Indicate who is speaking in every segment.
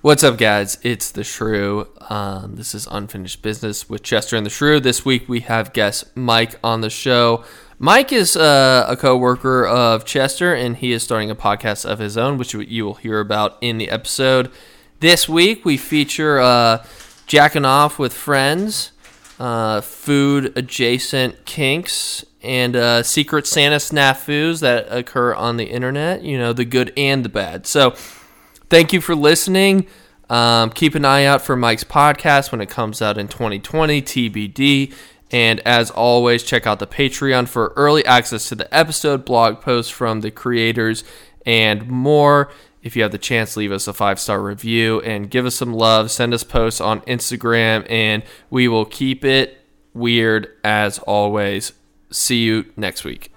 Speaker 1: What's up, guys? It's the Shrew. Um, this is Unfinished Business with Chester and the Shrew. This week we have guest Mike on the show. Mike is uh, a co-worker of Chester, and he is starting a podcast of his own, which you- you will hear about in the episode. This week we feature uh, jacking off with friends, uh, food adjacent kinks, and uh, secret Santa snafus that occur on the internet. You know, the good and the bad. So thank you for listening. Um, keep an eye out for Mike's podcast when it comes out in 2020, TBD. And as always, check out the Patreon for early access to the episode, blog posts from the creators, and more. If you have the chance, leave us a five star review and give us some love. Send us posts on Instagram, and we will keep it weird as always. See you next week.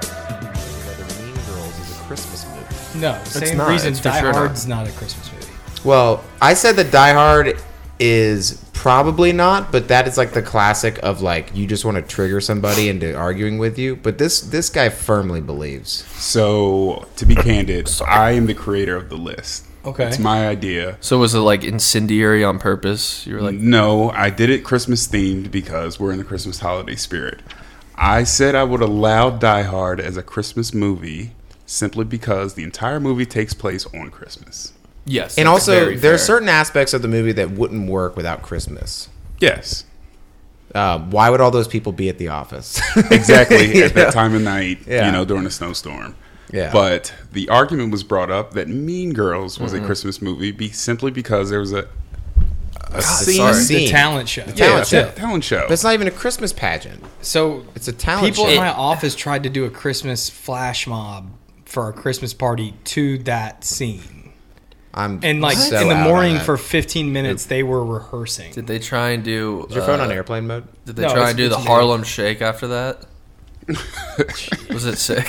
Speaker 2: whether Mean Girls is a Christmas movie.
Speaker 3: No, same
Speaker 1: not.
Speaker 3: reason
Speaker 1: It's for
Speaker 3: Die
Speaker 1: sure not.
Speaker 3: Hard's not. a Christmas movie.
Speaker 4: Well, I said that Die Hard is probably not, but that is like the classic of like you just want to trigger somebody into arguing with you. But this this guy firmly believes.
Speaker 5: So, to be candid, I am the creator of the list.
Speaker 3: Okay.
Speaker 5: It's my idea.
Speaker 1: So, was it like incendiary on purpose? You were like,
Speaker 5: No, I did it Christmas themed because we're in the Christmas holiday spirit. I said I would allow Die Hard as a Christmas movie simply because the entire movie takes place on Christmas.
Speaker 1: yes.
Speaker 4: and
Speaker 1: that's
Speaker 4: also
Speaker 1: very
Speaker 4: there are
Speaker 1: fair.
Speaker 4: certain aspects of the movie that wouldn't work without Christmas.
Speaker 5: Yes,
Speaker 4: Uh, why would all those people be at the office?
Speaker 5: exactly.
Speaker 4: You
Speaker 5: At that
Speaker 4: know?
Speaker 5: time of night,
Speaker 4: Yeah.
Speaker 5: you know, during a snowstorm.
Speaker 4: Yeah.
Speaker 5: But the argument was brought up that Mean Girls was
Speaker 4: Mm-hmm.
Speaker 5: a Christmas movie be, simply because there was a, a scene.
Speaker 4: sorry.
Speaker 3: The
Speaker 4: Scene.
Speaker 3: talent show.
Speaker 5: Yeah,
Speaker 4: Talent
Speaker 5: a
Speaker 4: show.
Speaker 5: Talent show.
Speaker 4: But it's not even a Christmas pageant.
Speaker 3: So
Speaker 4: It's a talent
Speaker 3: People
Speaker 4: show.
Speaker 3: in my office tried to do a Christmas flash mob for our Christmas party to that scene,
Speaker 4: I'm
Speaker 3: and like
Speaker 4: so
Speaker 3: in the
Speaker 4: out on
Speaker 3: morning
Speaker 4: that.
Speaker 3: for 15 minutes they were rehearsing.
Speaker 1: Did they try and do
Speaker 4: Is your phone
Speaker 1: uh,
Speaker 4: on airplane mode?
Speaker 1: Did they
Speaker 3: No,
Speaker 1: try
Speaker 3: it's-
Speaker 1: and do the
Speaker 3: it's an
Speaker 1: Harlem Shake after that? was it sick?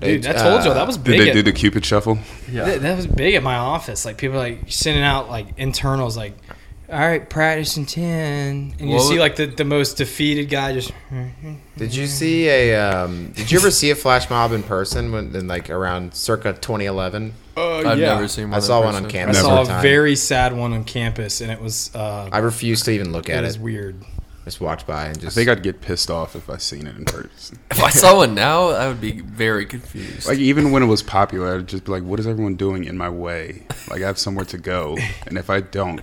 Speaker 3: Dude, I told
Speaker 4: uh,
Speaker 3: you that was
Speaker 5: Did
Speaker 3: big.
Speaker 5: they
Speaker 3: at-
Speaker 5: do the Cupid shuffle?
Speaker 3: Th- that was big at my office. Like people like sending out like internals like, all right, practice in ten, and you
Speaker 1: What
Speaker 3: see
Speaker 1: was-
Speaker 3: like the, the most defeated guy just.
Speaker 4: Did you see a? Um, did you ever see a flash mob in person when, in like around circa 2011?
Speaker 5: Uh,
Speaker 3: Oh
Speaker 1: I've never seen one.
Speaker 4: I
Speaker 1: in
Speaker 4: saw one
Speaker 1: person.
Speaker 4: on
Speaker 3: I
Speaker 4: campus.
Speaker 3: saw
Speaker 4: one
Speaker 3: a
Speaker 4: time.
Speaker 3: very sad one on campus, and it was uh,
Speaker 4: I refuse to even look
Speaker 3: it
Speaker 4: at
Speaker 3: was
Speaker 4: it.
Speaker 3: weird.
Speaker 4: Just walk by and just.
Speaker 5: I think I'd get pissed off if I seen it in person.
Speaker 1: If I saw one now, I would be very confused.
Speaker 5: Like even when it was popular, I'd just be like, "What is everyone doing in my way? Like I have somewhere to go, and if I don't,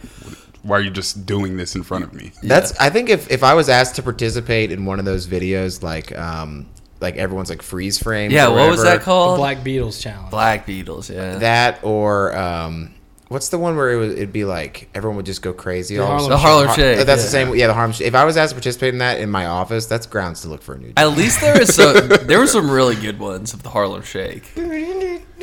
Speaker 5: why are you just doing this in front of me?"
Speaker 4: That's. I think if, if I was asked to participate in one of those videos, like um, like everyone's like freeze frame.
Speaker 1: yeah, what was that
Speaker 3: The
Speaker 1: called?
Speaker 3: Black Beatles challenge.
Speaker 1: Black Beatles. Yeah.
Speaker 4: That or um, what's the one where it was, it'd be like everyone would just go crazy. all of a
Speaker 3: Harlem
Speaker 1: the
Speaker 4: sudden?
Speaker 1: Harlem Shake.
Speaker 4: That's the
Speaker 1: yeah.
Speaker 4: same. Yeah, the Harlem. Shake. If I was asked to participate in that in my office, that's grounds to look for a new.
Speaker 1: At
Speaker 4: job.
Speaker 1: least there is some. There were some really good ones of the Harlem Shake.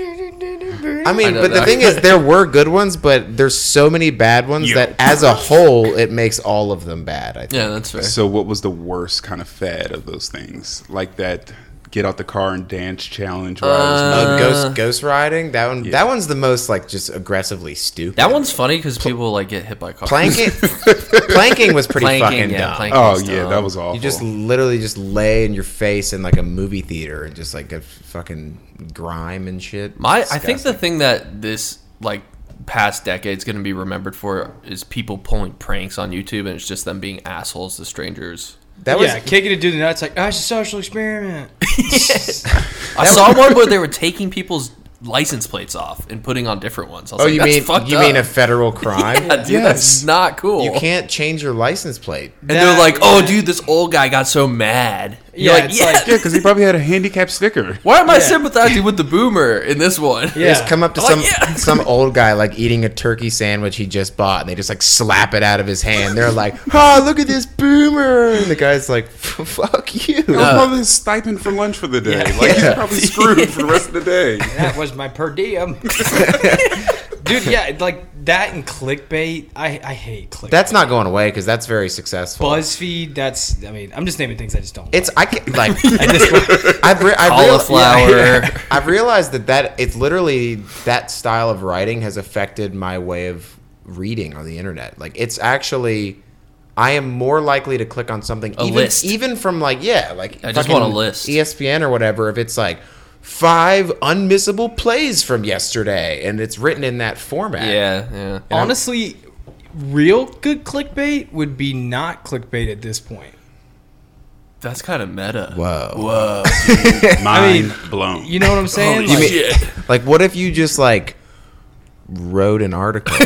Speaker 4: I mean,
Speaker 1: know
Speaker 4: but the
Speaker 1: that.
Speaker 4: thing is, there were good ones, but there's so many bad ones
Speaker 5: You
Speaker 4: that, as a whole, it makes all of them bad. I think.
Speaker 1: Yeah, that's fair.
Speaker 5: So what was the worst kind of fad of those things? Like that get out the car and dance challenge. Where I was
Speaker 4: Uh,
Speaker 5: moving.
Speaker 4: ghost ghost riding that one that one's the most like just aggressively stupid
Speaker 1: that one's funny because people like get hit by cars.
Speaker 4: planking planking was pretty
Speaker 1: Planking,
Speaker 4: fucking
Speaker 1: yeah,
Speaker 4: dumb
Speaker 1: planking.
Speaker 5: oh
Speaker 1: was
Speaker 5: yeah,
Speaker 1: dumb.
Speaker 5: that was awful.
Speaker 4: you just literally just lay in your face in like a movie theater and just like a fucking grime and shit
Speaker 1: My, I think the thing that this like past decade's going to be remembered for is people pulling pranks on YouTube, and it's just them being assholes to strangers.
Speaker 4: that was
Speaker 3: yeah, kicking a dude in the nuts like, oh, it's a social experiment.
Speaker 1: I saw one where they were taking people's license plates off and putting on different ones. I was
Speaker 4: oh
Speaker 1: like,
Speaker 4: you
Speaker 1: That's
Speaker 4: mean
Speaker 1: fucked
Speaker 4: you
Speaker 1: up.
Speaker 4: mean a federal crime
Speaker 1: Yeah, dude, that's
Speaker 5: Yes.
Speaker 1: not cool.
Speaker 4: you can't change your license plate
Speaker 1: And they're like, "Oh, dude, this old guy got so mad." You're
Speaker 3: Yeah,
Speaker 1: like,
Speaker 3: it's
Speaker 1: "Yeah,
Speaker 3: like-
Speaker 5: yeah, because he probably had a handicap sticker.
Speaker 1: why am I
Speaker 3: Yeah.
Speaker 1: sympathizing with the boomer in this one?"
Speaker 3: Yeah.
Speaker 4: just come up to
Speaker 1: Oh,
Speaker 4: some
Speaker 1: yeah.
Speaker 4: some old guy like eating a turkey sandwich he just bought and they just like slap it out of his hand they're like oh look at this boomer and the guy's like fuck you
Speaker 5: That was probably his stipend for lunch for the day. Like he's probably screwed for the rest of the day.
Speaker 3: that was my per diem. dude, yeah, like that and clickbait. I, I hate clickbait.
Speaker 4: That's not going away because that's very successful.
Speaker 3: BuzzFeed. That's, I mean, I'm just naming things I just don't
Speaker 4: it's I can like
Speaker 3: like. At this point,
Speaker 4: I've, re- I've real-
Speaker 1: Cauliflower.
Speaker 4: I've realized that that it's literally that style of writing has affected my way of reading on the internet. Like it's actually I am more likely to click on something
Speaker 1: A
Speaker 4: even
Speaker 1: list.
Speaker 4: even from like yeah, like
Speaker 1: I just
Speaker 4: fucking E
Speaker 1: want a list.
Speaker 4: ESPN or whatever if it's like five unmissable plays from yesterday and it's written in that format.
Speaker 1: Yeah, yeah.
Speaker 3: Honestly, real good clickbait would be not clickbait at this point.
Speaker 1: That's kind of meta.
Speaker 4: Whoa.
Speaker 1: Whoa.
Speaker 5: Mind blown.
Speaker 3: You know what I'm saying?
Speaker 1: Holy
Speaker 3: Like,
Speaker 1: shit.
Speaker 4: Like what if you just like wrote an article?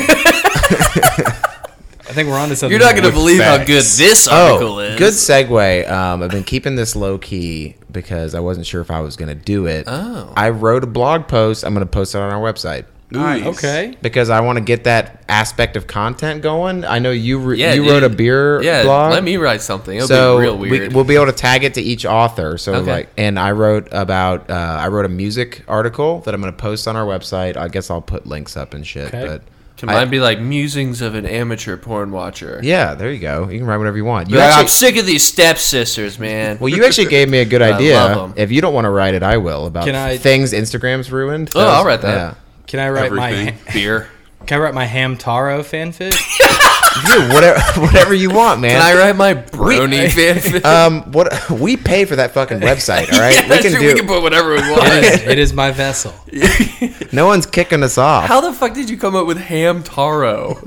Speaker 3: I think we're onto something.
Speaker 1: You're not going to
Speaker 3: here.
Speaker 1: believe how
Speaker 4: facts. Oh,
Speaker 1: good this article is.
Speaker 4: Good segue. Um, I've been keeping this low key because I wasn't sure if I was going to do it.
Speaker 1: Oh.
Speaker 4: I wrote a blog post. I'm going to post it on our website
Speaker 5: nice.
Speaker 3: Okay.
Speaker 4: because I want to get that aspect of content going. I know you re-
Speaker 1: Yeah,
Speaker 4: you
Speaker 1: dude.
Speaker 4: wrote a beer
Speaker 1: yeah,
Speaker 4: blog.
Speaker 1: let me write something. It'll
Speaker 4: so
Speaker 1: be real
Speaker 4: we-
Speaker 1: weird.
Speaker 4: we'll be able to tag it to each author. So
Speaker 1: Okay.
Speaker 4: like, and I wrote about uh, I wrote a music article that I'm going to post on our website. I guess I'll put links up and shit.
Speaker 3: Okay.
Speaker 4: But
Speaker 1: Can mine be like musings of an amateur porn watcher?
Speaker 4: yeah, there you go. You can write whatever you want. You
Speaker 1: Like,
Speaker 4: actually-
Speaker 1: I'm sick of these stepsisters, man.
Speaker 4: Well, you actually gave me a good
Speaker 1: I love
Speaker 4: idea.
Speaker 1: 'em.
Speaker 4: If you don't want to write it, I will. About
Speaker 3: Can I-
Speaker 4: things Instagram's ruined.
Speaker 1: Oh, I'll write that.
Speaker 3: Can I write
Speaker 5: Everything.
Speaker 3: my
Speaker 1: Beer.
Speaker 3: Can I write my Hamtaro fanfic?
Speaker 4: Yeah. Dude, whatever, whatever you want, man.
Speaker 1: Can I write my brony fanfic?
Speaker 4: um, what we pay for that fucking website, all right?
Speaker 1: Yeah,
Speaker 4: we
Speaker 1: that's
Speaker 4: can
Speaker 1: true.
Speaker 4: do.
Speaker 1: we can put whatever we
Speaker 3: it,
Speaker 1: want.
Speaker 3: is, it is my vessel.
Speaker 4: No one's kicking us off.
Speaker 1: How the fuck did you come up with ham taro?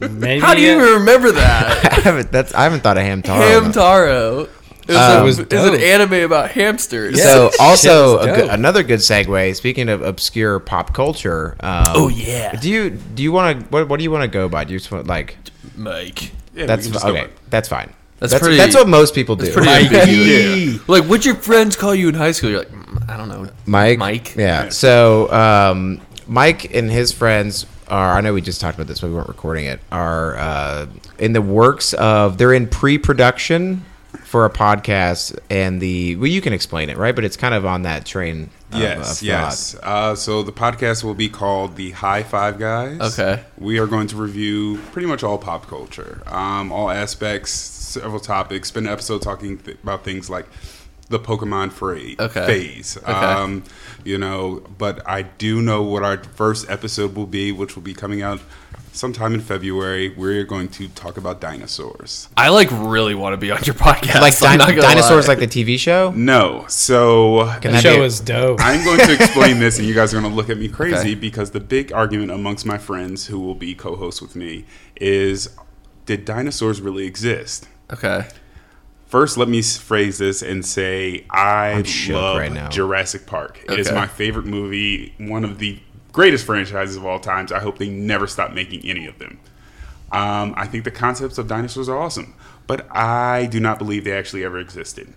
Speaker 3: Maybe
Speaker 1: How do you
Speaker 3: it-
Speaker 1: even remember that?
Speaker 4: I haven't. That's I haven't thought of ham taro.
Speaker 1: ham taro. It was,
Speaker 4: Um,
Speaker 1: a-
Speaker 4: It was
Speaker 1: it was an
Speaker 3: dope.
Speaker 1: anime about hamsters.
Speaker 4: So also
Speaker 3: Shit was
Speaker 4: a good,
Speaker 3: dope.
Speaker 4: another good segue. Speaking of obscure pop culture. Um,
Speaker 1: Oh, yeah.
Speaker 4: Do you do you want to what, what do you want to go by? Do you just want like
Speaker 1: Mike.
Speaker 5: Yeah, we
Speaker 4: that's
Speaker 5: can just go
Speaker 4: okay? Uh,
Speaker 5: with-
Speaker 4: That's fine.
Speaker 1: That's
Speaker 4: That's that's,
Speaker 1: pretty-
Speaker 4: what most people do.
Speaker 1: It's pretty
Speaker 4: Like,
Speaker 1: ambiguous. Like, what'd your friends call you in high school? You're like, "Mm, I don't know.
Speaker 4: Mike.
Speaker 1: Mike.
Speaker 4: Yeah. So um, Mike and his friends are. I know we just talked about this, but we weren't recording it. Are uh, in the works of. They're in pre-production for a podcast, and the well, you can explain it, right? But it's kind of on that train. of- of
Speaker 5: Yes,
Speaker 4: thought.
Speaker 5: yes. Uh, so the podcast will be called the High Five Guys.
Speaker 1: Okay.
Speaker 5: We are going to review pretty much all pop culture, um, all aspects, several topics. Spend an episode talking th- about things like the Pokemon phrase,
Speaker 1: Okay.
Speaker 5: phase.
Speaker 1: Okay.
Speaker 5: Um, you know, but I do know what our first episode will be, which will be coming out sometime in February. We're going to talk about dinosaurs.
Speaker 1: I like really want to be on your podcast.
Speaker 4: Like
Speaker 1: I'm
Speaker 4: din-
Speaker 1: not gonna
Speaker 4: dinosaurs,
Speaker 1: lie.
Speaker 4: like the TV show.
Speaker 5: No, so
Speaker 4: Can
Speaker 3: The
Speaker 4: that
Speaker 3: show
Speaker 4: be-
Speaker 3: is dope.
Speaker 5: I'm going to explain this, and you guys are going to look at me crazy
Speaker 1: Okay.
Speaker 5: because the big argument amongst my friends who will be co hosts with me is did dinosaurs really exist?
Speaker 1: okay.
Speaker 5: First, let me s- phrase this and say I
Speaker 4: shook
Speaker 5: love
Speaker 4: right now.
Speaker 5: Jurassic Park. It is
Speaker 1: Okay.
Speaker 5: my favorite movie, one of the greatest franchises of all times. I hope they never stop making any of them. Um, I think the concepts of dinosaurs are awesome, but I do not believe they actually ever existed.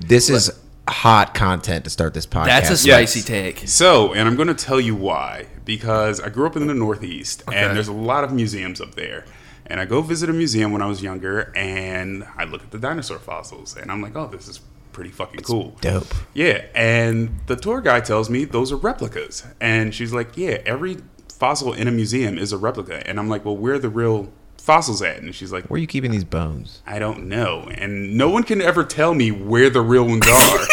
Speaker 4: This is hot content to start this podcast.
Speaker 1: That's a spicy take.
Speaker 5: So, and I'm going to tell you why. Because I grew up in the Northeast,
Speaker 1: Okay.
Speaker 5: and there's a lot of museums up there. And I go visit a museum when I was younger, and I look at the dinosaur fossils, and I'm like, oh, this is pretty fucking cool.
Speaker 4: dope.
Speaker 5: Yeah, and the tour guy tells me those are replicas. And she's like, yeah, every fossil in a museum is a replica. And I'm like, well, where are the real fossils at? And she's like,
Speaker 4: Where are you keeping these bones?
Speaker 5: I don't know. And no one can ever tell me where the real ones are.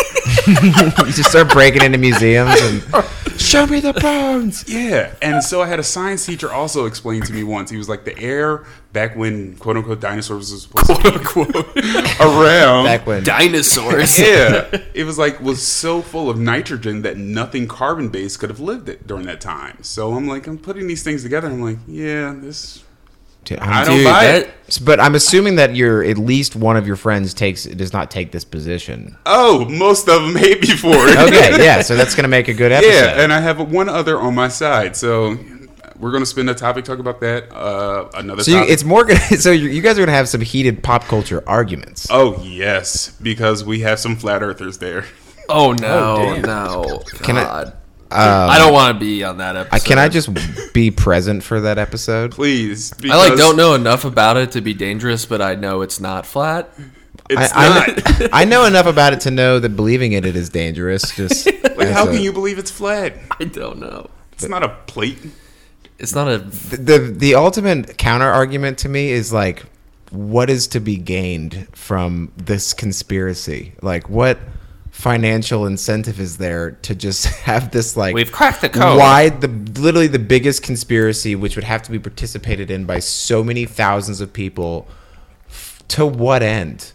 Speaker 4: You just start breaking into museums and show me the bones.
Speaker 5: Yeah, and so I had a science teacher also explain to me once. He was like, the air back when "quote unquote" dinosaurs was supposed to be around.
Speaker 4: Back when
Speaker 1: Dinosaurs.
Speaker 5: yeah, it was like was so full of nitrogen that nothing carbon based could have lived it during that time. So I'm like, I'm putting these things together. I'm like, yeah, this.
Speaker 4: Dude,
Speaker 5: I
Speaker 4: I'm
Speaker 5: don't
Speaker 1: Dude,
Speaker 5: buy it.
Speaker 1: that-
Speaker 4: S- But I'm assuming that you're at least one of your friends takes does not take this position.
Speaker 5: Oh, most of them hate me for it.
Speaker 4: Okay, yeah, so that's gonna make a good episode.
Speaker 5: Yeah, and I have one other on my side. So we're gonna spend a topic talk about that. Uh, another.
Speaker 4: so you,
Speaker 5: topic.
Speaker 4: it's more. Gonna, so you you guys are gonna have some heated pop culture arguments.
Speaker 5: oh yes, because we have some flat earthers there.
Speaker 1: Oh no,
Speaker 3: damn.
Speaker 1: no.
Speaker 4: Can I- um,
Speaker 1: God. I don't want to be on that episode.
Speaker 4: I, can I just be present for that episode?
Speaker 5: please.
Speaker 1: I like
Speaker 5: because
Speaker 1: don't know enough about it to be dangerous, but I know it's not flat.
Speaker 5: It's
Speaker 4: I, I
Speaker 5: not.
Speaker 4: kn- I know enough about it to know that believing in it is dangerous. Just
Speaker 5: like, how
Speaker 4: as a-
Speaker 5: can you believe it's flat?
Speaker 1: I don't know.
Speaker 5: It's not a plate.
Speaker 1: It's not a.
Speaker 4: the the ultimate counter argument to me is like what is to be gained from this conspiracy like what financial incentive is there to just have this like
Speaker 1: We've cracked the code.
Speaker 4: wide the literally the biggest conspiracy which would have to be participated in by so many thousands of people F- to what end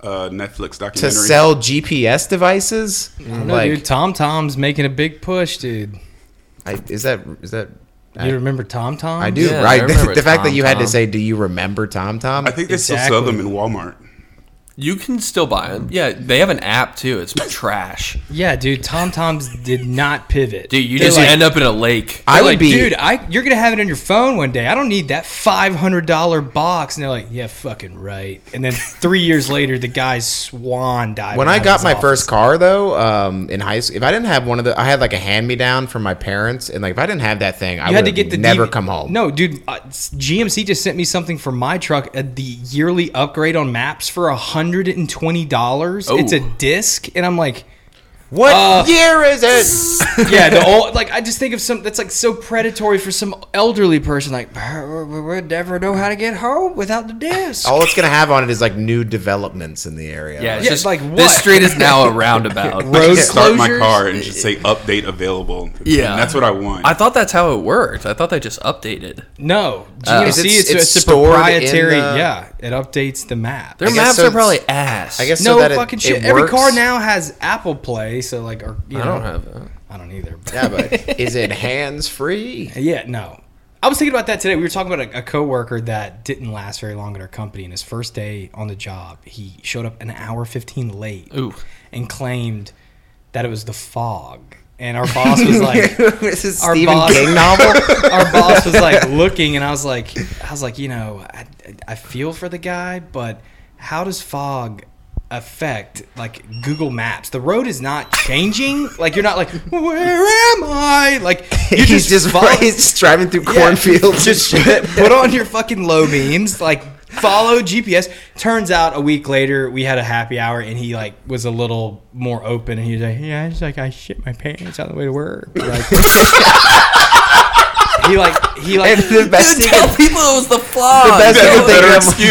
Speaker 5: Uh, Netflix
Speaker 4: to
Speaker 5: documentary.
Speaker 4: sell GPS devices
Speaker 3: I don't know, dude. Tom Tom's making a big push, dude.
Speaker 4: I, is that is that
Speaker 3: You remember Tom Tom?
Speaker 4: I do
Speaker 1: Yeah, I
Speaker 4: right
Speaker 1: remember
Speaker 4: the fact that
Speaker 1: Tom
Speaker 4: you had to
Speaker 1: Tom.
Speaker 4: say do you remember Tom Tom
Speaker 5: I think they still sell
Speaker 3: Exactly.
Speaker 5: them in Walmart.
Speaker 1: You can still buy them. Yeah, they have an app too. It's trash.
Speaker 3: Yeah, dude. Tom Tom's did not pivot.
Speaker 1: Dude, you
Speaker 3: They're
Speaker 1: just
Speaker 3: like-
Speaker 1: end up in a lake.
Speaker 4: I
Speaker 3: they're
Speaker 4: would
Speaker 3: like,
Speaker 4: be
Speaker 3: dude. I you're gonna have it on your phone one day. I don't need that five hundred dollar box. And they're like, yeah, fucking right. And then three years later, the guy's swan died.
Speaker 4: When I got my first car, though, um, in high school, if I didn't have one of the, I had like a hand me down from my parents, and like if I didn't have that thing, I
Speaker 3: you
Speaker 4: would
Speaker 3: had to get the
Speaker 4: never
Speaker 3: DV
Speaker 4: come home.
Speaker 3: No, dude, uh, GMC just sent me something for my truck. Uh, the yearly upgrade on maps for hundred and twenty dollars. It's a
Speaker 1: Oh.
Speaker 3: disc, and I'm like,
Speaker 4: what
Speaker 3: Uh,
Speaker 4: year is it?
Speaker 3: yeah, the old like I just think of some that's like so predatory for some elderly person. Like we would never know how to get home without the disc.
Speaker 4: All it's gonna have on it is like new developments in the area.
Speaker 1: Yeah, it's
Speaker 4: Like,
Speaker 3: Yeah,
Speaker 1: just
Speaker 3: like
Speaker 1: like
Speaker 3: what?
Speaker 1: this street is now a roundabout.
Speaker 5: I
Speaker 3: Road
Speaker 5: should start my
Speaker 3: closures?
Speaker 5: car and just say update available.
Speaker 1: Yeah.
Speaker 5: And that's what I want.
Speaker 1: I thought that's how it worked. I thought they just updated.
Speaker 3: No,
Speaker 1: Uh,
Speaker 3: GMC.
Speaker 1: Is
Speaker 4: it- it's
Speaker 3: it's, it's, a
Speaker 4: stored
Speaker 3: proprietary.
Speaker 4: in the-
Speaker 3: yeah, it updates the map.
Speaker 1: Their
Speaker 4: guess
Speaker 1: maps
Speaker 4: so
Speaker 1: are probably
Speaker 4: it's-
Speaker 1: ass.
Speaker 4: I guess
Speaker 3: no
Speaker 4: so that it-
Speaker 3: fucking
Speaker 4: it
Speaker 3: shit. Every
Speaker 4: works.
Speaker 3: car now has Apple Play. So like, or, you
Speaker 1: I
Speaker 3: know,
Speaker 1: don't have that.
Speaker 3: I don't either. but-
Speaker 4: Yeah, but is it hands free?
Speaker 3: yeah, no. I was thinking about that today. We were talking about a, a coworker that didn't last very long at our company. And his first day on the job, he showed up an hour fifteen late
Speaker 1: Ooh.
Speaker 3: and claimed that it was the fog. And our boss was like.
Speaker 4: this is
Speaker 3: our
Speaker 4: Stephen
Speaker 3: boss-
Speaker 4: King novel.
Speaker 3: our boss was like looking and i was like i was like you know i, I feel for the guy but how does fog affect like google maps the road is not changing like you're not like where am i like you
Speaker 4: he's just
Speaker 3: follow-
Speaker 4: he's just driving through
Speaker 3: Yeah.
Speaker 4: cornfields. and
Speaker 3: just
Speaker 4: shit.
Speaker 3: put on your fucking low beams like follow gps turns out a week later we had a happy hour and he like was a little more open and he was like yeah it's like i shit my pants on the way to work like he like he like
Speaker 4: And the best
Speaker 1: Dude,
Speaker 4: thing
Speaker 1: tell people it was the fog.
Speaker 4: the best
Speaker 5: That's a
Speaker 4: thing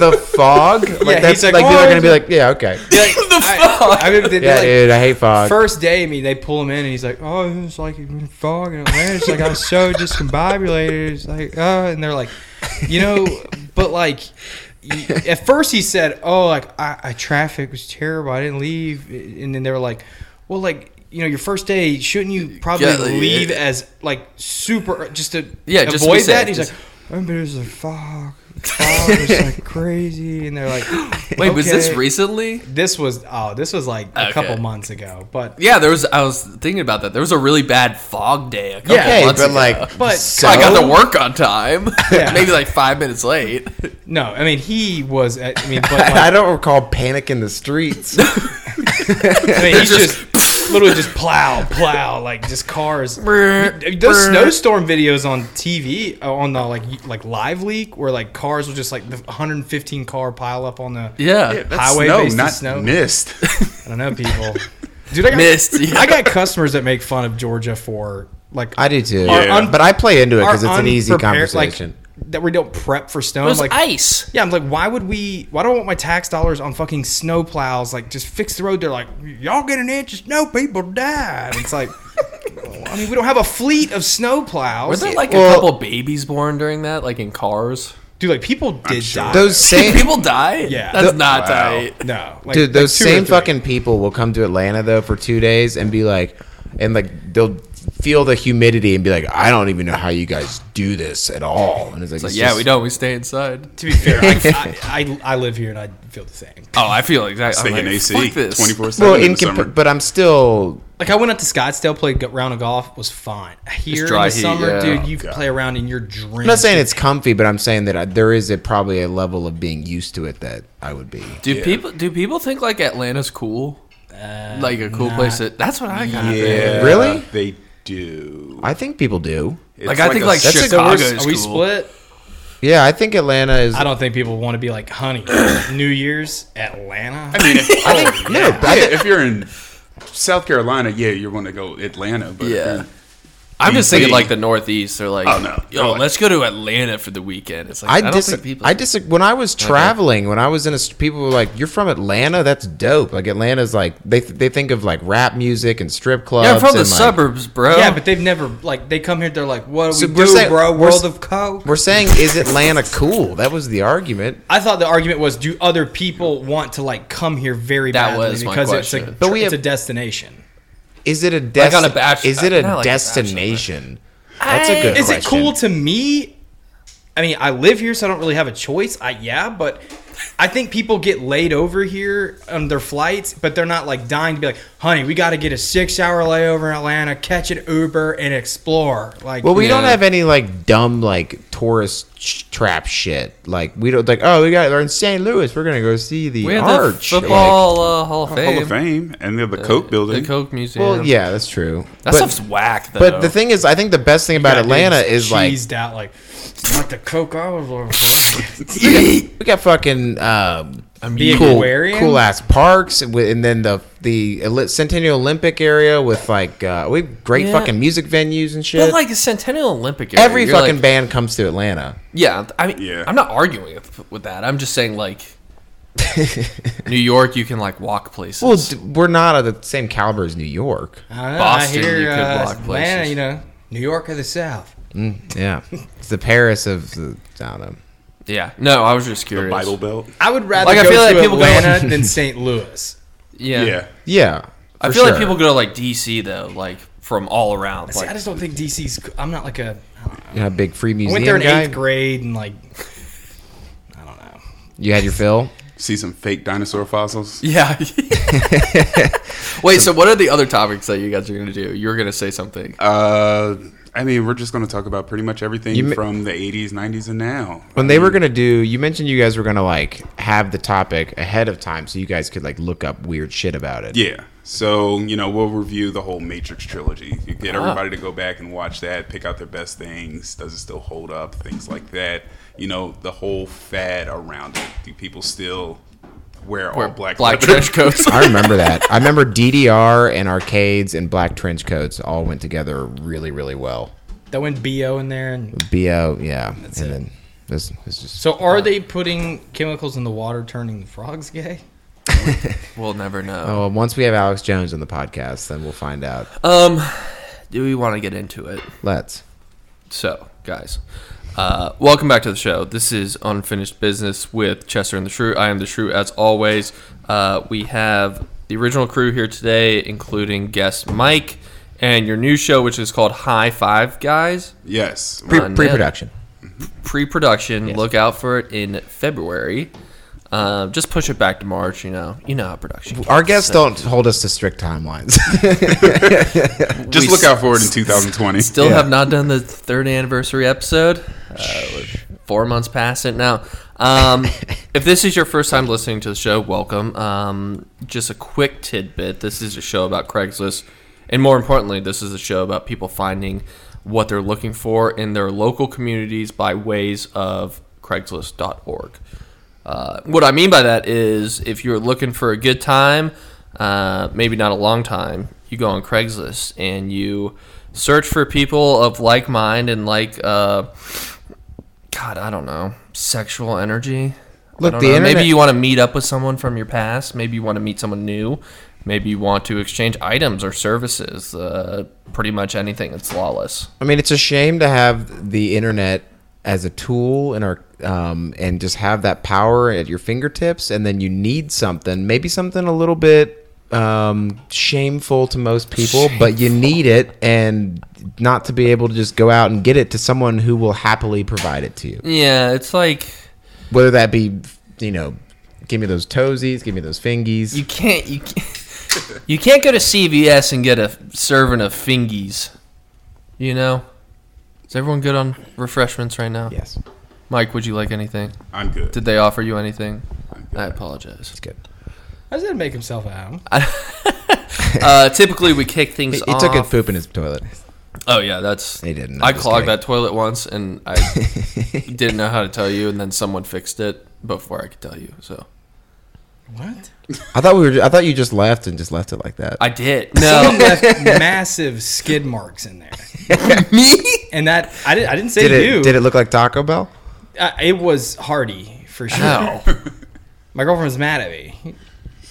Speaker 4: was the fog. Like
Speaker 3: Yeah,
Speaker 4: that's
Speaker 3: he's like,
Speaker 4: like, people
Speaker 3: "Oh,
Speaker 4: are gonna be like, yeah, okay,
Speaker 1: the
Speaker 3: I, I remember they,
Speaker 4: yeah,
Speaker 3: they,
Speaker 4: dude, I hate
Speaker 3: like,
Speaker 4: fog.
Speaker 3: first day, I mean, they pull him in, and he's like, "Oh, it was like fog in Atlanta. It's like I was so discombobulated. It's like, uh, and they're like, you know, but like, y- at first he said, "Oh, like I, I traffic was terrible. I didn't leave," and then they were like, "Well, like." You know, your first day, shouldn't you probably
Speaker 1: Yeah, like,
Speaker 3: leave
Speaker 1: yeah.
Speaker 3: as like super just to
Speaker 1: Yeah,
Speaker 3: avoid
Speaker 1: just be
Speaker 3: that?
Speaker 1: safe.
Speaker 3: And he's
Speaker 1: Just-
Speaker 3: like, oh, but it was like fog, fog was like crazy, and they're like,
Speaker 1: Wait, was this
Speaker 3: "Okay."
Speaker 1: recently?
Speaker 3: This was oh, this was like a
Speaker 1: Okay.
Speaker 3: couple months ago, but
Speaker 1: Yeah, there was. I was thinking about that. There was a really bad fog day. A couple
Speaker 3: Yeah,
Speaker 4: okay,
Speaker 1: months
Speaker 4: but
Speaker 1: ago.
Speaker 4: like,
Speaker 3: But-
Speaker 4: so?
Speaker 1: I got to work on time.
Speaker 3: Yeah.
Speaker 1: Maybe like five minutes late.
Speaker 3: no, I mean he was. At, I mean, but
Speaker 4: I
Speaker 3: like,
Speaker 4: don't recall panic in the streets.
Speaker 3: I mean, he's
Speaker 1: Just-
Speaker 3: just, literally just plow, plow, like just cars. Those snowstorm videos on TV uh, on the like like live leak where like cars will just like the 115 car pile up on the.
Speaker 1: Yeah.
Speaker 5: Yeah, that's
Speaker 3: highway
Speaker 5: snow,
Speaker 3: based in
Speaker 5: not
Speaker 3: snow.
Speaker 5: mist.
Speaker 3: I don't know people. Dude, I got,
Speaker 1: Missed, yeah.
Speaker 3: I got customers that make fun of Georgia for like
Speaker 4: I do too,
Speaker 5: Our un-
Speaker 4: but I play into it because it's
Speaker 3: are
Speaker 4: an easy
Speaker 3: unprepared-
Speaker 4: conversation.
Speaker 3: Like, that we don't prep for snow.
Speaker 1: it was
Speaker 3: like
Speaker 1: ice.
Speaker 3: Yeah, I'm like, why would we? Why do I want my tax dollars on fucking snow plows? Like, just fix the road. They're like, y'all get an inch of snow, people die. And it's like, I mean, we don't have a fleet of snow
Speaker 1: Were
Speaker 3: plows.
Speaker 1: there like
Speaker 4: Well-
Speaker 1: a couple babies born during that, like in cars?
Speaker 3: dude, like people did
Speaker 5: sure.
Speaker 3: die.
Speaker 4: those same
Speaker 1: People died.
Speaker 3: Yeah.
Speaker 1: that's
Speaker 4: The-
Speaker 1: not
Speaker 5: Wow.
Speaker 1: tight.
Speaker 3: no, like,
Speaker 4: dude,
Speaker 3: like
Speaker 4: those
Speaker 3: two or
Speaker 4: same
Speaker 3: three.
Speaker 4: fucking people will come to Atlanta though for two days and be like, and like they'll feel the humidity and be like, I don't even know how you guys do this at all. And it's like,
Speaker 1: It's like,
Speaker 4: it's
Speaker 1: yeah,
Speaker 4: just-
Speaker 1: we don't. We stay inside.
Speaker 3: To be fair, I, I, I live here and I feel the same.
Speaker 1: Oh, I feel exactly.
Speaker 5: Taking
Speaker 1: I'm like,
Speaker 5: AC
Speaker 1: Fuck this.
Speaker 5: 24
Speaker 4: Well,
Speaker 5: 7 in
Speaker 4: in
Speaker 5: the summer.
Speaker 4: compa- but I'm still
Speaker 3: Like I went out to Scottsdale, played a round of golf, was fine. Here
Speaker 1: dry
Speaker 3: in the
Speaker 1: heat,
Speaker 3: summer,
Speaker 1: yeah.
Speaker 3: dude, you
Speaker 5: God.
Speaker 3: play around and you're drenched.
Speaker 4: I'm not saying it's comfy, but I'm saying that I, there is a, probably a level of being used to it that I would be.
Speaker 1: Do people do people think like Atlanta's cool? like a cool
Speaker 3: nah.
Speaker 1: place. To, that's what I got.
Speaker 5: yeah,
Speaker 4: Really?
Speaker 5: They do.
Speaker 4: I think people do.
Speaker 5: It's
Speaker 1: Like, I think
Speaker 5: a
Speaker 1: like
Speaker 5: s-
Speaker 4: a-
Speaker 1: Chicago's
Speaker 3: Are we
Speaker 1: cool.
Speaker 3: split?
Speaker 4: Yeah, I think Atlanta is.
Speaker 3: I don't think people want to be like, honey, New Year's, Atlanta.
Speaker 5: I mean, if, oh,
Speaker 4: no,
Speaker 5: yeah.
Speaker 4: I
Speaker 5: Yeah,
Speaker 4: think-
Speaker 5: if you're in South Carolina, yeah, you're going to go Atlanta. But if
Speaker 1: Yeah.
Speaker 5: you're in
Speaker 1: I'm just
Speaker 5: DC.
Speaker 1: thinking like the Northeast. They're like,
Speaker 5: Oh, no.
Speaker 1: yo,
Speaker 5: No.
Speaker 1: let's go to Atlanta for the weekend. It's like I,
Speaker 4: I,
Speaker 1: don't
Speaker 4: dis-
Speaker 1: think people.
Speaker 4: I dis- when I was traveling, when I was in a st- people were like, "You're from Atlanta? That's dope." Like Atlanta's like they th- they think of like rap music and strip clubs.
Speaker 1: yeah, I'm from the
Speaker 4: and, like-
Speaker 1: suburbs, bro.
Speaker 3: Yeah, but they've never like they come here. They're like, "What do
Speaker 4: So
Speaker 3: we
Speaker 4: we're
Speaker 3: do,
Speaker 4: saying-
Speaker 3: bro?
Speaker 4: we're
Speaker 3: World
Speaker 4: s-
Speaker 3: of Coke."
Speaker 4: We're saying, is Atlanta cool? That was the argument.
Speaker 3: I thought the argument was, do other people want to like come here very
Speaker 1: That
Speaker 3: badly
Speaker 1: was my
Speaker 3: because it's a
Speaker 1: question.
Speaker 4: But we
Speaker 3: it's
Speaker 4: have-
Speaker 3: a destination.
Speaker 4: Is it a dest-
Speaker 1: on a bach-
Speaker 4: Is it a
Speaker 1: not like a bachelor,
Speaker 4: destination? That's a good.
Speaker 3: Is it
Speaker 4: question.
Speaker 3: cool to me? I mean, I live here, so I don't really have a choice. I yeah, but I think people get laid over here on their flights, but they're not like dying to be like, "Honey, we got to get a six-hour layover in Atlanta, catch an Uber, and explore." Like,
Speaker 4: Well, we don't
Speaker 1: Yeah.
Speaker 4: have any like dumb like tourist sh- trap shit. Like we don't like. Oh, we got. We're in St. Louis. We're gonna go see the
Speaker 1: we have the
Speaker 4: arch. Like,
Speaker 1: football uh, Hall of Fame,
Speaker 5: Hall of Fame, and they have the Coke building.
Speaker 1: Uh, the Coke Museum.
Speaker 4: well, yeah, that's true.
Speaker 1: that
Speaker 4: but,
Speaker 1: stuff's whack. Though.
Speaker 4: but the thing is, I think the best thing about Atlanta is like
Speaker 3: cheesed out like, "What the coke I was looking for."
Speaker 4: we got fucking um,
Speaker 3: The
Speaker 4: cool,
Speaker 3: aquarium?
Speaker 4: cool ass parks, and wi- and then the the Oli- Centennial Olympic area with like uh, we have great
Speaker 1: Yeah.
Speaker 4: fucking music venues and shit.
Speaker 1: But like the Centennial Olympic, area,
Speaker 4: Every
Speaker 1: you're
Speaker 4: fucking
Speaker 1: like,
Speaker 4: band comes to Atlanta.
Speaker 1: yeah. I mean,
Speaker 5: Yeah.
Speaker 1: I'm not arguing with, with that. I'm just saying like New York, you can like walk places.
Speaker 4: Well, d- we're not of the same caliber as New York.
Speaker 3: I, know,
Speaker 1: Boston,
Speaker 3: I hear
Speaker 1: you could
Speaker 3: uh,
Speaker 1: block
Speaker 3: Atlanta,
Speaker 1: places.
Speaker 3: you know, New York or the South.
Speaker 4: Yeah, it's the Paris of the I don't know.
Speaker 1: yeah. No, I was just curious.
Speaker 5: Bible Belt.
Speaker 3: I would rather
Speaker 1: Like, I
Speaker 3: go
Speaker 1: feel
Speaker 3: to
Speaker 1: like people go-
Speaker 3: Atlanta than St. Louis.
Speaker 1: Yeah.
Speaker 5: Yeah.
Speaker 4: Yeah,
Speaker 1: I
Speaker 4: for
Speaker 1: feel like
Speaker 4: sure.
Speaker 1: people go to like DC though, like from all around.
Speaker 3: See, I
Speaker 1: Like,
Speaker 3: just don't think DC's. c- I'm not like a.
Speaker 4: You know, big free
Speaker 3: I
Speaker 4: museum
Speaker 3: went there in
Speaker 4: guy.
Speaker 3: eighth grade and like. I don't know.
Speaker 4: You had your fill.
Speaker 5: See some fake dinosaur fossils.
Speaker 1: yeah. Wait. So, what are the other topics that you guys are gonna do? You're gonna say something.
Speaker 5: Uh, I mean, we're just going to talk about pretty much everything
Speaker 4: You ma-
Speaker 5: from the 80s, 90s, and now.
Speaker 4: When they were gonna do, you mentioned you guys were gonna like have the topic ahead of time, so you guys could like look up weird shit about it.
Speaker 5: Yeah. So, you know, we'll review the whole Matrix trilogy. You get everybody to go back and watch that, pick out their best things. Does it still hold up? Things like that. You know, the whole fad around it. Do people still wear all
Speaker 1: Where
Speaker 5: black,
Speaker 1: black,
Speaker 5: leather?
Speaker 1: trench coats.
Speaker 4: I remember that. I remember DDR and arcades and black trench coats all went together really, really well.
Speaker 3: That went bo in there. And,
Speaker 4: Bo, yeah, and then this, this just
Speaker 3: so are they putting chemicals in the water, turning the frogs gay?
Speaker 1: we'll never know.
Speaker 4: oh, once we have Alex Jones on the podcast, then we'll find out.
Speaker 1: Um, do we want to get into it?
Speaker 4: Let's.
Speaker 1: So, guys, uh, welcome back to the show. This is Unfinished Business with Chester and the Shrew. I am the Shrew, as always. Uh, we have the original crew here today, including guest Mike, and your new show, which is called High Five Guys.
Speaker 5: Yes.
Speaker 4: Pre-
Speaker 1: on,
Speaker 4: pre-production.
Speaker 1: Pre-production. Look out for it in February. Uh, just push it back to March. You know, you know how production.
Speaker 4: Our guests don't hold us to strict timelines.
Speaker 5: Just
Speaker 1: we
Speaker 5: look out for it in 2020.
Speaker 1: Still have not done the third anniversary episode. Uh, we're four months past it now. Um, if this is your first time listening to the show, welcome. Um, just a quick tidbit: this is a show about Craigslist, and more importantly, this is a show about people finding what they're looking for in their local communities by ways of Craigslist.org. Uh, what I mean by that is if you're looking for a good time, uh, maybe not a long time, you go on Craigslist and you search for people of like mind and like, uh, God, I don't know, sexual energy. I
Speaker 4: Look,
Speaker 1: don't
Speaker 4: the
Speaker 1: know.
Speaker 4: internet-
Speaker 1: maybe you want to meet up with someone from your past. Maybe you want to meet someone new. Maybe you want to exchange items or services. Uh, pretty much anything. It's lawless.
Speaker 4: I mean, it's a shame to have the internet as a tool in our um, and just have that power at your fingertips, and then you need something, maybe something a little bit um, shameful to most people, but you need it, and not to be able to just go out and get it to someone who will happily provide it to you,
Speaker 1: Yeah, it's like
Speaker 4: whether that be you know, give me those toesies, give me those fingies.
Speaker 1: You can't. You can't, you can't go to CVS and get a serving of fingies. You know. Is everyone good on refreshments right now?
Speaker 4: yes,
Speaker 1: Mike, would you like anything?
Speaker 5: I'm good.
Speaker 1: Did they offer you anything?
Speaker 5: I'm
Speaker 1: I
Speaker 5: good.
Speaker 1: apologize.
Speaker 4: it's good.
Speaker 3: How does that make himself out?
Speaker 1: Uh, typically, we kick things
Speaker 4: He, he
Speaker 1: off.
Speaker 4: took a poop in his toilet.
Speaker 1: Oh yeah, that's.
Speaker 4: He didn't,
Speaker 1: I
Speaker 4: I'm just
Speaker 1: clogged
Speaker 4: kidding.
Speaker 1: that toilet once, and I didn't know how to tell you, and then someone fixed it before I could tell you. So
Speaker 3: What?
Speaker 4: I thought we were. I thought you just left and just left it like that.
Speaker 1: I did. No.
Speaker 3: left massive skid marks in there.
Speaker 1: Me?
Speaker 3: And that I didn't. I didn't say
Speaker 4: did it?
Speaker 3: you.
Speaker 4: Did it look like Taco Bell?
Speaker 3: Uh, it was Hardy for sure.
Speaker 1: No.
Speaker 3: My girlfriend's mad at me.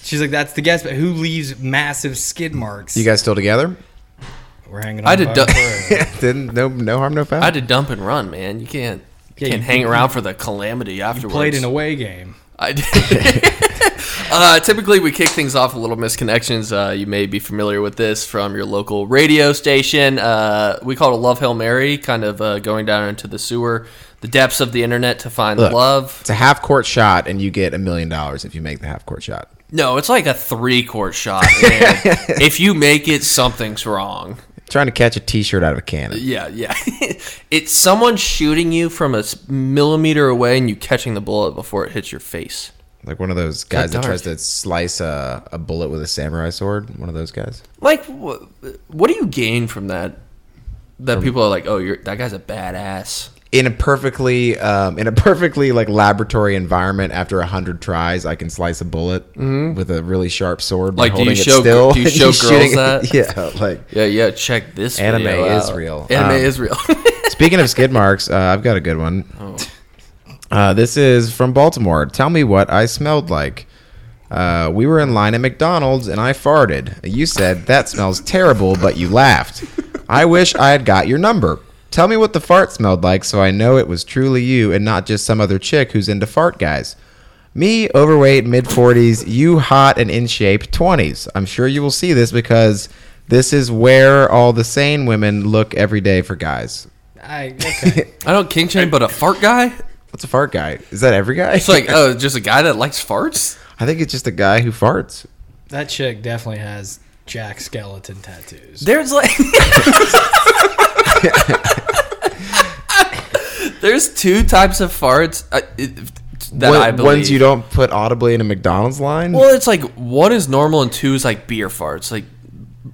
Speaker 3: She's like, "That's the guess, but who leaves massive skid marks?"
Speaker 4: You guys still together?
Speaker 3: We're hanging. On
Speaker 1: I did
Speaker 3: by
Speaker 1: du-
Speaker 3: a thread.
Speaker 4: Didn't no no harm no foul.
Speaker 1: I had to dump and run, man. You can't.
Speaker 3: Yeah,
Speaker 1: can't
Speaker 3: you-
Speaker 1: hang around for the calamity afterwards.
Speaker 3: Played an away game.
Speaker 1: I did. uh, typically, we kick things off with little misconnections. Uh, you may be familiar with this from your local radio station. Uh, we call it a love hail mary, kind of uh, going down into the sewer, the depths of the internet to find
Speaker 4: Look.
Speaker 1: love.
Speaker 4: It's a half court shot, and you get a million dollars if you make the half court shot.
Speaker 1: No, it's like a three quart shot. and if you make it, something's wrong.
Speaker 4: Trying to catch a T-shirt out of a cannon.
Speaker 1: Yeah, yeah. it's someone shooting you from a s- millimeter away and you catching the bullet before it hits your face.
Speaker 4: Like one of those guys that
Speaker 1: dark.
Speaker 4: tries to slice a, a bullet with a samurai sword. One of those guys.
Speaker 1: Like, wh- what do you gain from that? That people are like, oh, you're that guy's a badass.
Speaker 4: In a perfectly um, in a perfectly like laboratory environment, after a hundred tries, I can slice a bullet with a really sharp sword. by
Speaker 1: Mm-hmm. Like, do you
Speaker 4: holding it
Speaker 1: show gir-
Speaker 4: still
Speaker 1: do you
Speaker 4: and
Speaker 1: show
Speaker 4: just
Speaker 1: girls
Speaker 4: shooting-
Speaker 1: that?
Speaker 4: Yeah, like
Speaker 1: Yeah, yeah. Check this.
Speaker 4: Anime
Speaker 1: video out.
Speaker 4: is real.
Speaker 1: Anime
Speaker 4: Um,
Speaker 1: is real.
Speaker 4: Speaking of skid marks, uh, I've got a good one. Uh, this is from Baltimore. Tell me what I smelled like. Uh, we were in line at McDonald's and I farted. You said, That smells terrible, but you laughed. I wish I had got your number. Tell me what the fart smelled like so I know it was truly you and not just some other chick who's into fart guys. Me, overweight, mid 40s, you hot and in shape, 20s. I'm sure you will see this because this is where all the sane women look every day for guys.
Speaker 3: I okay.
Speaker 1: I don't king shame, but a fart guy.
Speaker 4: What's a fart guy? Is that every guy?
Speaker 1: It's like, oh, just a guy that likes farts.
Speaker 4: I think it's just a guy who farts.
Speaker 3: that chick definitely has Jack skeleton tattoos.
Speaker 1: There's like. There's two types of farts uh, it- that
Speaker 4: One-
Speaker 1: I believe.
Speaker 4: Ones you don't put audibly in a McDonald's line.
Speaker 1: Well, it's like one is normal and two is like beer farts. Like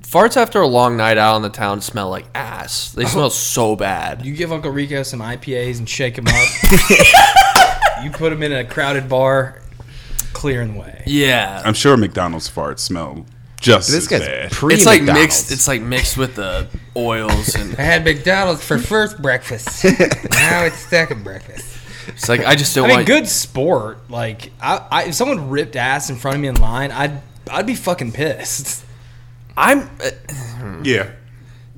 Speaker 1: farts after a long night out on the town smell like ass. They smell so bad.
Speaker 3: You give Uncle Rico some IPAs and shake him up. you put him in a crowded bar, clearing the way.
Speaker 1: Yeah.
Speaker 5: I'm sure McDonald's farts smell just
Speaker 4: this
Speaker 5: as
Speaker 4: guy's
Speaker 5: bad.
Speaker 4: pre
Speaker 1: It's like mixed it's like mixed with the oils and
Speaker 3: I had McDonald's for first breakfast. now it's second breakfast.
Speaker 1: it's like I just don't
Speaker 3: I mean,
Speaker 1: want
Speaker 3: good sport. Like, I, I, if someone ripped ass in front of me in line, I'd, I'd be fucking pissed.
Speaker 1: I'm uh,
Speaker 5: Yeah.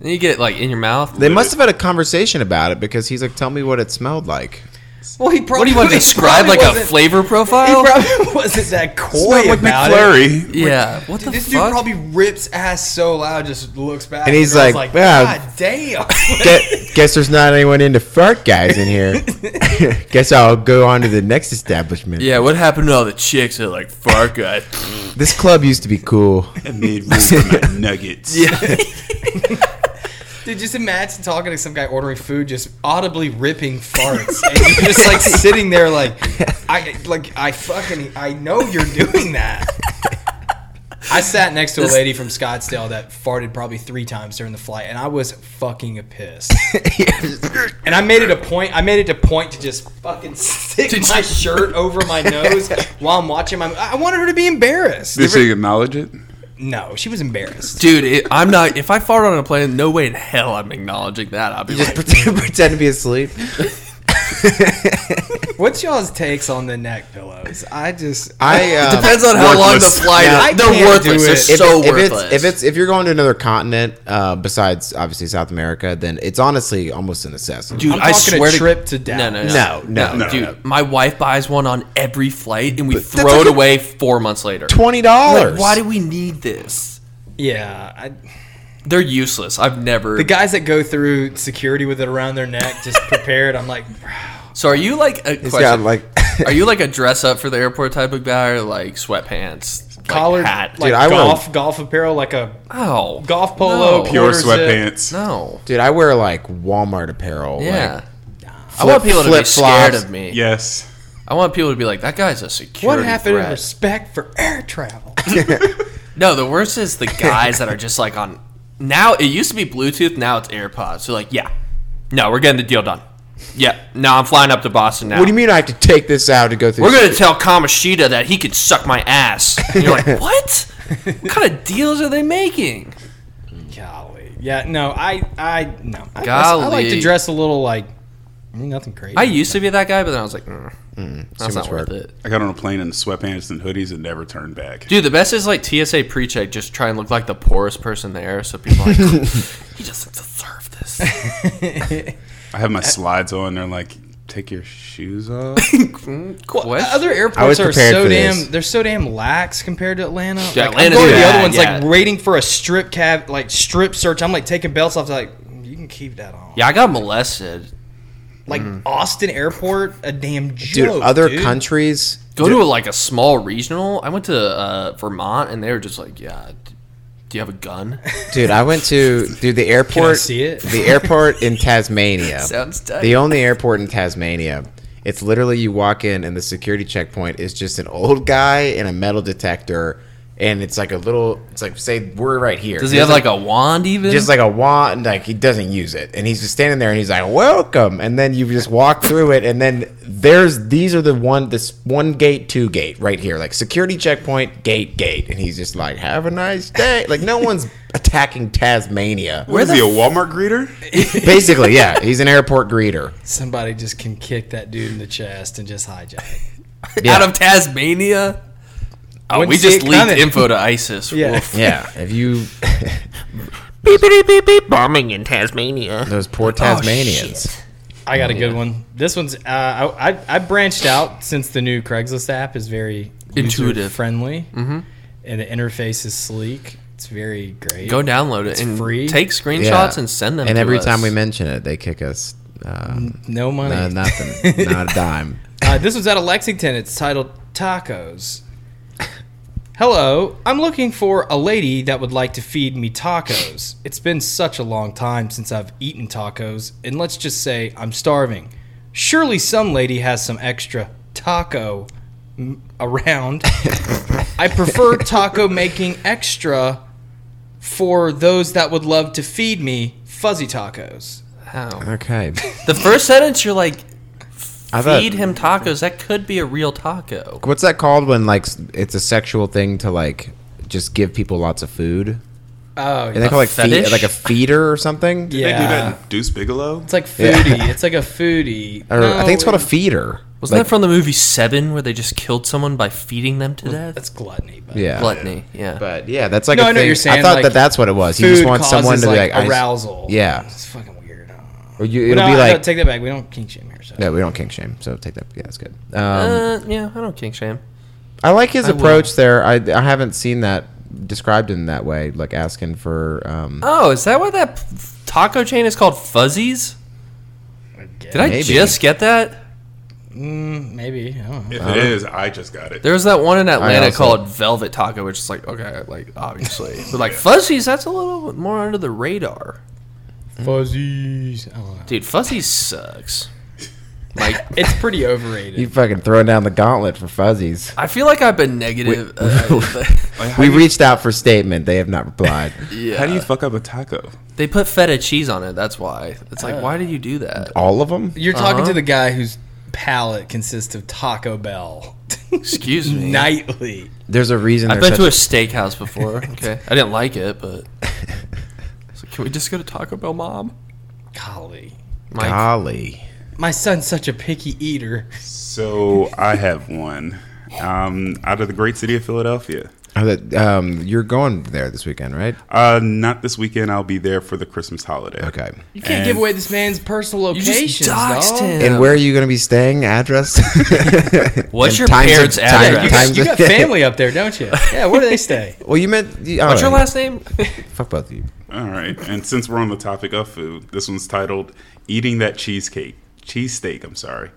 Speaker 1: you get it, like in your mouth.
Speaker 4: they must have had a conversation about it because he's like, "Tell me what it smelled like."
Speaker 3: Well, he probably
Speaker 1: what do you want to
Speaker 3: he
Speaker 1: describe
Speaker 3: probably
Speaker 1: like a
Speaker 3: wasn't-
Speaker 1: flavor
Speaker 3: He
Speaker 1: profile?
Speaker 3: probably wasn't that coy
Speaker 5: Smelled like
Speaker 3: about it.
Speaker 5: McFlurry.
Speaker 1: yeah. What the
Speaker 3: Dude, this
Speaker 1: fuck?
Speaker 3: dude probably rips ass so loud, just looks back,
Speaker 4: And he's
Speaker 3: the girl's
Speaker 4: like, "Yeah."
Speaker 3: "God damn!"
Speaker 4: Gu- guess there's not anyone into fart guys in here. guess I'll go on to the next establishment.
Speaker 1: yeah, what happened to all the chicks that like fart guys?
Speaker 4: This club used to be cool.
Speaker 5: It made room for my nuggets.
Speaker 1: yeah.
Speaker 3: Dude, just imagine talking to some guy ordering food, just audibly ripping farts, and you're just like sitting there, like, I like I fucking I know you're doing that. I sat next to a lady from Scottsdale that farted probably three times during the flight, and I was fucking pissed. and I made it a point. I made it a point to just fucking stick my shirt over my nose while I'm watching my. I wanted her to be embarrassed.
Speaker 5: Did she acknowledge it?
Speaker 3: No, she was embarrassed.
Speaker 1: Dude, it, I'm not if I fart on a plane, no way in hell I'm acknowledging that. I'll be
Speaker 4: Just
Speaker 1: like,
Speaker 4: pretend, pretend to be asleep.
Speaker 3: What's y'all's takes on the neck pillows? I just
Speaker 4: I um,
Speaker 1: Depends on how long the
Speaker 5: Worthless.
Speaker 1: flight
Speaker 4: Yeah,
Speaker 3: I
Speaker 1: is. They're worthless.
Speaker 3: can't do
Speaker 1: They're
Speaker 3: it.
Speaker 4: if,
Speaker 1: so
Speaker 4: if
Speaker 1: worthless.
Speaker 4: it's if it's if you're going to another continent uh, besides obviously South America, then it's honestly almost a necessity.
Speaker 1: dude,
Speaker 3: I'm
Speaker 1: I
Speaker 3: talking a
Speaker 1: swear
Speaker 3: trip to
Speaker 1: to
Speaker 3: Dallas.
Speaker 1: No, no,
Speaker 4: No, no, no,
Speaker 1: dude.
Speaker 5: no.
Speaker 1: My wife buys one on every flight, and we throw
Speaker 4: like
Speaker 1: it
Speaker 4: a-
Speaker 1: away four months later.
Speaker 4: twenty
Speaker 1: Like,
Speaker 4: dollars.
Speaker 1: why do we need this?
Speaker 3: yeah, I,
Speaker 1: They're useless. I've never.
Speaker 3: the guys that go through security with it around their neck, just prepared. I'm like,
Speaker 1: so are you like a question?
Speaker 4: got like?
Speaker 1: are you like a dress up for the airport type of guy, or like sweatpants, like
Speaker 3: collared,
Speaker 1: hat?
Speaker 3: like
Speaker 4: Dude, I
Speaker 3: golf golf apparel, like a
Speaker 1: oh,
Speaker 3: golf
Speaker 1: No.
Speaker 3: polo,
Speaker 5: Pure
Speaker 3: Quarter zip.
Speaker 5: sweatpants.
Speaker 1: No,
Speaker 4: Dude, I wear like Walmart apparel.
Speaker 1: yeah.
Speaker 4: Like,
Speaker 1: I want people to be
Speaker 4: flip
Speaker 1: scared
Speaker 4: flops.
Speaker 1: of me.
Speaker 5: Yes.
Speaker 1: I want people to be like, "That guy's a security
Speaker 3: what happened
Speaker 1: threat."
Speaker 3: to respect for air travel?
Speaker 1: No, the worst is the guys that are just like on. Now it used to be Bluetooth, now it's AirPods. So like, yeah, no, we're getting the deal done. Yeah. No, I'm flying up to Boston now.
Speaker 4: What do you mean I have to take this out to go through?
Speaker 1: We're gonna tell Kamoshida that he could suck my ass. And you're like, what? what kind of deals are they making?
Speaker 3: Golly. Yeah, no, I, I, no. I, I like
Speaker 1: Golly.
Speaker 3: to dress a little like, I mean, nothing crazy.
Speaker 1: I used to be that guy, but then I was like, mm, that's
Speaker 4: much
Speaker 1: not worth
Speaker 4: work.
Speaker 1: it.
Speaker 5: I got on a plane in sweatpants and hoodies and never turned back.
Speaker 1: Dude, the best is like TSA pre-check. Just try and look like the poorest person there, so people are like, he doesn't deserve this.
Speaker 5: I have my slides on. They're like, take your shoes off.
Speaker 1: What?
Speaker 3: Other
Speaker 4: I was
Speaker 3: airports are
Speaker 4: prepared
Speaker 3: so
Speaker 4: for
Speaker 3: damn
Speaker 4: this.
Speaker 3: they're so damn lax compared to Atlanta.
Speaker 1: Yeah,
Speaker 3: like,
Speaker 1: Atlanta's
Speaker 3: I'm going to the
Speaker 1: bad,
Speaker 3: other ones
Speaker 1: yeah.
Speaker 3: like waiting for a strip cab like strip search. I'm like taking belts off like you can keep that on.
Speaker 1: Yeah, I got molested.
Speaker 3: Like Austin Airport, a damn joke.
Speaker 4: Mm. dude, other
Speaker 3: dude.
Speaker 4: countries.
Speaker 1: Go to like a small regional. I went to uh, Vermont, and they were just like, yeah. d- Do you have a gun?
Speaker 4: Dude, I went to dude the airport.
Speaker 3: see it?
Speaker 4: The airport in Tasmania.
Speaker 1: Sounds tight.
Speaker 4: The only airport in Tasmania. It's literally you walk in and the security checkpoint is just an old guy and a metal detector, and it's like a little. It's like say we're right here.
Speaker 1: Does he
Speaker 4: There's
Speaker 1: have like a wand even?
Speaker 4: just like a wand, like he doesn't use it, and he's just standing there, and he's like, "Welcome," and then you just walk through it, and then there's these are the one this one gate, two gate right here, like security checkpoint, gate, gate, and he's just like, "Have a nice day." Like no one's attacking Tasmania,
Speaker 5: What is he, a Walmart greeter?
Speaker 4: basically. Yeah, he's an airport greeter.
Speaker 3: Somebody just can kick that dude in the chest and just hijack.
Speaker 1: out of Tasmania. Oh,
Speaker 3: Wouldn't
Speaker 1: we
Speaker 3: see
Speaker 1: just
Speaker 3: it
Speaker 1: leaked
Speaker 3: coming.
Speaker 1: info to ISIS.
Speaker 3: Yeah.
Speaker 1: Woof.
Speaker 4: Yeah, if you
Speaker 6: bombing in Tasmania. Oh,
Speaker 4: those poor Tasmanians.
Speaker 3: I got a good one. This one's uh, I, I I branched out since the new Craigslist app is very
Speaker 1: Intuitive.
Speaker 3: friendly, mm-hmm. and the interface is sleek. It's very great.
Speaker 1: Go download it and
Speaker 3: free.
Speaker 1: take screenshots and send them.
Speaker 4: And
Speaker 1: to
Speaker 4: every
Speaker 1: us.
Speaker 4: time we mention it, they kick us. Um,
Speaker 3: no money.
Speaker 4: no, nothing, not a dime.
Speaker 3: Uh, this was out of Lexington. It's titled Tacos. Hello, I'm looking for a lady that would like to feed me tacos. It's been such a long time since I've eaten tacos, and let's just say I'm starving. Surely some lady has some extra taco m- around. I prefer taco making extra for those that would love to feed me fuzzy tacos.
Speaker 1: How?
Speaker 4: Okay,
Speaker 1: The first sentence, you're like,
Speaker 4: I thought-
Speaker 1: feed him tacos. That could be a real taco.
Speaker 4: What's that called when like s- it's a sexual thing to like just give people lots of food?
Speaker 3: Oh,
Speaker 4: And they call it like feed,
Speaker 1: fetish?
Speaker 4: like a feeder or something.
Speaker 3: yeah.
Speaker 5: They do that in Deuce Bigelow.
Speaker 3: It's like
Speaker 4: Yeah.
Speaker 3: foodie. It's like a foodie.
Speaker 4: Or I think it's called a
Speaker 3: No,
Speaker 4: feeder.
Speaker 1: Wasn't
Speaker 4: Like-
Speaker 1: that from the movie Seven, where they just killed someone by feeding them to death?
Speaker 3: That's gluttony. But
Speaker 4: yeah.
Speaker 1: Gluttony. Yeah.
Speaker 4: but yeah, that's like
Speaker 3: No,
Speaker 4: a
Speaker 3: I know
Speaker 4: thing.
Speaker 3: you're saying,
Speaker 4: I thought
Speaker 3: like,
Speaker 4: that that's what it was. You just
Speaker 3: food
Speaker 4: want someone
Speaker 3: causes,
Speaker 4: to be like, I s-
Speaker 3: arousal.
Speaker 4: Yeah.
Speaker 3: it's fucking weird. I don't know.
Speaker 4: Or you, it'll
Speaker 3: no,
Speaker 4: be
Speaker 3: I- no,
Speaker 4: like
Speaker 3: take that back. We don't kink shame here. So.
Speaker 4: yeah, we don't kink shame, so take that. Yeah, that's good. Um,
Speaker 1: uh, yeah, I don't kink shame.
Speaker 4: I like his
Speaker 1: I will.
Speaker 4: approach there. I I haven't seen that described in that way, like asking for. Um,
Speaker 1: Oh, is that why that p- taco chain is called Fuzzies? Did I
Speaker 4: Maybe.
Speaker 1: just get that?
Speaker 3: Mm, maybe. I don't know.
Speaker 5: If it is, I just got it.
Speaker 1: There was that one in Atlanta
Speaker 4: also-
Speaker 1: called Velvet Taco, which is like okay, like obviously, but like Fuzzies, that's a little bit more under the radar,
Speaker 3: Fuzzies. I don't know.
Speaker 1: dude. Fuzzies sucks. Like
Speaker 3: It's pretty overrated.
Speaker 4: you fucking throwing down the gauntlet for fuzzies.
Speaker 1: I feel like I've been negative. uh,
Speaker 5: Like, how,
Speaker 4: We
Speaker 5: do you,
Speaker 4: reached out for statement. They have not replied.
Speaker 5: how do you fuck up a taco?
Speaker 1: they put feta cheese on it. That's why. It's like, why did you do that?
Speaker 4: All of them.
Speaker 3: You're talking
Speaker 1: Uh-huh.
Speaker 3: to the guy whose palate consists of Taco Bell
Speaker 1: Excuse me.
Speaker 3: nightly.
Speaker 4: There's a reason.
Speaker 1: I've
Speaker 4: they're
Speaker 1: been
Speaker 4: such
Speaker 1: to a steakhouse before. Okay, I didn't like it, but It's like, can we just go to Taco Bell, Mom?
Speaker 3: Golly,
Speaker 1: Mike,
Speaker 4: Golly.
Speaker 3: my son's such a picky eater.
Speaker 5: So I have one. Um, out of the great city of Philadelphia.
Speaker 4: Oh, that, um, you're going there this weekend, right?
Speaker 5: Uh, not this weekend. I'll be there for the Christmas holiday.
Speaker 4: Okay.
Speaker 3: You can't
Speaker 5: And-
Speaker 3: give away this man's personal
Speaker 1: you just
Speaker 3: location.
Speaker 1: doxed him.
Speaker 4: And where are you going to be staying? Address?
Speaker 1: What's
Speaker 4: And
Speaker 1: your
Speaker 4: times of-
Speaker 1: parents'
Speaker 4: times-
Speaker 1: address?
Speaker 3: You got,
Speaker 4: Times-
Speaker 3: you got family up there, don't you? Yeah, where do they stay?
Speaker 4: well, you meant. You, oh,
Speaker 1: What's your last name?
Speaker 4: Fuck both of you.
Speaker 5: All right. And since we're on the topic of food, this one's titled Eating That Cheesecake. Cheesesteak, I'm sorry.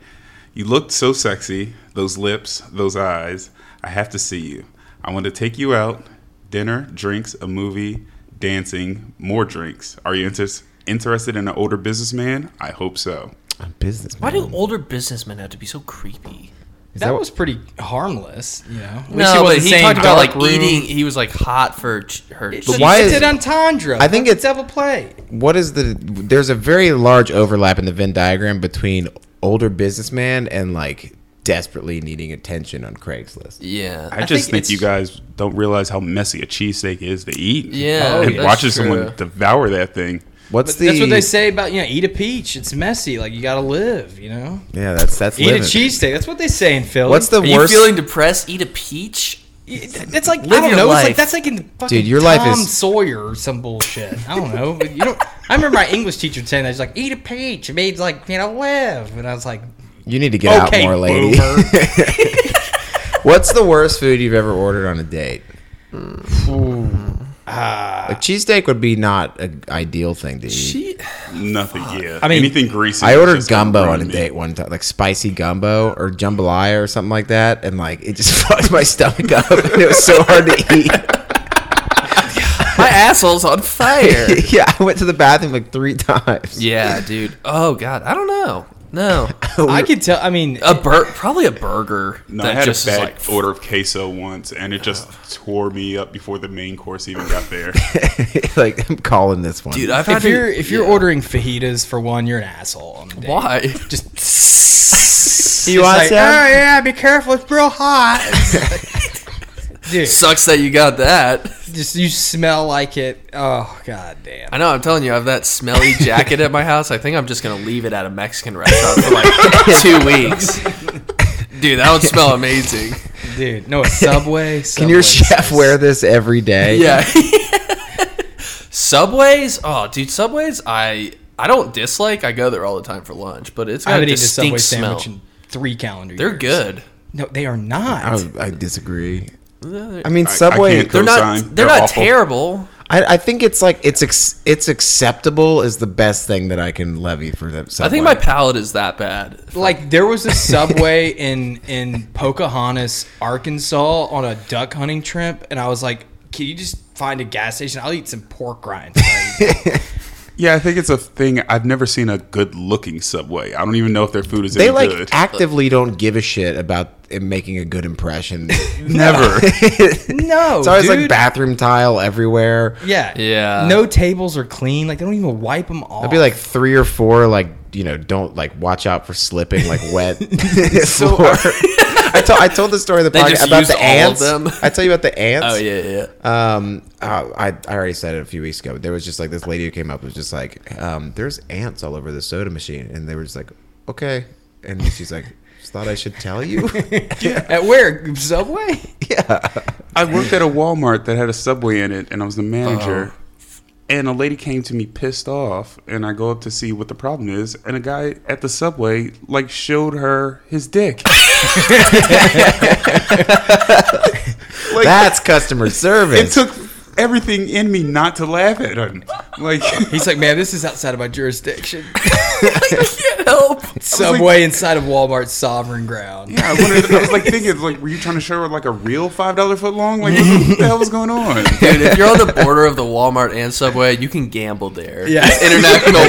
Speaker 5: You looked so sexy, those lips, those eyes. I have to see you. I want to take you out, dinner, drinks, a movie, dancing, more drinks. Are you inter- interested in an older businessman? I hope so.
Speaker 4: I'm business.
Speaker 1: Why do older businessmen have to be so creepy?
Speaker 4: Is
Speaker 3: that,
Speaker 4: that what-
Speaker 3: was pretty harmless, you know. At least it
Speaker 1: No, but
Speaker 3: wasn't
Speaker 1: he
Speaker 3: saying
Speaker 1: talked about like
Speaker 3: dark room.
Speaker 1: eating. He was like hot for ch- her.
Speaker 3: It's,
Speaker 1: cheek.
Speaker 3: just-
Speaker 4: why
Speaker 3: it's
Speaker 4: is-
Speaker 3: an entendre.
Speaker 4: I think
Speaker 3: That's
Speaker 4: it's-
Speaker 3: double play.
Speaker 4: What is the? There's a very large overlap in the Venn diagram between older businessman and like desperately needing attention on Craigslist.
Speaker 1: yeah,
Speaker 5: I, just
Speaker 3: think
Speaker 5: think,
Speaker 3: it's-
Speaker 5: you guys don't realize how messy a cheesesteak is to eat.
Speaker 1: Yeah,
Speaker 5: and
Speaker 1: that's true.
Speaker 5: watching someone devour that thing.
Speaker 4: What's
Speaker 3: But
Speaker 4: the?
Speaker 3: that's what they say about you know, eat a peach. It's messy. Like you gotta live, you know.
Speaker 4: Yeah, that's that's.
Speaker 3: Eat
Speaker 4: living.
Speaker 3: a cheesesteak. That's what they say in Philly.
Speaker 4: What's the
Speaker 1: are you
Speaker 4: worst?
Speaker 1: feeling depressed? Eat a peach.
Speaker 3: It's like
Speaker 1: Live
Speaker 3: I
Speaker 1: your
Speaker 3: don't know. It's
Speaker 1: life.
Speaker 3: like that's like in fucking
Speaker 4: Dude, your life
Speaker 3: Tom
Speaker 4: is-
Speaker 3: Sawyer or some bullshit. I don't know. But you don't. I remember my English teacher saying that. She's like, "Eat a peach." It means like you know live. And I was like,
Speaker 4: you need to get
Speaker 3: Okay,
Speaker 4: out more, lady. What's the worst food you've ever ordered on a date? Like cheesesteak would be not an ideal thing to eat.
Speaker 1: She,
Speaker 5: Nothing. Yeah.
Speaker 3: I mean,
Speaker 5: anything greasy.
Speaker 4: I
Speaker 5: is
Speaker 4: ordered
Speaker 5: just gonna
Speaker 4: gumbo
Speaker 5: ruin
Speaker 4: on a
Speaker 5: me.
Speaker 4: date one time, like spicy gumbo or jambalaya or something like that, and like it just fucked my stomach up. And it was so hard to eat.
Speaker 1: my asshole's on fire.
Speaker 4: yeah, I went to the bathroom like three times.
Speaker 1: yeah, dude. Oh god, I don't know. No,
Speaker 3: I could tell. I mean,
Speaker 1: a bur- probably a burger
Speaker 5: No,
Speaker 1: that
Speaker 5: I had
Speaker 1: just
Speaker 5: a
Speaker 1: is
Speaker 5: bad
Speaker 1: like Oh.
Speaker 5: order of queso once, and it just tore me up before the main course even got there.
Speaker 4: like I'm calling this one.
Speaker 1: Dude, I've had
Speaker 3: if
Speaker 1: to-
Speaker 3: you're if you're
Speaker 1: yeah.
Speaker 3: ordering fajitas for one, you're an asshole. On the date.
Speaker 1: why?
Speaker 3: Just
Speaker 4: You want
Speaker 3: like,
Speaker 4: some?
Speaker 3: Oh yeah, be careful. It's real hot. Dude,
Speaker 1: Sucks that you got that.
Speaker 3: just you smell like it. Oh god damn.
Speaker 1: I know. I'm telling you, I have that smelly jacket at my house. I think I'm just gonna leave it at a Mexican restaurant for like two weeks. Dude, that would smell amazing.
Speaker 3: Dude, no, a Subway.
Speaker 4: Can your
Speaker 3: Subway
Speaker 4: chef
Speaker 3: says-
Speaker 4: wear this every day?
Speaker 1: Yeah. Subways? Oh, dude, Subways. I I don't dislike. I go there all the time for lunch, but it's
Speaker 3: I
Speaker 1: got a
Speaker 3: haven't eaten a
Speaker 1: distinct
Speaker 3: Subway
Speaker 1: smell.
Speaker 3: sandwich in three calendar years.
Speaker 1: They're good.
Speaker 3: No, they are not.
Speaker 4: I, I disagree. I mean,
Speaker 5: I
Speaker 4: Subway. I,
Speaker 5: can't go-
Speaker 1: They're not.
Speaker 5: Cosign.
Speaker 1: They're,
Speaker 5: They're
Speaker 1: not
Speaker 5: awful.
Speaker 1: terrible.
Speaker 4: I, think it's like it's ex, it's acceptable is the best thing that I can levy for that. Subway.
Speaker 1: I think my palate is that bad.
Speaker 3: like there was a subway in in Pocahontas, Arkansas, on a duck hunting trip, and I was like, "Can you just find a gas station? I'll eat some pork rinds."
Speaker 5: yeah, I think it's a thing. I've never seen a good-looking Subway. I don't even know if their food is
Speaker 4: they
Speaker 5: any
Speaker 4: like
Speaker 5: good.
Speaker 4: actively don't give a shit about it making a good impression.
Speaker 5: Never.
Speaker 3: no,
Speaker 4: It's always like
Speaker 3: dude.
Speaker 4: bathroom tile everywhere.
Speaker 3: Yeah,
Speaker 1: Yeah.
Speaker 3: No tables are clean. Like they don't even wipe them off.
Speaker 4: I'd be like three or four, like you know, don't like watch out for slipping, like wet floor. I told I told the story of the
Speaker 1: They
Speaker 4: podcast
Speaker 1: just
Speaker 4: about
Speaker 1: used
Speaker 4: the
Speaker 1: all of
Speaker 4: ants.
Speaker 1: them.
Speaker 4: I tell you about the ants.
Speaker 1: Oh yeah, yeah.
Speaker 4: Um, uh, I I already said it a few weeks ago. But there was just like this lady who came up and was just like, um, "There's ants all over the soda machine," and they were just like, "Okay," and she's like, "Just thought I should tell you."
Speaker 3: at where subway?
Speaker 5: I worked at a Walmart that had a Subway in it, and I was the manager.
Speaker 1: Oh.
Speaker 5: And a lady came to me pissed off, and I go up to see what the problem is, and a guy at the Subway like showed her his dick.
Speaker 4: That's customer
Speaker 5: it
Speaker 4: service.
Speaker 5: took everything in me not to laugh at him. Like
Speaker 3: He's like, man, this is outside of my jurisdiction.
Speaker 1: Help.
Speaker 3: Subway inside of Walmart's sovereign ground.
Speaker 5: Yeah, I, wondered, I was like thinking, like, were you trying to show her like a real five dollar foot long? Like, what the hell was going on?
Speaker 1: Dude, if you're on the border of the Walmart and Subway, you can gamble there.
Speaker 3: Yeah.
Speaker 1: It's international.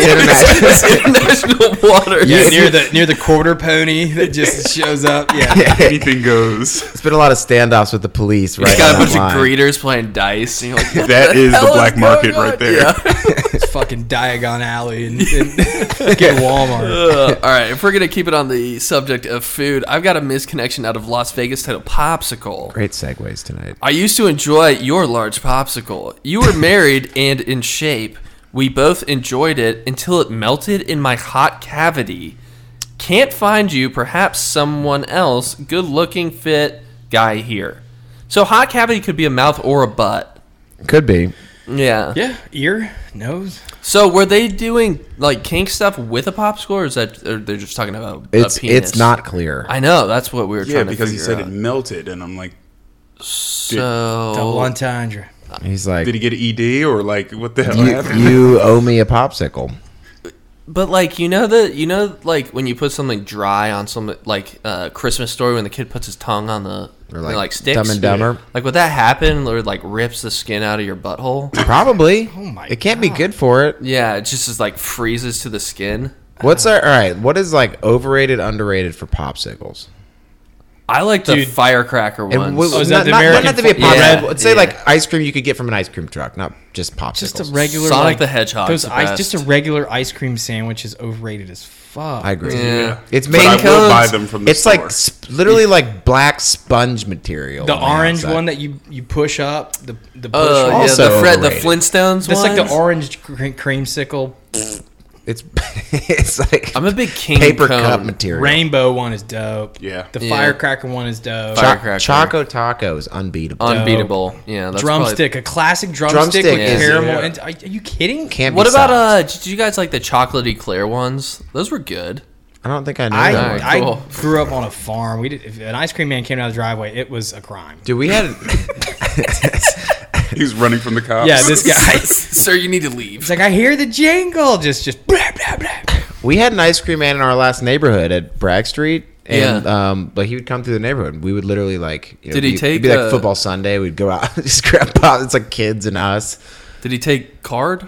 Speaker 1: it's international water.
Speaker 3: Yeah, near the near the quarter pony that just shows up. Yeah,
Speaker 5: Anything goes.
Speaker 4: It's been a lot of standoffs with the police, right?
Speaker 1: It's got a
Speaker 4: on
Speaker 1: bunch
Speaker 4: that line.
Speaker 1: of greeters playing dice. And you're like, what
Speaker 5: That is the
Speaker 1: hell
Speaker 5: black
Speaker 1: going
Speaker 5: market
Speaker 1: on?
Speaker 5: right there.
Speaker 1: Yeah.
Speaker 3: it's fucking Diagon Alley and, and fucking Walmart.
Speaker 1: Ugh. all right, if we're gonna keep it on the subject of food, I've got a misconnection out of Las Vegas titled popsicle.
Speaker 4: Great segues tonight.
Speaker 1: I used to enjoy your large popsicle. You were married and in shape. We both enjoyed it until it melted in my hot cavity. Can't find you, perhaps someone else. Good looking, fit guy here. So, hot cavity could be a mouth or a butt.
Speaker 4: Could be.
Speaker 1: Yeah.
Speaker 3: Yeah, ear, nose.
Speaker 1: So, were they doing like kink stuff with a popsicle, or is that or they're just talking about a
Speaker 4: It's
Speaker 1: penis?
Speaker 4: it's not clear.
Speaker 1: I know that's what we were
Speaker 5: Yeah,
Speaker 1: trying to
Speaker 5: because he
Speaker 1: figure
Speaker 5: said
Speaker 1: out.
Speaker 5: it melted, and I'm like,
Speaker 3: Double
Speaker 1: so
Speaker 3: entendre.
Speaker 4: He's like,
Speaker 5: did he get ED or like what the hell
Speaker 4: you,
Speaker 5: happened?
Speaker 4: you owe me a popsicle.
Speaker 1: but like you know the you know like when you put something dry on some like uh christmas story when the kid puts his tongue on the
Speaker 4: Or,
Speaker 1: or
Speaker 4: like,
Speaker 1: like, sticks
Speaker 4: Dumb and Dumber.
Speaker 1: like would that happen or like rips the skin out of your butthole
Speaker 4: Probably. Oh
Speaker 3: my
Speaker 4: It can't be good for it.
Speaker 1: yeah it just is like freezes to the skin
Speaker 4: What's our all right? What is like overrated, underrated for popsicles?
Speaker 1: I like the
Speaker 3: Dude.
Speaker 1: firecracker
Speaker 4: And
Speaker 1: ones.
Speaker 4: w-
Speaker 3: Oh, is
Speaker 4: not,
Speaker 3: that the
Speaker 4: not- not-
Speaker 3: American
Speaker 4: not to be a
Speaker 3: fo-
Speaker 1: Yeah,
Speaker 4: popsicle. Let's say
Speaker 1: yeah.
Speaker 4: like ice cream you could get from an ice cream truck, not just popsicles.
Speaker 3: Just a regular
Speaker 1: Sonic
Speaker 3: like,
Speaker 1: the Hedgehog's
Speaker 3: Those
Speaker 1: the
Speaker 3: ice, just a
Speaker 1: best.
Speaker 3: regular ice cream sandwich is overrated as fuck.
Speaker 4: I agree.
Speaker 1: Yeah.
Speaker 4: It's
Speaker 5: But
Speaker 4: made.
Speaker 5: I will buy
Speaker 1: cones,
Speaker 5: them from the
Speaker 4: It's
Speaker 5: store.
Speaker 4: like sp- literally like black sponge material.
Speaker 3: The
Speaker 4: on
Speaker 3: orange
Speaker 4: outside.
Speaker 3: one that you you push up the Oh, the push.
Speaker 1: Uh,
Speaker 3: one.
Speaker 1: yeah,
Speaker 4: Also
Speaker 1: the, Fred, the
Speaker 4: overrated.
Speaker 1: Flintstones.
Speaker 3: That's like the
Speaker 1: ones.
Speaker 3: orange cre- creamsicle
Speaker 4: It's it's like
Speaker 1: I'm a big king
Speaker 4: paper
Speaker 1: cone.
Speaker 4: cup material.
Speaker 3: rainbow one is dope.
Speaker 5: Yeah.
Speaker 3: the
Speaker 1: Yeah.
Speaker 3: firecracker one is dope.
Speaker 4: Cho-
Speaker 1: Fire- Firecracker.
Speaker 4: Choco Taco is unbeatable.
Speaker 1: Unbeatable. Yeah, that's probably-
Speaker 3: drumstick, a classic drumstick,
Speaker 4: Drumstick
Speaker 3: with
Speaker 1: is-
Speaker 3: caramel.
Speaker 5: yeah.
Speaker 3: And, are, are you kidding?
Speaker 4: Can't
Speaker 1: What
Speaker 4: be
Speaker 1: about
Speaker 4: solved.
Speaker 1: uh? Did you guys like the chocolatey clear ones? Those were good.
Speaker 4: I don't think I know.
Speaker 3: I,
Speaker 4: that one.
Speaker 1: Alright,
Speaker 3: I
Speaker 1: cool.
Speaker 3: grew up on a farm. We did, if an ice cream man came out of the driveway, it was a crime.
Speaker 4: Dude, we had
Speaker 5: He's running from the cops.
Speaker 3: Yeah, this guy.
Speaker 1: Sir, you need to leave.
Speaker 3: It's like I hear the jingle, just just blah blah blah.
Speaker 4: we had an ice cream man in our last neighborhood at Bragg Street. And
Speaker 1: Yeah.
Speaker 4: um, but he would come through the neighborhood. and We would literally like. You know,
Speaker 1: Did he
Speaker 4: be-
Speaker 1: take
Speaker 4: It'd be
Speaker 1: a-
Speaker 4: like football Sunday. We'd go out, just grab pop. It's like kids and us.
Speaker 1: Did he take card?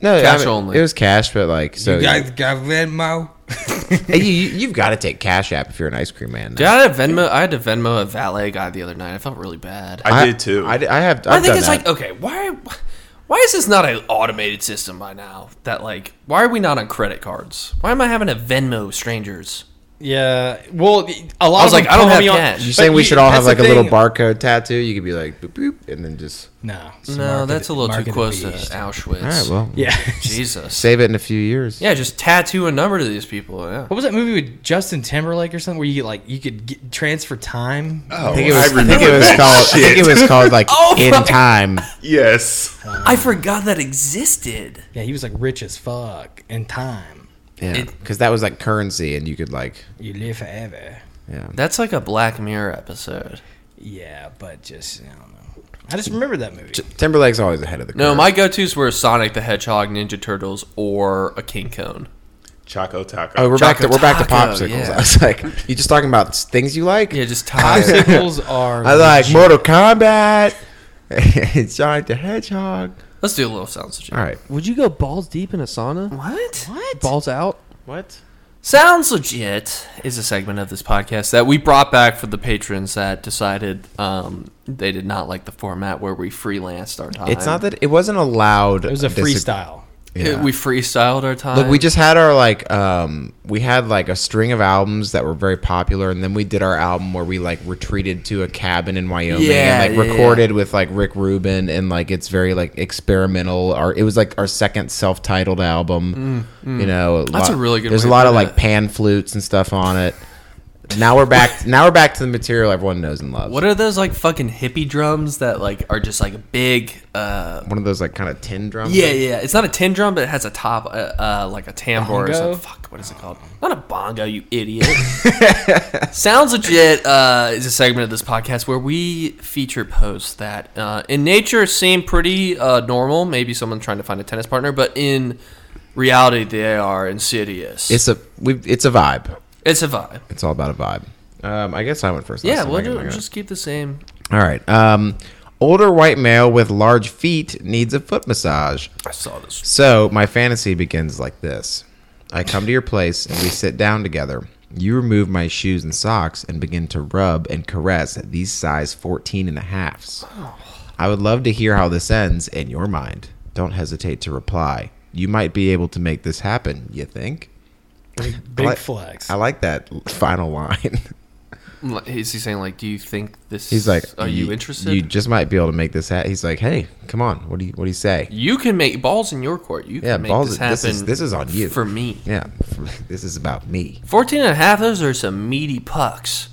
Speaker 4: No,
Speaker 1: Cash
Speaker 4: I mean,
Speaker 1: only.
Speaker 4: It was cash, but like so.
Speaker 1: Oh,
Speaker 3: You guys got Venmo?
Speaker 4: Hey, you, you, you've got to take Cash App if you're an ice cream man.
Speaker 1: Dude, I had a Venmo. I had to Venmo a valet guy the other night. I felt really bad. I,
Speaker 5: I, did too.
Speaker 4: I, I have. I've
Speaker 1: think
Speaker 4: done
Speaker 1: it's like
Speaker 4: that.
Speaker 1: okay, why, why is this not an automated system by now? That like, why are we not on credit cards? Why am I having a Venmo strangers?
Speaker 3: Yeah. Well, a lot
Speaker 1: I was
Speaker 3: of them
Speaker 1: like, I don't
Speaker 3: call
Speaker 1: have
Speaker 3: me on-
Speaker 1: cash.
Speaker 4: You're
Speaker 1: You
Speaker 3: but
Speaker 4: saying we
Speaker 3: you-
Speaker 4: should all have
Speaker 3: that's
Speaker 4: like
Speaker 3: the
Speaker 4: a little
Speaker 3: thing.
Speaker 4: barcode tattoo. You could be like boop boop, and then just
Speaker 3: No. it's the mark
Speaker 1: No,
Speaker 3: of
Speaker 1: that's
Speaker 3: the-
Speaker 1: a little
Speaker 3: mark
Speaker 1: too
Speaker 3: of the
Speaker 1: close to
Speaker 3: beast.
Speaker 1: Auschwitz.
Speaker 4: all right. Well,
Speaker 3: Yeah.
Speaker 1: Jesus.
Speaker 4: save it in a few years.
Speaker 1: Yeah, just tattoo a number to these people. Yeah.
Speaker 3: What was that movie with Justin Timberlake or something where you get like you could get, transfer time?
Speaker 5: oh,
Speaker 4: I think it was. I, think
Speaker 5: remember
Speaker 4: it was
Speaker 5: that
Speaker 4: called. I think
Speaker 5: shit.
Speaker 4: it was called like
Speaker 1: Oh,
Speaker 4: in
Speaker 1: fuck.
Speaker 4: time.
Speaker 5: yes.
Speaker 1: I forgot that existed.
Speaker 3: Yeah, he was like rich as fuck and time.
Speaker 4: Yeah,
Speaker 1: It-
Speaker 4: because that was like currency, and you could like.
Speaker 3: You live forever.
Speaker 4: Yeah.
Speaker 1: That's like a Black Mirror episode.
Speaker 3: Yeah, but just I don't know. I just remember that movie.
Speaker 4: Timberlake's always ahead of the curve.
Speaker 1: No, my go-to's were Sonic the Hedgehog, Ninja Turtles, or a King Cone.
Speaker 5: Choco Taco.
Speaker 4: Oh, we're back to
Speaker 1: Choco
Speaker 4: we're back to
Speaker 1: Taco,
Speaker 4: popsicles.
Speaker 1: yeah.
Speaker 4: I was like, you just talking about things you like.
Speaker 1: Yeah, just tie.
Speaker 3: Popsicles are.
Speaker 4: I like Mortal Kombat. and Sonic the Hedgehog.
Speaker 1: Let's do a little sound legit.
Speaker 4: All right.
Speaker 7: Would you go balls deep in a sauna?
Speaker 1: What?
Speaker 7: Balls out?
Speaker 4: What?
Speaker 1: Sounds legit is a segment of this podcast that we brought back for the patrons that decided um, they did not like the format where we freelanced our time.
Speaker 4: It's not that it wasn't allowed.
Speaker 3: It was a
Speaker 4: disag-
Speaker 3: freestyle.
Speaker 4: Yeah.
Speaker 1: we freestyled our time.
Speaker 4: Look, we just had our like um we had like a string of albums that were very popular and then we did our album where we like retreated to a cabin in Wyoming
Speaker 1: Yeah,
Speaker 4: and
Speaker 1: yeah,
Speaker 4: like
Speaker 1: yeah.
Speaker 4: recorded with like Rick Rubin and like it's very like experimental or it was like our second self-titled album. You know,
Speaker 1: Mm, That's
Speaker 4: lot-
Speaker 1: a really good
Speaker 4: There's
Speaker 1: way
Speaker 4: a
Speaker 1: to
Speaker 4: lot
Speaker 1: put
Speaker 4: of
Speaker 1: it.
Speaker 4: like pan flutes and stuff on it. Now we're back now we're back to the material everyone knows and loves.
Speaker 1: What are those like fucking hippie drums that like are just like a big? Uh,
Speaker 4: one of those like kind of tin drums.
Speaker 1: yeah, yeah. It's not a tin drum, but it has a top, uh, uh, like a tambour or
Speaker 3: Bongo?
Speaker 1: something. Fuck, what is it called? Not a bongo, you idiot. Sounds legit uh, is a segment of this podcast where we feature posts that uh, in nature seem pretty uh, normal. Maybe someone trying to find a tennis partner, but in reality they are insidious.
Speaker 4: It's a we it's a vibe.
Speaker 1: it's a vibe.
Speaker 4: It's all about a vibe. Um, I guess I went first. last
Speaker 1: Yeah,
Speaker 4: time.
Speaker 1: we'll
Speaker 4: I can-
Speaker 1: do,
Speaker 4: I
Speaker 1: we'll
Speaker 4: got-
Speaker 1: just keep the same.
Speaker 4: All right. Um, older white male with large feet needs a foot massage.
Speaker 1: I saw this.
Speaker 4: So my fantasy begins like this I come to your place and we sit down together. You remove my shoes and socks and begin to rub and caress these size 14 and a halves. I would love to hear how this ends in your mind. Don't hesitate to reply. You might be able to make this happen, you think?
Speaker 3: Big
Speaker 4: like-
Speaker 3: flex.
Speaker 4: I like that l- final line.
Speaker 1: Is he saying like, do you think this?
Speaker 4: He's like,
Speaker 1: are you
Speaker 4: "Y-
Speaker 1: interested?
Speaker 4: You just might be able to make this happen. He's like, hey, come on. What do you what do you say?
Speaker 1: You can make balls in your court. You can
Speaker 4: Yeah,
Speaker 1: make
Speaker 4: balls-
Speaker 1: this happen.
Speaker 4: this is- this is on you.
Speaker 1: For me.
Speaker 4: Yeah, this is about me.
Speaker 1: 14 and a half, those are some meaty pucks.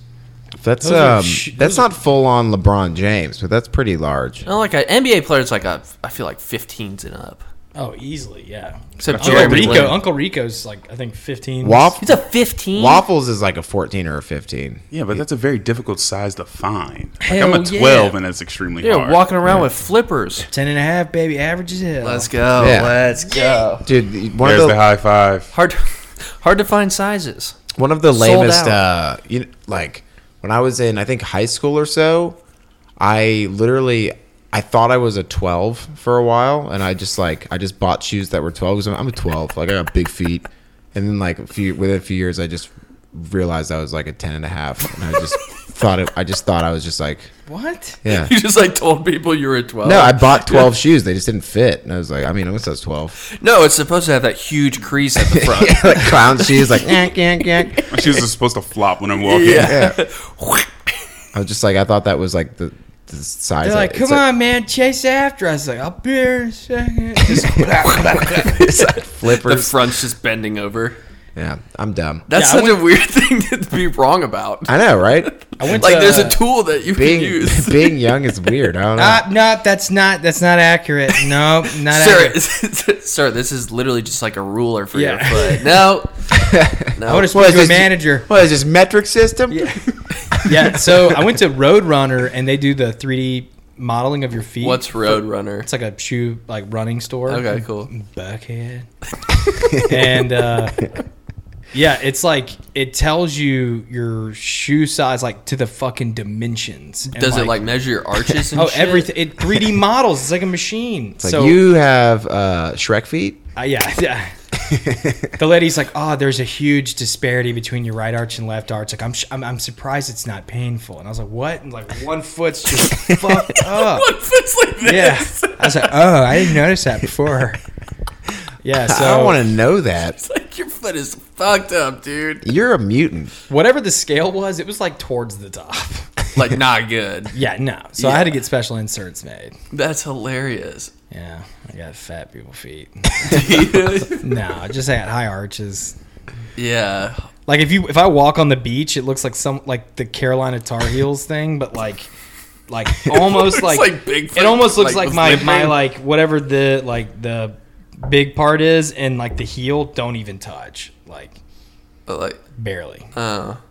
Speaker 4: That's
Speaker 3: Those are Oh,
Speaker 4: um,
Speaker 3: sh-
Speaker 4: that's not full on LeBron James, but that's pretty large.
Speaker 1: You know, like an NBA player's like a, I feel like 15s and up.
Speaker 3: oh, easily, yeah.
Speaker 1: Except
Speaker 3: Uncle
Speaker 1: Jeremy
Speaker 3: Rico.
Speaker 1: Lin.
Speaker 3: Uncle Rico's like I think fifteen.
Speaker 4: Waff-
Speaker 1: He's a 15.
Speaker 4: Waffles is like a fourteen or a fifteen.
Speaker 5: Yeah, but that's a very difficult size to find. Like, I'm
Speaker 3: Hell
Speaker 5: a
Speaker 3: yeah.
Speaker 5: 12, and it's extremely
Speaker 1: Yeah,
Speaker 5: hard.
Speaker 1: walking around with flippers.
Speaker 3: Ten and a half, baby. Average as hell.
Speaker 1: Let's go.
Speaker 4: Yeah.
Speaker 1: Let's go.
Speaker 4: Dude, the- one
Speaker 5: There's
Speaker 4: of
Speaker 5: the
Speaker 4: the,
Speaker 5: high five.
Speaker 1: Hard, hard to find sizes.
Speaker 4: one of the
Speaker 1: Sold
Speaker 4: lamest.
Speaker 1: out.
Speaker 4: Uh, you kn- like when I was in, I think high school or so, I literally I thought I was a twelve for a while, and I just like I just bought shoes that were twelve. I'm a twelve, like I got big feet, and then like a few within a few years, I just realized I was like a 10 and a half. And I just thought it, I just thought I was just like,
Speaker 3: What?
Speaker 4: yeah.
Speaker 1: You just like told people you were a 12.
Speaker 4: No, I bought 12 shoes. They just didn't fit. And I was like, I mean, I was I was 12.
Speaker 1: No, it's supposed to have that huge crease at the front.
Speaker 4: like clown shoes, like, yank, yank, yank.
Speaker 5: My shoes are supposed to flop when I'm walking.
Speaker 4: Yeah. I was just like, I thought that was like the, the size.
Speaker 3: They're
Speaker 4: I-
Speaker 3: like,
Speaker 4: it's
Speaker 3: come on, man, chase after us. Like, I'll be here in a second. Just-
Speaker 1: the
Speaker 4: Flippers.
Speaker 1: front's just bending over.
Speaker 4: yeah, I'm dumb.
Speaker 1: That's
Speaker 3: Yeah, I
Speaker 1: such a weird thing to be wrong about.
Speaker 4: I know, right?
Speaker 3: I went
Speaker 1: Like,
Speaker 3: to-
Speaker 1: there's a tool that you can
Speaker 4: Being
Speaker 1: use.
Speaker 4: being young is weird. I don't know.
Speaker 3: Uh, no, that's not that's not accurate. No, not
Speaker 1: Oh. Sir,
Speaker 3: accurate.
Speaker 1: sir, this is literally just like a ruler for
Speaker 3: Yeah.
Speaker 1: your foot. No,
Speaker 3: I want to
Speaker 4: What
Speaker 3: speak
Speaker 4: is
Speaker 3: to a
Speaker 4: this-
Speaker 3: manager.
Speaker 4: What is this metric system? Yeah.
Speaker 3: yeah, so I went to Roadrunner and they do the 3D modeling of your feet.
Speaker 1: what's Roadrunner?
Speaker 3: It's like a shoe like running store.
Speaker 1: Okay, cool.
Speaker 3: Buckhead. and uh, yeah, it's like it tells you your shoe size like to the fucking dimensions. And,
Speaker 1: Does it like measure your arches and
Speaker 3: Oh,
Speaker 1: shit?
Speaker 3: everything! It 3D models. It's like a machine.
Speaker 4: Like
Speaker 3: so
Speaker 4: you have uh, Shrek feet.
Speaker 3: Uh, yeah, yeah. the lady's like, "Oh, there's a huge disparity between your right arch and left arch." Like, I'm, sh- I'm, I'm surprised it's not painful. And I was like, "What?" And like, one foot's just fucked up.
Speaker 1: It's like this.
Speaker 3: Yeah. I was like, "Oh, I didn't notice that before." Yeah. So
Speaker 4: I want to know that.
Speaker 1: It's like your foot is fucked up, dude.
Speaker 4: You're a mutant.
Speaker 3: whatever the scale was, it was like towards the top.
Speaker 1: Like not good.
Speaker 3: Yeah. No. So I had to get special inserts made.
Speaker 1: That's hilarious.
Speaker 3: Yeah. I got fat people feet.
Speaker 1: yeah.
Speaker 3: no, I just had high arches.
Speaker 1: Yeah.
Speaker 3: Like if you if I walk on the beach, it looks like some like the Carolina Tar Heels thing, but like like almost
Speaker 1: looks
Speaker 3: like,
Speaker 1: like Bigfoot,
Speaker 3: It almost looks like,
Speaker 1: like,
Speaker 3: my
Speaker 1: was
Speaker 3: my
Speaker 1: limping.
Speaker 3: like whatever the like the big part is and like the heel don't even touch like
Speaker 1: But like,
Speaker 3: barely.
Speaker 1: oh.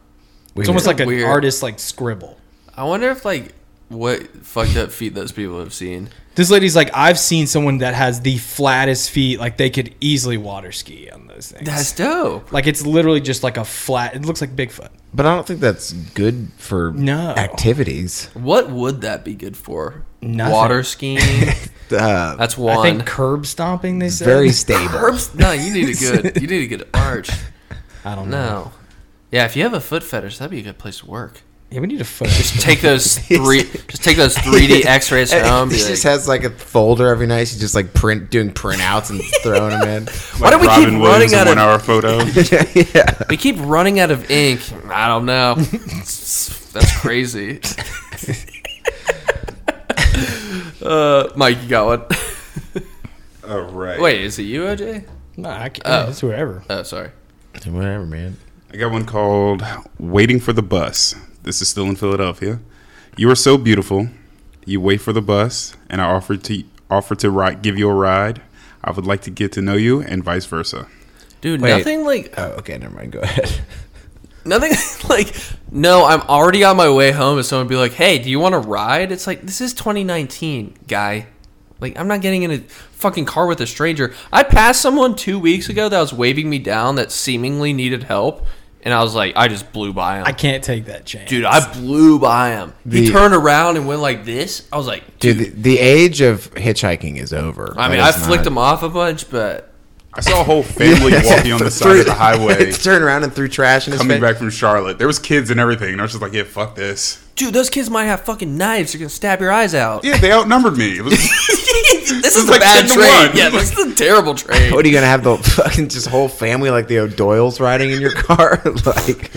Speaker 3: It's almost like an
Speaker 1: Weird.
Speaker 3: artist like scribble.
Speaker 1: I wonder if like what fucked up feet those people have seen.
Speaker 3: This lady's like I've seen someone that has the flattest feet like they could easily water ski on those things.
Speaker 1: That's dope.
Speaker 3: like it's literally just like a flat. It looks like Bigfoot.
Speaker 4: But I don't think that's good for
Speaker 3: No.
Speaker 4: activities.
Speaker 1: What would that be good for?
Speaker 3: Nothing.
Speaker 1: Water skiing.
Speaker 4: Uh,
Speaker 1: That's
Speaker 3: I think
Speaker 1: one.
Speaker 3: curb stomping. They said
Speaker 4: very stable.
Speaker 1: Herbs. No, you need a good. You need a good arch.
Speaker 3: I don't know.
Speaker 1: No. Yeah, if you have a foot fetish, that'd be a good place to work.
Speaker 3: Yeah, we need a foot.
Speaker 1: Take those three. just take those three D X rays
Speaker 4: He
Speaker 1: home. Be like,
Speaker 4: just has like a folder every night. She's just like print doing printouts and throwing them in.
Speaker 1: why do we
Speaker 5: Robin
Speaker 1: keep
Speaker 5: Williams
Speaker 1: running out
Speaker 5: in one
Speaker 1: of?
Speaker 5: hour photo.
Speaker 1: We keep running out of ink. I don't know. That's crazy. uh, Mike, you got one.
Speaker 5: All right.
Speaker 1: Wait, is it you, OJ?
Speaker 3: No, I can't. It's whoever.
Speaker 1: Oh, sorry.
Speaker 4: Whatever, man.
Speaker 5: I got one called Waiting for the Bus. This is still in Philadelphia. You are so beautiful. You wait for the bus, and I offer to offer to ride, give you a ride. I would like to get to know you, and vice versa.
Speaker 1: Dude,
Speaker 4: Wait.
Speaker 1: nothing like
Speaker 4: Oh, okay. Never mind. Go ahead.
Speaker 1: nothing like. No, I'm already on my way home, and someone would be like, "Hey, do you want to ride?" It's like this is 2019, guy. Like, I'm not getting in a fucking car with a stranger. I passed someone two weeks ago that was waving me down that seemingly needed help, and I was like, I just blew by him.
Speaker 3: I can't take that chance.
Speaker 1: dude, I blew by him. he
Speaker 4: The-
Speaker 1: turned around and went like this. I was like,
Speaker 4: Dude, the, the age of hitchhiking is over.
Speaker 1: I mean, I
Speaker 4: That is
Speaker 1: flicked
Speaker 4: not-
Speaker 1: him off a bunch, but
Speaker 5: I saw a whole family walking on the side
Speaker 4: Threw-
Speaker 5: of the highway,
Speaker 4: turned around and threw trash in his face.
Speaker 5: coming back from Charlotte. There was kids and everything, and I was just like, "Yeah, fuck this."
Speaker 1: dude, those kids might have fucking knives. They're gonna stab your eyes out.
Speaker 5: Yeah, they outnumbered me. It was
Speaker 1: this is
Speaker 5: like
Speaker 1: a bad
Speaker 5: 10 to
Speaker 1: trade.
Speaker 5: one.
Speaker 1: Yeah, this is a terrible trade.
Speaker 4: What are you gonna have the fucking just whole family like the O'Doyle's riding in your car? like,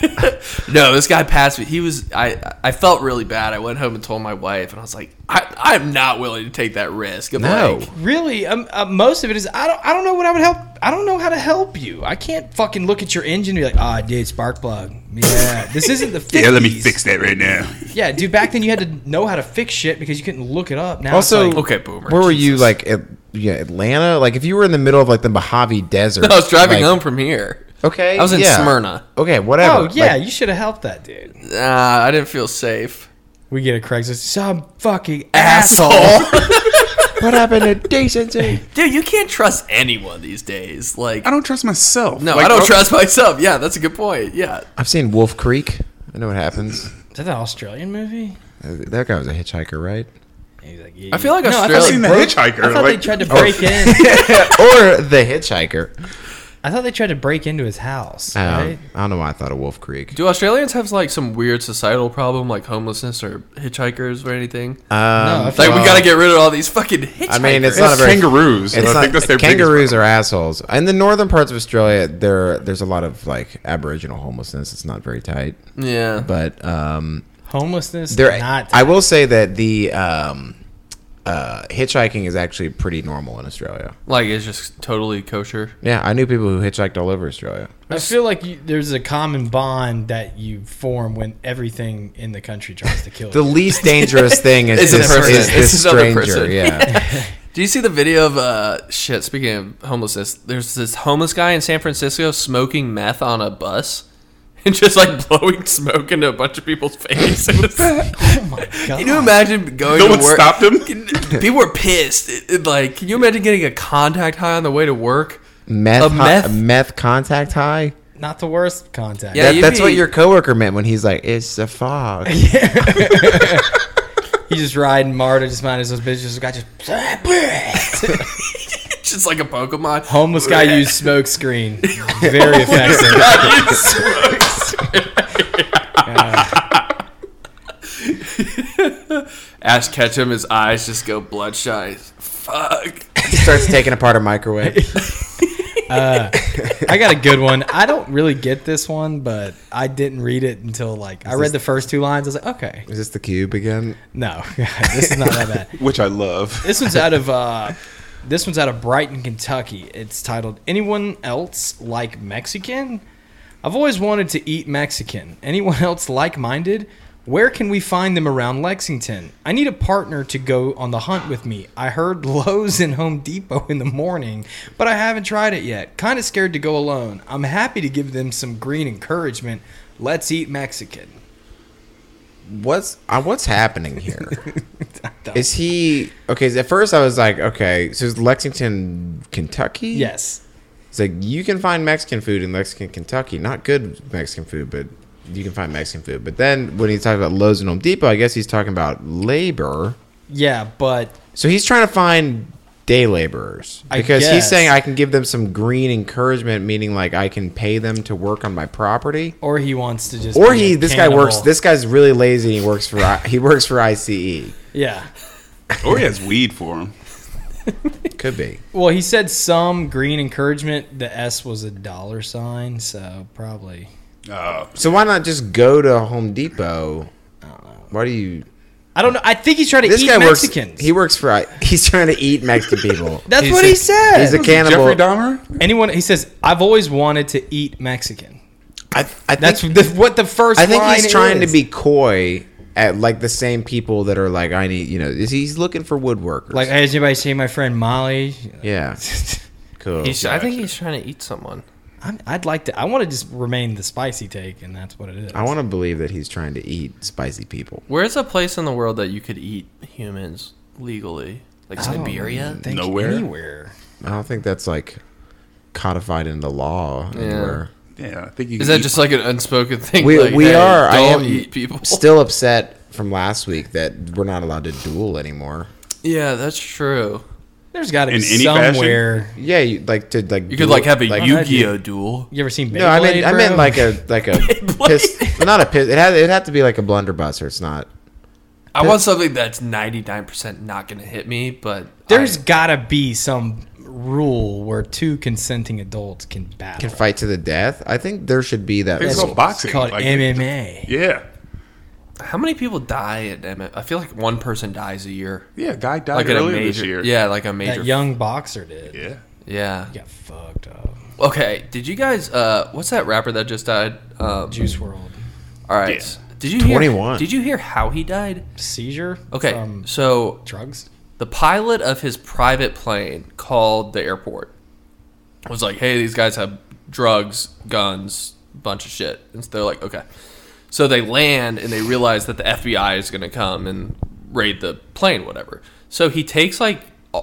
Speaker 1: no, this guy passed me. He was I I felt really bad. I went home and told my wife and I was like, I I'm not willing to take that risk. I'm
Speaker 4: no,
Speaker 1: like,
Speaker 3: really, um, uh, most of it is I don't. I don't know what I would help. I don't know how to help you. I can't fucking look at your engine and be like, ah, dude, spark plug. Yeah, this isn't the 50s.
Speaker 5: yeah. Let me fix that right now.
Speaker 3: Yeah, dude, back then you had to know how to fix shit because you couldn't look it up. Now
Speaker 4: Also-
Speaker 3: it's like,
Speaker 1: okay, boomer.
Speaker 4: where were you? Like, at, yeah, Atlanta. Like, if you were in the middle of like the Mojave Desert,
Speaker 1: I was driving
Speaker 4: like-
Speaker 1: home from here.
Speaker 4: Okay,
Speaker 1: I was in
Speaker 4: yeah.
Speaker 1: Smyrna.
Speaker 4: Okay, whatever.
Speaker 3: oh yeah,
Speaker 4: Like,
Speaker 3: you should have helped that dude.
Speaker 1: Uh, I didn't feel safe.
Speaker 3: We get a Craigslist. Some fucking asshole.
Speaker 1: Asshole.
Speaker 4: what happened to decency?
Speaker 1: Dude, you can't trust anyone these days. Like
Speaker 5: I don't trust myself.
Speaker 1: No,
Speaker 5: Like,
Speaker 1: I don't
Speaker 5: oh,
Speaker 1: trust myself. Yeah, that's a good point. Yeah.
Speaker 4: I've seen Wolf Creek. I know what happens.
Speaker 3: Is that an Australian movie?
Speaker 4: Uh, That guy was a hitchhiker, right?
Speaker 3: He's like, yeah,
Speaker 1: I feel like
Speaker 3: No, I thought
Speaker 5: I've
Speaker 1: Australia
Speaker 5: seen the
Speaker 3: Bro-
Speaker 5: hitchhiker.
Speaker 3: I thought they
Speaker 5: like,
Speaker 3: tried to break in.
Speaker 4: or the hitchhiker.
Speaker 3: I thought they tried to break into his house.
Speaker 4: I don't,
Speaker 3: right?
Speaker 4: I don't know why I thought of Wolf Creek.
Speaker 1: Do Australians have like some weird societal problem, like homelessness or hitchhikers or anything? Uh,
Speaker 4: Um,
Speaker 3: I
Speaker 1: It's like we got to get rid of all these fucking hitchhikers.
Speaker 4: I mean, it's
Speaker 5: It's
Speaker 4: not a very
Speaker 5: kangaroos.
Speaker 4: It's
Speaker 5: I
Speaker 4: not,
Speaker 5: think that's their biggest
Speaker 4: kangaroos are assholes. In the northern parts of Australia, there there's a lot of like Aboriginal homelessness. It's not very tight,
Speaker 1: yeah,
Speaker 4: but um,
Speaker 3: homelessness.
Speaker 4: there.
Speaker 3: not.
Speaker 4: I will say that the um, uh, hitchhiking is actually pretty normal in Australia.
Speaker 1: like it's just totally kosher.
Speaker 4: Yeah, I knew people who hitchhiked all over Australia.
Speaker 3: I feel like you, there's a common bond that you form when everything in the country tries to kill
Speaker 4: The
Speaker 3: you.
Speaker 4: least dangerous thing is
Speaker 1: It's
Speaker 4: this,
Speaker 1: another
Speaker 4: is
Speaker 1: person.
Speaker 4: this
Speaker 1: It's another
Speaker 4: stranger.
Speaker 1: person.
Speaker 4: Yeah,
Speaker 1: Do you see the video of uh shit? Speaking of homelessness, there's this homeless guy in San Francisco smoking meth on a bus and just like blowing smoke into a bunch of people's faces.
Speaker 3: oh my god!
Speaker 1: Can you imagine going
Speaker 5: No
Speaker 1: to
Speaker 5: one
Speaker 1: work?
Speaker 5: stopped him.
Speaker 1: People were pissed. It- it, like, can you imagine getting a contact high on the way to work?
Speaker 4: meth,
Speaker 1: A
Speaker 4: hi-
Speaker 1: meth-
Speaker 4: meth? contact high.
Speaker 3: Not the worst contact.
Speaker 1: Yeah,
Speaker 4: that,
Speaker 1: you'd
Speaker 4: that's what
Speaker 1: be-
Speaker 4: your coworker meant when he's like, "It's the fog."
Speaker 3: He just riding Marta, just minding his business. This guy just
Speaker 1: just like a Pokemon.
Speaker 3: homeless guy used smoke screen.
Speaker 1: Oh
Speaker 3: Very effective.
Speaker 1: Ash Ketchum, his eyes just go bloodshot. He's, Fuck.
Speaker 4: he starts taking apart a microwave.
Speaker 3: I got a good one. I don't really get this one, but I didn't read it until like I read the first two lines. I was like, okay,
Speaker 4: Is this the cube again?
Speaker 3: no, this is not that bad.
Speaker 5: Which I love.
Speaker 3: This one's out of uh, this one's out of Brighton, Kentucky. It's titled "Anyone Else Like Mexican." I've always wanted to eat Mexican. Anyone else like-minded? Where can we find them around Lexington? I need a partner to go on the hunt with me. I heard Lowe's and Home Depot in the morning, but I haven't tried it yet. Kind of scared to go alone. I'm happy to give them some green encouragement. Let's eat Mexican.
Speaker 4: What's uh, what's happening here? is he okay? At first, I was like, okay, so it's Lexington, Kentucky.
Speaker 3: Yes.
Speaker 4: it's like you can find Mexican food in Lexington, Kentucky. Not good Mexican food, but you can find Mexican food. But then when he's talking about Lowe's and Home Depot, I guess he's talking about labor.
Speaker 3: Yeah, but
Speaker 4: So he's trying to find day laborers
Speaker 3: I
Speaker 4: because he's
Speaker 3: guess.
Speaker 4: saying I can give them some green encouragement, meaning like I can pay them to work on my property.
Speaker 3: or he wants to just
Speaker 4: Or
Speaker 3: be a
Speaker 4: he, this guy
Speaker 3: cannibal.
Speaker 4: works. This guy's really lazy. And he works for I- E. he works for ICE.
Speaker 3: Yeah.
Speaker 5: Or Oh, he has weed for him.
Speaker 4: Could be.
Speaker 3: Well, he said some green encouragement. The S was a dollar sign, so probably.
Speaker 5: Oh,
Speaker 4: So why not just go to Home Depot? Why do you?
Speaker 3: I don't know. I think he's trying to
Speaker 4: This
Speaker 3: eat
Speaker 4: guy
Speaker 3: Mexicans.
Speaker 4: works. He works for. I- He's trying to eat Mexican people.
Speaker 3: That's
Speaker 1: he's
Speaker 3: what
Speaker 1: a-
Speaker 3: he said.
Speaker 4: he's a
Speaker 5: Jeffrey
Speaker 4: cannibal.
Speaker 5: Dahmer.
Speaker 3: Anyone? He says, "I've always wanted to eat Mexican."
Speaker 4: I, I
Speaker 3: That's
Speaker 4: think,
Speaker 3: the, what the first.
Speaker 4: I think
Speaker 3: line
Speaker 4: he's trying
Speaker 3: is.
Speaker 4: to be coy at like the same people that are like I need. You know, is he's looking for woodworkers.
Speaker 3: like, has anybody seen my friend Molly?
Speaker 4: yeah, cool.
Speaker 1: He's, I think he's trying to eat someone.
Speaker 3: I'm, I'd like to. I want to just remain the spicy take, and that's what it is.
Speaker 4: I want to believe that he's trying to eat spicy people.
Speaker 1: Where's a place in the world that you could eat humans legally? Like Siberia?
Speaker 3: think
Speaker 5: Nowhere.
Speaker 3: Anywhere.
Speaker 4: I don't think that's like codified into law anywhere.
Speaker 5: Yeah, I think you.
Speaker 1: Is
Speaker 5: can
Speaker 1: that
Speaker 5: eat-
Speaker 1: just like an unspoken thing?
Speaker 4: We,
Speaker 1: like,
Speaker 4: we
Speaker 1: hey,
Speaker 4: are. I
Speaker 1: Don't
Speaker 4: am
Speaker 1: eat people.
Speaker 4: still upset from last week that we're not allowed to duel anymore.
Speaker 1: yeah, that's true.
Speaker 3: There's got to be
Speaker 5: In any
Speaker 3: somewhere.
Speaker 4: Yeah, you, like to like.
Speaker 1: You could like have a
Speaker 4: like,
Speaker 1: Yu-Gi-Oh duel.
Speaker 3: You ever seen?
Speaker 4: No, I
Speaker 3: Beyblade,
Speaker 4: meant I meant
Speaker 3: bro?
Speaker 4: like a like a piss, not a piss. It had it had to be like a blunderbuss or it's not.
Speaker 1: I want something that's ninety nine percent not going to hit me, but
Speaker 3: There's
Speaker 1: I,
Speaker 3: gotta be some rule where two consenting adults can battle.
Speaker 4: Can fight to the death. I think there should be that.
Speaker 5: It's
Speaker 4: rule.
Speaker 5: called boxing.
Speaker 3: it's called
Speaker 5: like-
Speaker 3: MMA.
Speaker 5: Yeah,
Speaker 1: how many people die at M- I feel like one person dies a year,
Speaker 5: yeah. Guy died
Speaker 1: like in a
Speaker 5: earlier
Speaker 1: major.
Speaker 5: this year.
Speaker 1: Yeah, like a major.
Speaker 3: That young boxer did.
Speaker 5: yeah.
Speaker 1: yeah.
Speaker 3: Got fucked up.
Speaker 1: Okay. Did you guys? Uh, what's that rapper that just died? Um,
Speaker 3: Juice World
Speaker 1: All right.
Speaker 5: Yeah.
Speaker 1: Did you hear-
Speaker 4: 21.
Speaker 1: Did you hear how he died?
Speaker 3: seizure.
Speaker 1: Okay.
Speaker 3: From
Speaker 1: so
Speaker 3: drugs.
Speaker 1: the pilot of his private plane called the airport. Was like, hey, these guys have drugs, guns, bunch of shit. And so they're like, okay. So they land and they realize that the FBI is going to come and raid the plane, whatever. So he takes like, uh,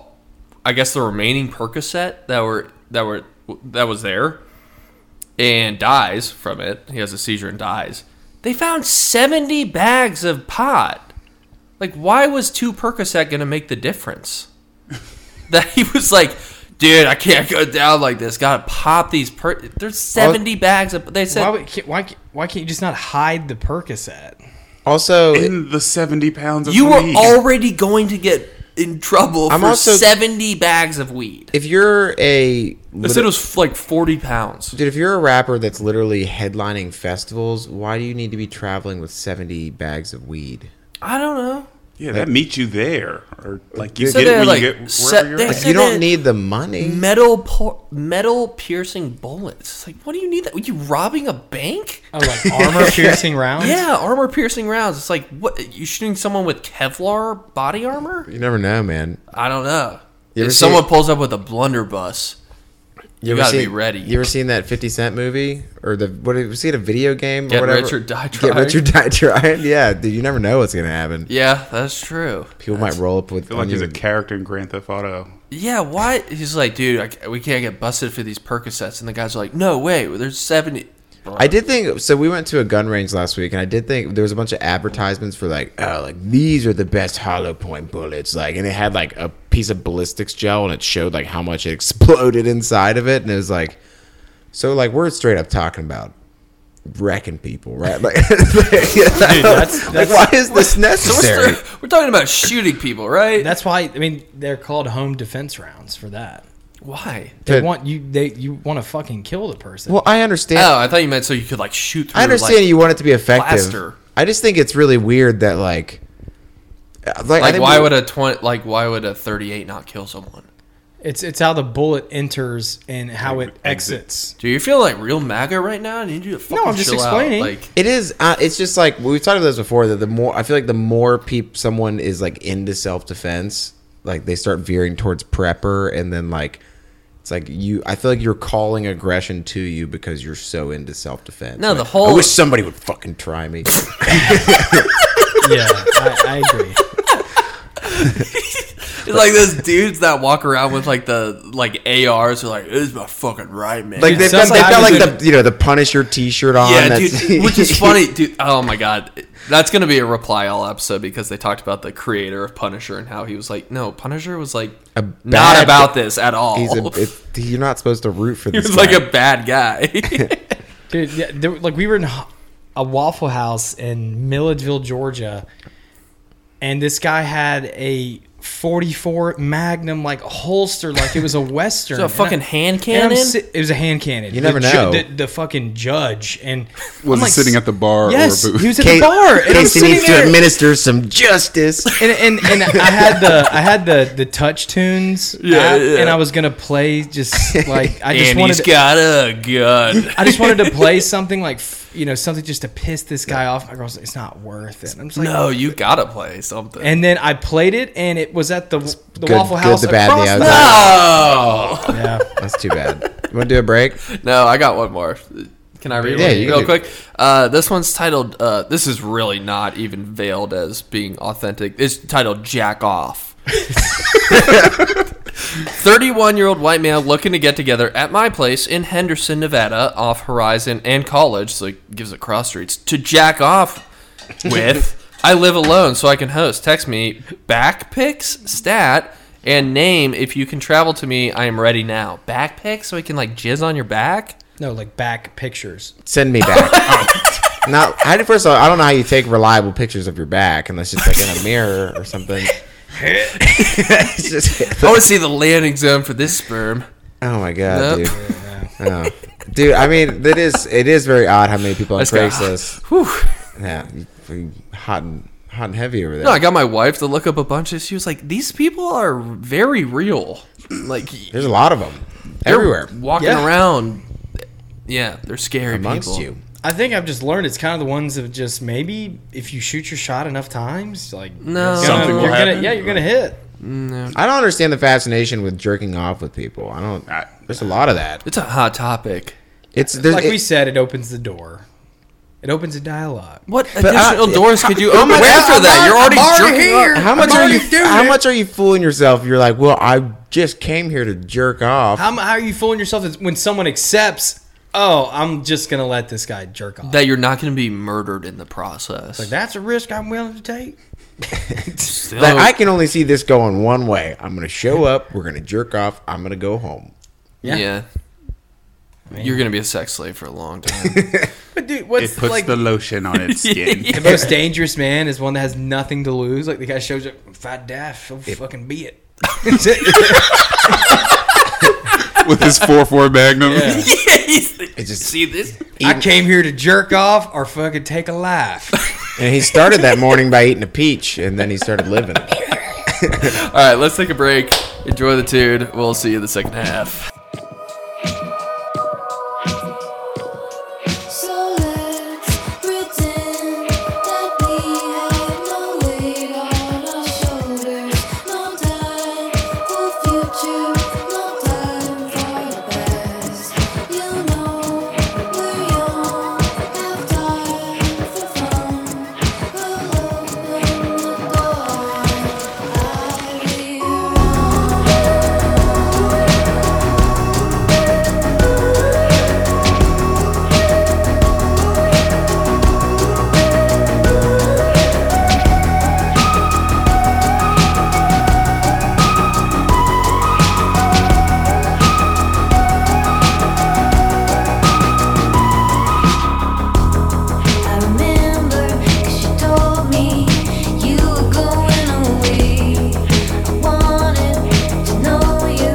Speaker 1: I guess the remaining Percocet that were that were that was there, and dies from it. He has a seizure and dies. They found seventy bags of pot. Like, why was two Percocet going to make the difference? that he was like, dude, I can't go down like this. Gotta pop these. Per- There's 70 bags. Of- they said
Speaker 3: why, would, can't, why, can't- why can't you just not hide the Percocet?
Speaker 4: Also,
Speaker 5: in the 70 pounds of
Speaker 1: you were
Speaker 5: weed.
Speaker 1: already going to get in trouble
Speaker 4: I'm
Speaker 1: for
Speaker 4: also-
Speaker 1: 70 bags of weed.
Speaker 4: if you're a
Speaker 1: They said it was like 40 pounds.
Speaker 4: Dude, if you're a rapper that's literally headlining festivals, why do you need to be traveling with 70 bags of weed?
Speaker 1: I don't know.
Speaker 5: Yeah, that meet you there, or like you
Speaker 1: So
Speaker 5: get it
Speaker 1: they're
Speaker 5: when
Speaker 1: like
Speaker 5: you get
Speaker 1: set-
Speaker 5: wherever
Speaker 1: they
Speaker 5: you're at.
Speaker 1: said-
Speaker 4: You don't
Speaker 1: that-
Speaker 4: need the money.
Speaker 1: Metal por- metal piercing bullets. It's Like, what do you need that? Were you robbing a bank?
Speaker 3: Oh, like armor piercing rounds?
Speaker 1: Yeah, armor piercing rounds. It's like what you shooting someone with Kevlar body armor?
Speaker 4: You never know, man.
Speaker 1: I don't know.
Speaker 4: You ever
Speaker 1: If
Speaker 4: see-
Speaker 1: someone pulls up with a blunderbuss,
Speaker 4: You,
Speaker 1: gotta be
Speaker 4: seen-
Speaker 1: ready.
Speaker 4: You ever seen that 50 Cent movie or the what? Was it a video game?
Speaker 1: Get
Speaker 4: or whatever?
Speaker 1: Rich or Die
Speaker 4: Get
Speaker 1: Trying.
Speaker 4: rich or die trying. Yeah, dude, you never know what's gonna happen.
Speaker 1: yeah, that's true.
Speaker 4: People might roll up with.
Speaker 5: I feel like
Speaker 4: on
Speaker 5: he's
Speaker 4: you.
Speaker 5: a character in Grand Theft Auto.
Speaker 1: Yeah, why? He's like, dude, I, ca- we can't get busted for these Percocets, and the guys are like, no way, there's seventy.
Speaker 4: I did think so. We went to a gun range last week, and I did think there was a bunch of advertisements for like, oh, like these are the best hollow point bullets, like, and it had like a piece of ballistics gel, and it showed like how much it exploded inside of it, and it was like, so like we're straight up talking about wrecking people, right? Like, like why is this
Speaker 1: We're,
Speaker 4: necessary?
Speaker 1: still- we're talking about shooting people, right?
Speaker 3: That's why I mean they're called home defense rounds for that.
Speaker 1: why.
Speaker 3: They
Speaker 4: Good.
Speaker 3: want you they you want to fucking kill the person.
Speaker 4: well, I understand.
Speaker 1: Oh, I thought you meant so you could like shoot. Through,
Speaker 4: I understand
Speaker 1: like,
Speaker 4: you want it to be effective.
Speaker 1: plaster.
Speaker 4: I just think it's really weird that like, uh, like,
Speaker 1: Like, why would a twenty? Like, why would a thirty-eight not kill someone?
Speaker 3: it's it's how the bullet enters and how it exits.
Speaker 1: Do you feel like real MAGA right now? I need you to fucking
Speaker 3: I'm just
Speaker 1: chill out.
Speaker 3: explaining.
Speaker 1: Like,
Speaker 4: It is. Uh, it's just like we've talked about this before. That the more I feel like the more peop someone is like into self defense, like they start veering towards prepper, and then like it's like you. I feel like you're calling aggression to you because you're so into self defense.
Speaker 1: No,
Speaker 4: Like,
Speaker 1: the whole-
Speaker 4: I wish somebody would fucking try me.
Speaker 3: yeah, I, I agree.
Speaker 1: it's like those dudes that walk around with like the like ARs. Are like, this is my fucking right, man.
Speaker 4: like they've, got,
Speaker 3: sounds
Speaker 4: they've
Speaker 3: like
Speaker 4: got
Speaker 3: I
Speaker 4: like the you know the Punisher T-shirt on.
Speaker 1: yeah,
Speaker 4: that's-
Speaker 1: dude. Which is funny, dude. Oh my god, that's gonna be a reply all episode because they talked about the creator of Punisher and how he was like, no, Punisher was like
Speaker 4: A
Speaker 1: not
Speaker 4: bad-
Speaker 1: about this at all.
Speaker 4: He's a, it, you're not supposed to root for
Speaker 1: he
Speaker 4: this.
Speaker 1: was like
Speaker 4: guy.
Speaker 1: a bad guy.
Speaker 3: Dude, yeah, there, like we were in h- a Waffle House in Milledgeville, Georgia, and this guy had a 44 Magnum like holster, like it was a Western.
Speaker 1: So a
Speaker 3: And I-
Speaker 1: fucking hand
Speaker 3: and I'm
Speaker 1: cannon.
Speaker 3: si- it was a hand cannon.
Speaker 4: You never
Speaker 3: the, ju-
Speaker 4: know.
Speaker 3: The, the fucking judge and
Speaker 5: Was
Speaker 3: I'm
Speaker 5: he sitting at the bar
Speaker 3: Yes,
Speaker 5: or a booth?
Speaker 3: he was at
Speaker 4: Ca-
Speaker 3: the bar. And I'm
Speaker 4: Casey
Speaker 3: sitting
Speaker 4: needs to
Speaker 3: there.
Speaker 4: administer some justice.
Speaker 3: and, and and I had the I had the the touch tunes
Speaker 1: Yeah,
Speaker 3: app,
Speaker 1: yeah.
Speaker 3: and I was gonna play just like I just
Speaker 1: and
Speaker 3: wanted
Speaker 1: he's
Speaker 3: to,
Speaker 1: got a gun.
Speaker 3: I just wanted to play something like f- you know something just to piss this guy off. My girl's like, it's not worth it. I'm just like,
Speaker 1: no, you gotta play something.
Speaker 3: And then I played it, and it was at the the
Speaker 4: Good-
Speaker 3: Waffle
Speaker 4: good,
Speaker 3: House
Speaker 4: the bad, and the
Speaker 3: across
Speaker 4: ugly.
Speaker 1: no,
Speaker 3: yeah.
Speaker 4: That's too bad. You want to do a break?
Speaker 1: no, I got one more. Can I read
Speaker 4: Yeah,
Speaker 1: one
Speaker 4: you
Speaker 1: real
Speaker 4: can.
Speaker 1: quick? Uh, this one's titled. Uh, this is really not even veiled as being authentic. It's titled "Jack Off." 31 year old white male looking to get together at my place in Henderson, Nevada, off Horizon and College, so he gives it cross streets, to jack off with. I live alone, so I can host. Text me back pics, stat, and name if you can travel to me. I am ready now. Back pics, so I can like jizz on your back?
Speaker 3: No, like back pictures.
Speaker 4: Send me back. Oh. now, I, first of all, I don't know how you take reliable pictures of your back unless it's like in a mirror or something. It's just-
Speaker 1: I want to see the landing zone for this sperm.
Speaker 4: oh my god,
Speaker 1: Nope.
Speaker 4: dude. Oh. Dude, I mean, that is it is very odd how many people on
Speaker 1: Let's go.
Speaker 4: Craigslist.
Speaker 1: Whew.
Speaker 4: Yeah, you- you hot and hot and heavy over there.
Speaker 1: No, I got my wife to look up a bunch, and she was like, these people are very real. Like,
Speaker 4: There's a lot of them
Speaker 1: They're
Speaker 4: everywhere
Speaker 1: walking
Speaker 3: Yeah.
Speaker 1: around. Yeah, they're scary
Speaker 4: amongst
Speaker 1: people.
Speaker 4: you.
Speaker 3: I think I've just learned it's kind of the ones of just maybe if you shoot your shot enough times, like
Speaker 1: No.
Speaker 3: it's
Speaker 1: Something
Speaker 5: will
Speaker 3: you're gonna,
Speaker 5: happen.
Speaker 3: yeah, you're gonna hit.
Speaker 4: I don't understand the fascination with jerking off with people. I don't.
Speaker 5: I-
Speaker 4: there's a lot of that.
Speaker 1: It's a hot topic.
Speaker 4: It's there's,
Speaker 3: Like
Speaker 4: it-
Speaker 3: we said, it opens the door. It opens a dialogue.
Speaker 1: What
Speaker 4: I-
Speaker 1: additional doors could you
Speaker 4: How
Speaker 1: open
Speaker 4: much-
Speaker 1: after
Speaker 4: uh, I'm
Speaker 1: that?
Speaker 4: not-
Speaker 1: You're already, jerking off.
Speaker 4: How much are you? How much are you fooling yourself? You're like, well, I just came here to jerk off.
Speaker 3: How, m- how are you fooling yourself that when someone accepts? oh, I'm just gonna let this guy jerk off.
Speaker 1: That you're not going to be murdered in the process.
Speaker 3: Like, that's a risk I'm willing to take.
Speaker 1: Still-
Speaker 4: Like, I can only see this going one way. I'm gonna show up. We're gonna jerk off. I'm gonna go home.
Speaker 1: yeah.
Speaker 3: Yeah.
Speaker 1: You're going to be a sex slave for a long time.
Speaker 3: But dude, what's
Speaker 5: it puts
Speaker 3: like
Speaker 5: the lotion on its skin.
Speaker 3: the most dangerous man is one that has nothing to lose. Like the guy shows up, if I die, so fucking be it. That's it.
Speaker 5: with his four four magnum.
Speaker 3: Yeah.
Speaker 4: It just
Speaker 1: See this?
Speaker 3: I came here to jerk off or fucking take a life.
Speaker 4: and he started that morning by eating a peach, and then he started living.
Speaker 1: All right, let's take a break. Enjoy the dude. We'll see you in the second half.
Speaker 8: So let's pretend that we have no weight on our shoulders, no time for future, no time for the past. You know we're young, have time for fun. We'll open the door. I will. I remember 'cause you told me you were going away. I wanted to know you.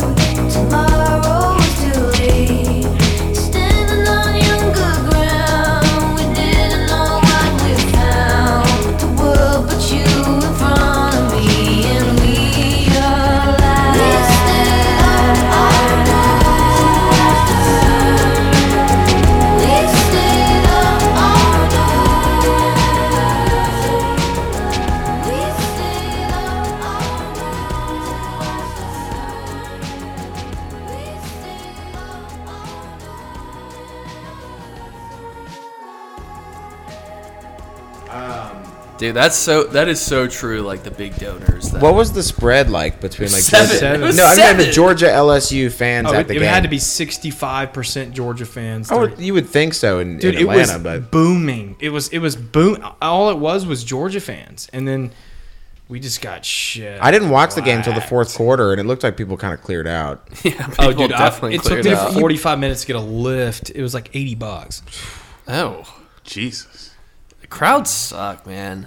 Speaker 8: Tomorrow was too late. Standing on your good ground, we didn't know what we found. The world put you in front of me, and we are alive. We stayed up all night. We stayed up all oh. night. We stayed up oh. all night.
Speaker 1: Dude, that's so that is so true like the big donors. That,
Speaker 4: What was the spread like between like
Speaker 1: Seven.
Speaker 4: Georgia-
Speaker 3: It was
Speaker 4: No, I mean the
Speaker 1: seven.
Speaker 4: Georgia LSU fans
Speaker 3: Oh,
Speaker 4: at
Speaker 3: it,
Speaker 4: the
Speaker 3: it
Speaker 4: game.
Speaker 3: had to be 65% Georgia fans.
Speaker 4: I would-
Speaker 3: 30
Speaker 4: you would think so in,
Speaker 3: Dude,
Speaker 4: in Atlanta,
Speaker 3: it was
Speaker 4: but
Speaker 3: booming. It was it was boom. All it was was Georgia fans, and then we just got shit.
Speaker 4: I didn't watch the game until the
Speaker 3: whacked.
Speaker 4: fourth quarter, and it looked like people kind of cleared out.
Speaker 1: yeah,
Speaker 3: Oh,
Speaker 1: people
Speaker 3: dude, I,
Speaker 1: definitely
Speaker 3: it took
Speaker 1: cleared
Speaker 3: me
Speaker 1: out.
Speaker 3: 45 minutes to get a lift. It was like 80 bucks.
Speaker 1: Oh,
Speaker 5: Jesus.
Speaker 1: the crowds suck, man.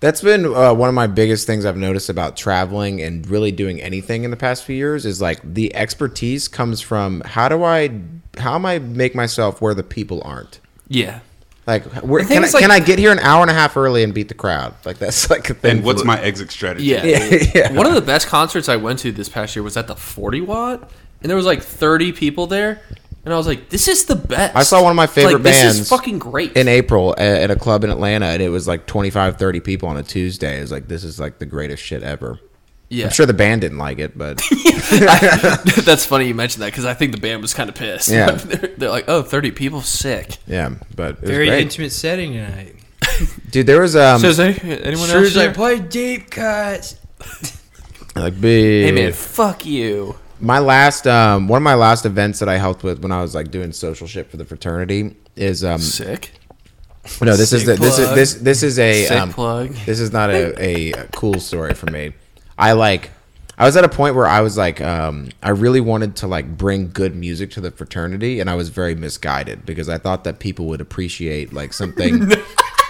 Speaker 4: That's been uh, one of my biggest things I've noticed about traveling and really doing anything in the past few years is like the expertise comes from how do I, how am I make myself where the people aren't.
Speaker 1: Yeah.
Speaker 4: Like, where,
Speaker 1: The thing
Speaker 4: can, I,
Speaker 1: is, like-
Speaker 4: can I get here an hour and a half early and beat the crowd? Like, that's like a thing.
Speaker 5: And what's
Speaker 4: for-
Speaker 5: my exit strategy?
Speaker 1: Yeah.
Speaker 4: yeah.
Speaker 1: One of the best concerts I went to this past year was at the 40 Watt, and there was like 30 people there, and I was like, "This is the best."
Speaker 4: I saw one of my favorite
Speaker 1: like, This
Speaker 4: bands
Speaker 1: is fucking great.
Speaker 4: in April a- at a club in Atlanta, and it was like 25, 30 people on a Tuesday. It was like, this is like the greatest shit ever.
Speaker 1: yeah,
Speaker 4: I'm sure the band didn't like it, but
Speaker 1: that's funny you mentioned that because I think the band was kind of pissed.
Speaker 4: Yeah.
Speaker 1: they're, they're like, "Oh, 30 people, sick."
Speaker 4: yeah, but it was
Speaker 3: Very
Speaker 4: great.
Speaker 3: intimate setting tonight.
Speaker 4: Dude, there was um,
Speaker 1: so is any, anyone
Speaker 3: Sure
Speaker 1: else?
Speaker 3: as I
Speaker 1: Like,
Speaker 3: play deep cuts.
Speaker 4: like big.
Speaker 1: hey man, fuck you.
Speaker 4: my last um one of my last events that I helped with when I was like doing social shit for the fraternity is um
Speaker 1: Sick.
Speaker 4: no this is
Speaker 1: Sick
Speaker 4: the, this is
Speaker 1: plug.
Speaker 4: this this is a
Speaker 1: Sick
Speaker 4: um,
Speaker 1: plug.
Speaker 4: this is not a, a a cool story for me. I like I was at a point where I was like um I really wanted to like bring good music to the fraternity and I was very misguided because I thought that people would appreciate like something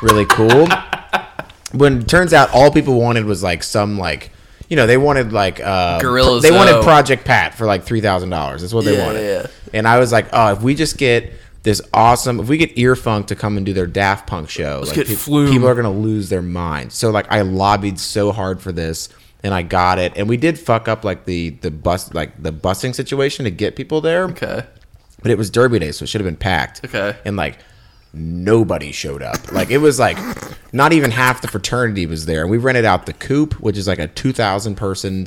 Speaker 4: really cool. When it turns out all people wanted was like some like you know they wanted like uh
Speaker 1: Gorillaz,
Speaker 4: they wanted
Speaker 1: though.
Speaker 4: Project Pat for like three thousand dollars. That's what they
Speaker 1: Yeah,
Speaker 4: wanted.
Speaker 1: yeah.
Speaker 4: And I was like, oh, if we just get this awesome, if we get Ear Funk to come and do their Daft Punk show, like
Speaker 1: get Flume.
Speaker 4: people are gonna lose their minds. So like, I lobbied so hard for this, and I got it. And we did fuck up like the the bus like the busing situation to get people there,
Speaker 1: Okay.
Speaker 4: but it was Derby Day, so it should have been packed.
Speaker 1: Okay.
Speaker 4: and like. Nobody showed up. Like it was like not even half the fraternity was there. And we rented out the coop, which is like a two thousand person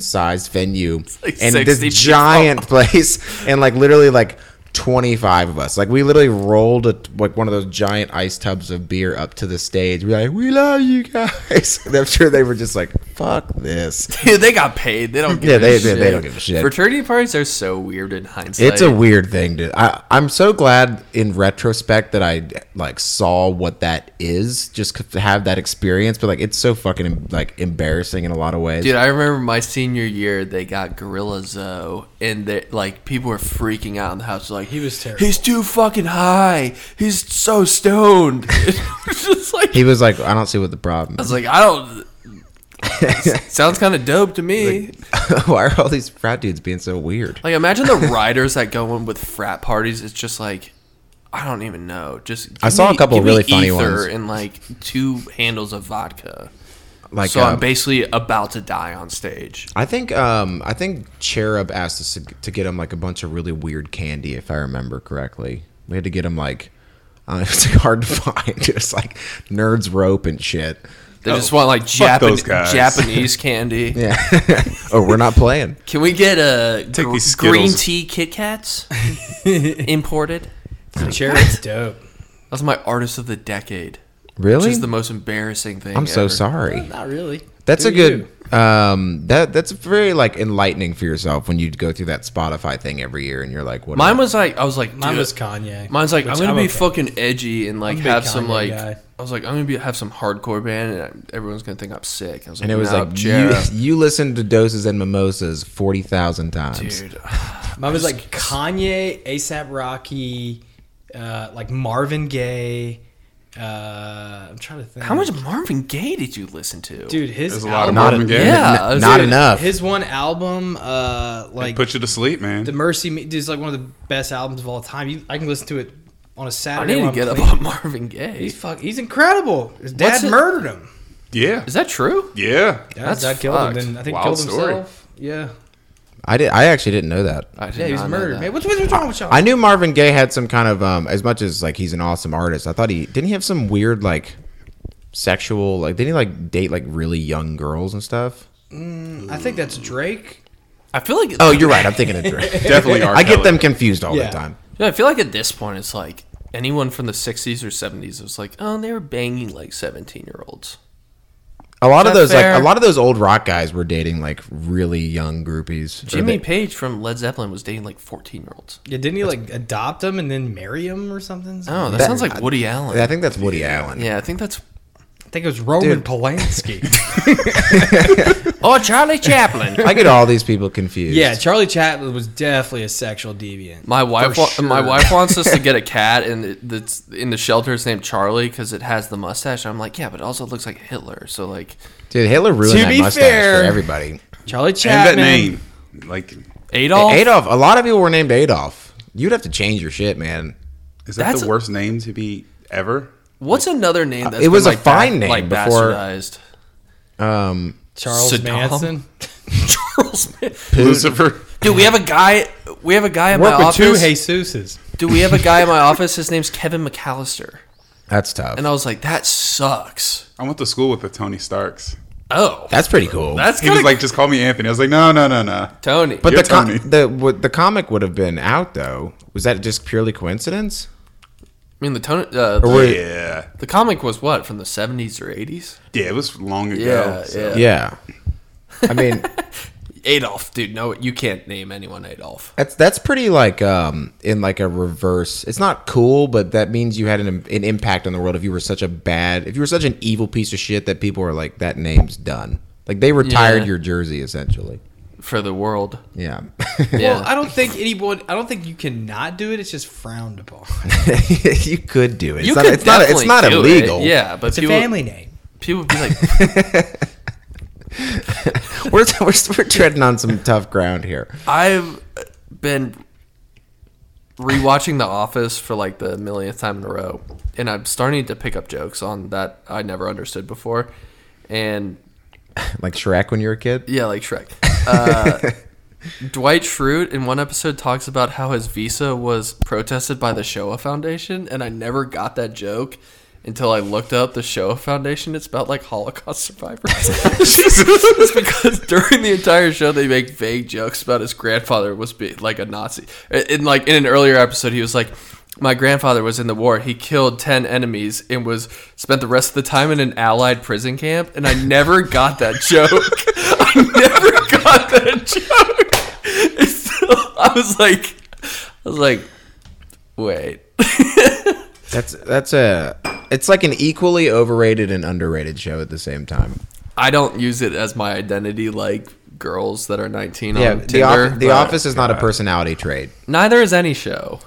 Speaker 4: sized venue,
Speaker 1: like
Speaker 4: and
Speaker 1: 60
Speaker 4: this
Speaker 1: people.
Speaker 4: giant place, and like literally like twenty five of us. Like we literally rolled a, like one of those giant ice tubs of beer up to the stage. We are like, we love you guys. And I'm sure they were just like, fuck this.
Speaker 1: Dude, they got paid. They don't. Give
Speaker 4: Yeah,
Speaker 1: a
Speaker 4: they- they-
Speaker 1: shit.
Speaker 4: they don't give a shit.
Speaker 1: Fraternity parties are so weird in hindsight.
Speaker 4: It's a weird thing to. I, I'm so glad in retrospect that I like saw what that is, just to have that experience. But like, it's so fucking like embarrassing in a lot of ways.
Speaker 1: Dude, I remember my senior year, they got Gorilla Zoe, and they, like people were freaking out in the house. Like he
Speaker 9: was terrible.
Speaker 1: He's too fucking high. He's so stoned. it's just like I
Speaker 4: he was like, I don't see what the problem.
Speaker 1: was like, I don't. sounds kind of dope to me. Like,
Speaker 4: Is. Why are all these frat dudes being so weird?
Speaker 1: imagine the riders that go in with frat parties. It's just like. I don't even know. Just
Speaker 4: I
Speaker 1: give
Speaker 4: saw a
Speaker 1: me-
Speaker 4: couple
Speaker 1: give me
Speaker 4: really funny
Speaker 1: ether
Speaker 4: ones.
Speaker 1: and like two handles of vodka.
Speaker 4: Like,
Speaker 1: so
Speaker 4: um,
Speaker 1: I'm basically about to die on stage.
Speaker 4: I think um I think Cherub asked us to, to get him like a bunch of really weird candy, if I remember correctly. We had to get him like uh, it's like, hard to find. It's like nerds rope and shit.
Speaker 1: They
Speaker 4: oh,
Speaker 1: just want like
Speaker 5: fuck
Speaker 1: Japan-
Speaker 5: those guys.
Speaker 1: Japanese candy.
Speaker 4: Yeah. oh, we're not playing.
Speaker 1: Can we get a
Speaker 5: Take
Speaker 1: gr-
Speaker 5: these Skittles.
Speaker 1: green tea Kit Kats imported?
Speaker 9: Cherub's dope.
Speaker 1: That's my artist of the decade.
Speaker 4: Really?
Speaker 1: Which is the most embarrassing thing.
Speaker 4: I'm so
Speaker 1: ever.
Speaker 4: sorry.
Speaker 9: Not really.
Speaker 4: That's
Speaker 9: Do
Speaker 4: a good um that that's very like enlightening for yourself when you go through that Spotify thing every year and you're like, what?
Speaker 1: Mine was like, I was like,
Speaker 9: Mine
Speaker 1: dude,
Speaker 9: was Kanye.
Speaker 1: Mine's like,
Speaker 9: which
Speaker 1: I'm gonna be
Speaker 9: okay.
Speaker 1: fucking edgy and like
Speaker 9: I'm a big
Speaker 1: have some
Speaker 9: Kanye
Speaker 1: like.
Speaker 9: guy.
Speaker 1: I was like, I'm gonna be have some hardcore band, and I- everyone's gonna think I'm sick. I was like,
Speaker 4: and it was
Speaker 1: "No,
Speaker 4: like you,
Speaker 1: Jared."
Speaker 4: you listened to doses and mimosas forty thousand times.
Speaker 1: dude.
Speaker 9: Mine was like Kanye, ASAP Rocky, uh, like Marvin Gaye. Uh, I'm trying to think.
Speaker 1: How much Marvin Gaye did you listen to,
Speaker 9: Dude, his
Speaker 5: There's a lot
Speaker 9: album-
Speaker 5: of Marvin Gaye.
Speaker 1: Yeah, I
Speaker 4: n-
Speaker 1: was
Speaker 4: not
Speaker 1: like-
Speaker 4: enough.
Speaker 9: His one album, uh, like
Speaker 5: Put you to sleep, man.
Speaker 9: the Mercy, Me, dude, is like one of the best albums of all time. You, I can listen to it on a
Speaker 1: I
Speaker 9: Saturday.
Speaker 1: need to
Speaker 9: while I'm
Speaker 1: get up
Speaker 9: cleaning.
Speaker 1: on Marvin Gaye.
Speaker 9: He's fuck. He's incredible. His dad
Speaker 1: What's it-
Speaker 9: murdered him.
Speaker 5: yeah,
Speaker 1: Is that true?
Speaker 5: yeah.
Speaker 9: Yeah,
Speaker 1: That's
Speaker 9: his dad killed
Speaker 1: fucked.
Speaker 9: him. Then I think
Speaker 5: Wild
Speaker 9: killed
Speaker 5: story.
Speaker 9: himself. Yeah.
Speaker 4: I did I actually didn't know that.
Speaker 1: I did
Speaker 9: Yeah, he was
Speaker 1: not know
Speaker 9: murdered.
Speaker 1: that.
Speaker 9: Man, what's, what's wrong with y'all?
Speaker 4: I knew Marvin Gaye had some kind of um as much as like he's an awesome artist. I thought he didn't he have some weird like sexual like didn't he like date like really young girls and stuff?
Speaker 9: I think that's Drake.
Speaker 1: I feel like
Speaker 4: Oh, you're right. I'm thinking of Drake.
Speaker 5: Definitely R.
Speaker 4: I get
Speaker 5: Kelly.
Speaker 4: them confused all
Speaker 9: Yeah.
Speaker 4: the time.
Speaker 1: Yeah, I feel like at this point it's like anyone from the 60s or 70s was like, oh, they were banging like 17 year olds.
Speaker 4: A lot of
Speaker 1: that
Speaker 4: those
Speaker 1: fair?
Speaker 4: like a lot of those old rock guys were dating like really young groupies. Or
Speaker 1: Jimmy
Speaker 4: they-
Speaker 1: Page from Led Zeppelin was dating like 14 year olds.
Speaker 9: Yeah, didn't he like adopt him and then marry him or something?
Speaker 1: Oh, that,
Speaker 4: That-
Speaker 1: sounds like Woody Allen.
Speaker 4: I think that's Woody Allen.
Speaker 1: yeah, I think that's.
Speaker 9: I think it was Roman
Speaker 4: Dude.
Speaker 9: Polanski.
Speaker 1: Oh, Charlie Chaplin.
Speaker 4: I get all these people confused.
Speaker 9: yeah, Charlie Chaplin was definitely a sexual deviant.
Speaker 1: My wife,
Speaker 9: For
Speaker 1: wa-
Speaker 9: sure.
Speaker 1: my wife wants us to get a cat, and it- that's in the shelter. It's named Charlie because it has the mustache. I'm like, yeah, but it also looks like Hitler. So like,
Speaker 4: dude, Hitler ruined
Speaker 9: To
Speaker 4: that
Speaker 9: be
Speaker 4: mustache
Speaker 9: fair-
Speaker 4: for everybody.
Speaker 9: Charlie
Speaker 5: and that
Speaker 9: Chaplin.
Speaker 5: name, like,
Speaker 1: Adolf.
Speaker 4: Adolf. A lot of people were named Adolf. You'd have to change your shit, man.
Speaker 5: is that
Speaker 1: That's-
Speaker 5: the worst name to be ever?
Speaker 1: What's another name? That's
Speaker 4: Uh, It was
Speaker 1: been,
Speaker 4: a
Speaker 1: like,
Speaker 4: fine
Speaker 1: ba-
Speaker 4: name
Speaker 1: like
Speaker 4: before-
Speaker 1: bastardized.
Speaker 4: Um,
Speaker 9: Charles
Speaker 1: Saddam.
Speaker 9: Manson.
Speaker 1: Charles. Man-
Speaker 5: Lucifer.
Speaker 1: Dude, we have a guy. We have a guy in my
Speaker 9: Work with
Speaker 1: office.
Speaker 9: two Jesuses.
Speaker 1: Do we have a guy in my office? His name's Kevin McAllister.
Speaker 4: that's tough.
Speaker 1: And I was like, that sucks.
Speaker 5: I went to school with the Tony Starks.
Speaker 1: Oh.
Speaker 4: that's pretty cool.
Speaker 1: That's
Speaker 5: He was
Speaker 1: good.
Speaker 5: like, just call me Anthony. I was like, no, no, no, no.
Speaker 1: Tony.
Speaker 4: But
Speaker 5: You're
Speaker 4: the com-
Speaker 5: Tony.
Speaker 4: the what the comic would have been out though. Was that just purely coincidence?
Speaker 1: I mean, the Tony, uh,
Speaker 4: Or
Speaker 1: the,
Speaker 4: were-
Speaker 5: Yeah.
Speaker 1: the comic was what, from the 70s or 80s?
Speaker 5: Yeah, it was long ago. so-
Speaker 1: yeah.
Speaker 4: yeah. I mean,
Speaker 1: Adolf, dude. No, you can't name anyone Adolf.
Speaker 4: that's that's pretty like um in like a reverse. It's not cool, but that means you had an an impact on the world if you were such a bad, if you were such an evil piece of shit that people were like that name's done. Like they retired
Speaker 1: Yeah.
Speaker 4: your jersey essentially.
Speaker 1: For the world.
Speaker 4: Yeah.
Speaker 1: Yeah.
Speaker 9: Well, I don't think anyone. I don't think you cannot do it. It's just frowned upon.
Speaker 4: you could do it. It's
Speaker 1: you
Speaker 4: not
Speaker 1: could
Speaker 4: it's not it's
Speaker 1: definitely
Speaker 4: not
Speaker 1: do
Speaker 4: illegal.
Speaker 1: It. Yeah, but
Speaker 9: It's a
Speaker 1: people,
Speaker 9: family name.
Speaker 1: people would be like,
Speaker 4: We're, we're we're treading on some tough ground here.
Speaker 1: I've been rewatching The Office for like the millionth time in a row, and I'm starting to pick up jokes on that I never understood before. And
Speaker 4: Like Shrek when you were a kid.
Speaker 1: Yeah, like Shrek. Uh, Dwight Schrute in one episode talks about how his visa was protested by the Shoah Foundation, and I never got that joke until I looked up the Shoah Foundation. It's about like Holocaust survivors. it's because during the entire show they make vague jokes about his grandfather was be, like a Nazi. And like in an earlier episode, he was like. my grandfather was in the war. He killed ten enemies and was spent the rest of the time in an Allied prison camp. And I never got that joke. I never got that joke. It's still, I was like, I was like, wait.
Speaker 4: That's that's a it's like an equally overrated and underrated show at the same time.
Speaker 1: I don't use it as my identity, like girls that are nineteen
Speaker 4: Yeah,
Speaker 1: on
Speaker 4: the,
Speaker 1: Oh, Tinder.
Speaker 4: Office- the
Speaker 1: but
Speaker 4: Office is not a personality trait.
Speaker 1: Neither is any show,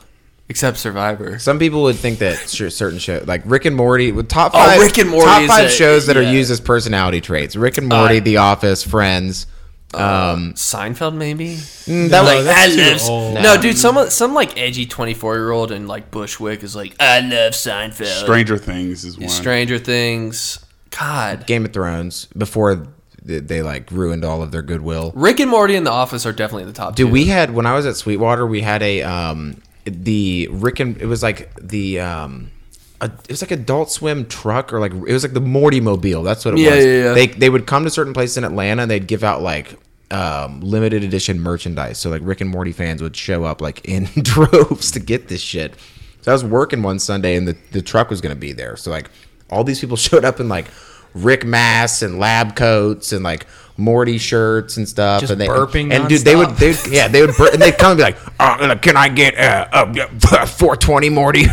Speaker 1: except Survivor.
Speaker 4: Some people would think that cer- certain show like Rick and Morty, with top
Speaker 1: Oh,
Speaker 4: five,
Speaker 1: Rick and Morty
Speaker 4: top
Speaker 1: is
Speaker 4: five
Speaker 1: a-
Speaker 4: shows that
Speaker 1: yeah.
Speaker 4: are used as personality traits. Rick and Morty, The Office, Friends. Um,
Speaker 1: Seinfeld, maybe.
Speaker 4: mm, that
Speaker 1: like
Speaker 4: was,
Speaker 1: I love
Speaker 4: old.
Speaker 1: no.
Speaker 4: No.
Speaker 1: dude. Some some like edgy twenty four year old in like Bushwick is like I love Seinfeld,
Speaker 5: Stranger Things is one.
Speaker 1: Stranger Things. God,
Speaker 4: Game of Thrones before th- they like ruined all of their goodwill.
Speaker 1: Rick and Morty and The Office are definitely in the top.
Speaker 4: Dude,
Speaker 1: two.
Speaker 4: we had when I was at Sweetwater, we had a um the Rick and it was like the um a, it was like Adult Swim truck or like it was like the Morty Mobile. That's what it
Speaker 1: Yeah,
Speaker 4: was.
Speaker 1: yeah, yeah.
Speaker 4: They they would come to certain places in Atlanta and they'd give out like um limited edition merchandise. So like Rick and Morty fans would show up like in droves to get this shit. So I was working one Sunday and the the truck was gonna be there. So like all these people showed up in like Rick masks and lab coats and like Morty shirts and stuff,
Speaker 3: Just
Speaker 4: and they
Speaker 3: burping
Speaker 4: and dude, they would
Speaker 3: nonstop.
Speaker 4: they would- yeah, they would bur- and they'd come and be like, uh, "Can I get uh, uh, 420 Morty?" be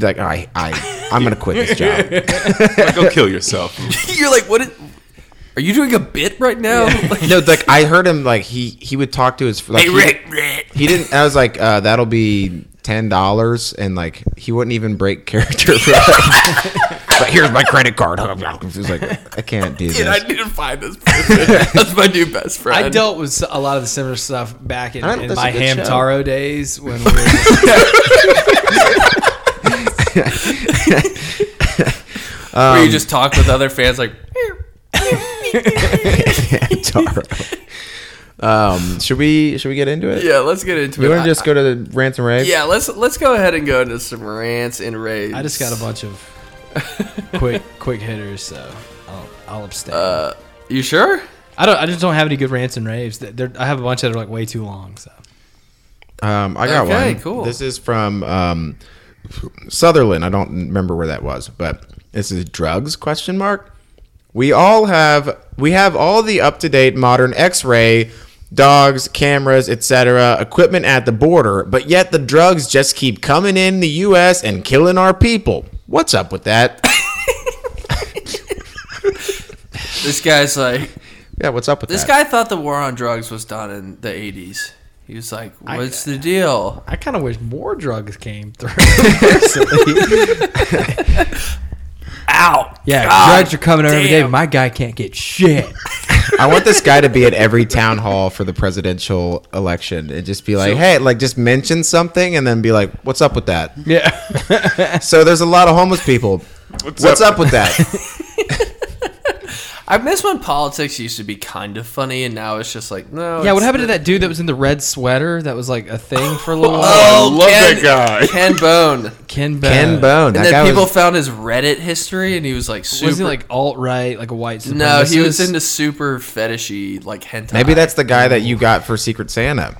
Speaker 4: like, "I I I'm gonna quit this job."
Speaker 5: Like, go kill yourself.
Speaker 1: You're like, what? Is, are you doing a bit right now? Like,
Speaker 4: no, like I heard him like he he would talk to his like,
Speaker 6: Hey,
Speaker 4: he,
Speaker 6: Rick, Rick.
Speaker 4: He didn't. I was like, uh, "That'll be ten dollars," and like he wouldn't even break character. For but here's my credit card. It was like, I can't do
Speaker 1: dude, I
Speaker 4: this.
Speaker 1: need to find this person. That's my new best friend.
Speaker 9: I dealt with a lot of the similar stuff back in,
Speaker 4: I don't-
Speaker 9: in
Speaker 4: that's a
Speaker 9: my
Speaker 4: good show.
Speaker 9: Hamtaro days when we were
Speaker 1: Where you just talk with other fans, like
Speaker 4: um, should we should we get into it?
Speaker 1: yeah, let's get into
Speaker 4: We
Speaker 1: it.
Speaker 4: want
Speaker 1: I-
Speaker 4: to just go to the rants and raves.
Speaker 1: yeah, let's let's go ahead and go into some rants and raves.
Speaker 9: I just got a bunch of quick quick hitters, so I'll, I'll abstain.
Speaker 1: You sure?
Speaker 9: I don't. I just don't have any good rants and raves. Th- there- I have a bunch that are like way too long. So
Speaker 4: Um, I got
Speaker 1: Okay,
Speaker 4: one.
Speaker 1: cool.
Speaker 4: This is from um, Sutherland. I don't remember where that was, but this is drugs? Question mark. We all have we have all the up to date modern X ray dogs, cameras, etc. equipment at the border, but yet the drugs just keep coming in the U.S. and killing our people. What's up with that?
Speaker 1: This guy's like,
Speaker 4: yeah, what's up with
Speaker 1: This
Speaker 4: that?
Speaker 1: guy thought the war on drugs was done in the 80s. He was like, "What's the deal?"
Speaker 9: I kind of wish more drugs came through.
Speaker 1: Ow!
Speaker 9: yeah,
Speaker 1: God
Speaker 9: drugs are coming out every day.
Speaker 1: damn.
Speaker 9: My guy can't get shit.
Speaker 4: I want this guy to be at every town hall for the presidential election and just be like, hey, like just mention something and then be like, what's up with that?
Speaker 9: yeah,
Speaker 4: So there's a lot of homeless people. What's, up? with
Speaker 1: Uh,
Speaker 4: that?
Speaker 1: I miss when politics used to be kind of funny, and now it's just like, no.
Speaker 3: Yeah, what
Speaker 1: it's-
Speaker 3: happened to that dude that was in the red sweater? That was like a thing for a little while.
Speaker 1: Oh,
Speaker 5: I love
Speaker 1: Ken,
Speaker 5: that guy.
Speaker 1: Ken Bone.
Speaker 3: Ken Bone.
Speaker 4: Ken Bone. That
Speaker 1: and then
Speaker 4: guy
Speaker 1: people
Speaker 4: was,
Speaker 1: found his Reddit history, and he was like super.
Speaker 3: Wasn't he like alt right, like a white supremacist?
Speaker 1: no, he was into super fetishy like hentai.
Speaker 4: maybe that's the guy that you got for Secret Santa.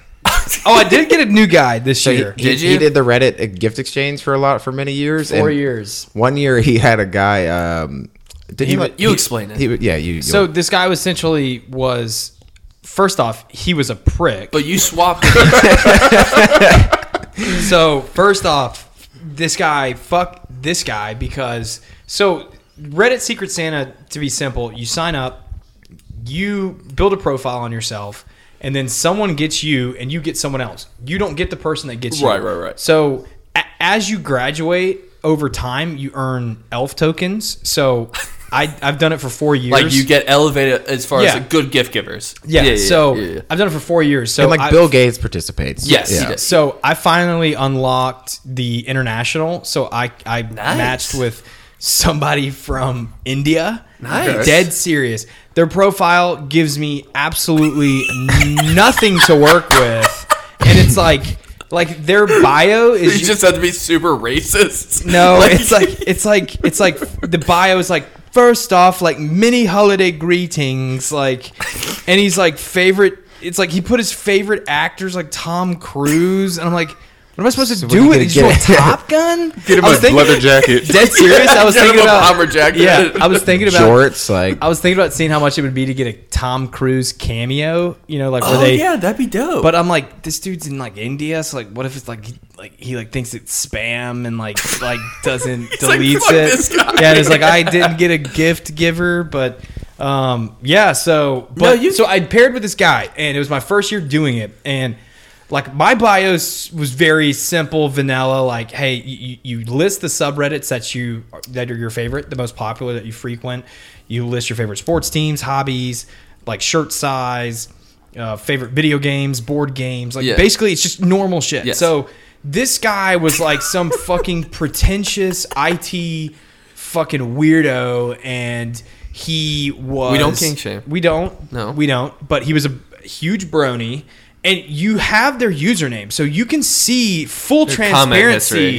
Speaker 3: Oh, I did get a new guy this
Speaker 4: So he,
Speaker 3: year.
Speaker 4: he-
Speaker 1: Did you?
Speaker 4: he did the Reddit gift exchange for a lot for many years.
Speaker 3: Four
Speaker 4: and
Speaker 3: years.
Speaker 4: One year he had a guy. Um, did
Speaker 1: He
Speaker 4: he,
Speaker 1: wa-
Speaker 4: like-
Speaker 1: you
Speaker 4: he-
Speaker 1: explain it.
Speaker 4: he wa- yeah, you.
Speaker 3: So
Speaker 4: So
Speaker 3: this guy was essentially was first off, he was a prick.
Speaker 1: But you swapped. it.
Speaker 3: so first off, this guy fuck this guy because so Reddit Secret Santa to be simple, you sign up, you build a profile on yourself, and then someone gets you and you get someone else. You don't get the person that gets you.
Speaker 1: Right, right, right.
Speaker 3: So a- as you graduate over time, you earn elf tokens. So I, I've done it for four years.
Speaker 1: like you get elevated as far
Speaker 3: Yeah.
Speaker 1: as like, good gift givers.
Speaker 3: yeah, so
Speaker 1: yeah, yeah.
Speaker 3: I've done it for four years. So
Speaker 4: and like
Speaker 3: I-
Speaker 4: Bill Gates participates.
Speaker 1: Yes, he
Speaker 4: Yeah.
Speaker 1: does.
Speaker 3: so I finally unlocked the international. So I I matched with somebody from India.
Speaker 1: Nice.
Speaker 3: Dead serious. Their profile gives me absolutely nothing to work with. And it's like like their bio
Speaker 1: you
Speaker 3: is
Speaker 1: just have to be super racist.
Speaker 3: no, it's like it's like it's like the bio is like first off like mini holiday greetings like and he's like favorite it's like he put his favorite actors like Tom Cruise and I'm like What am I supposed to
Speaker 4: So
Speaker 3: do
Speaker 4: we're
Speaker 3: with
Speaker 4: gonna get
Speaker 3: it? Just
Speaker 4: it.
Speaker 3: want Top Gun?
Speaker 5: Get him
Speaker 3: I
Speaker 5: a
Speaker 3: was thinking-
Speaker 5: leather jacket.
Speaker 3: Dead serious. I was
Speaker 1: Get him
Speaker 3: thinking
Speaker 1: a
Speaker 3: about
Speaker 1: bomber jacket.
Speaker 3: Yeah, I was thinking about
Speaker 4: Shorts, like
Speaker 3: I was thinking about seeing how much it would be to get a Tom Cruise cameo. You know, like where
Speaker 1: Oh
Speaker 3: they.
Speaker 1: yeah, that'd be dope.
Speaker 3: But I'm like, this dude's in like India, so like, what if it's like, he- like he like thinks it's spam and like like doesn't
Speaker 1: like,
Speaker 3: deletes
Speaker 1: "Fuck
Speaker 3: it.
Speaker 1: this guy."
Speaker 3: Yeah, it's like I didn't get a gift giver, but um, yeah. So but
Speaker 1: No, you-
Speaker 3: so I paired with this guy, and it was my first year doing it, and like my bio s- was very simple, vanilla. Like, hey, you, you you list the subreddits that you that are your favorite, the most popular that you frequent. You list your favorite sports teams, hobbies, like shirt size, uh, favorite video games, board games. Like,
Speaker 1: Yeah.
Speaker 3: basically, it's just normal shit.
Speaker 1: Yes.
Speaker 3: So this guy was like some fucking pretentious IT fucking weirdo, and he was
Speaker 1: We don't kink shame.
Speaker 3: we don't.
Speaker 1: No.
Speaker 3: We don't. But he was a huge brony. And you have their username. So you can see full
Speaker 1: comment
Speaker 3: transparency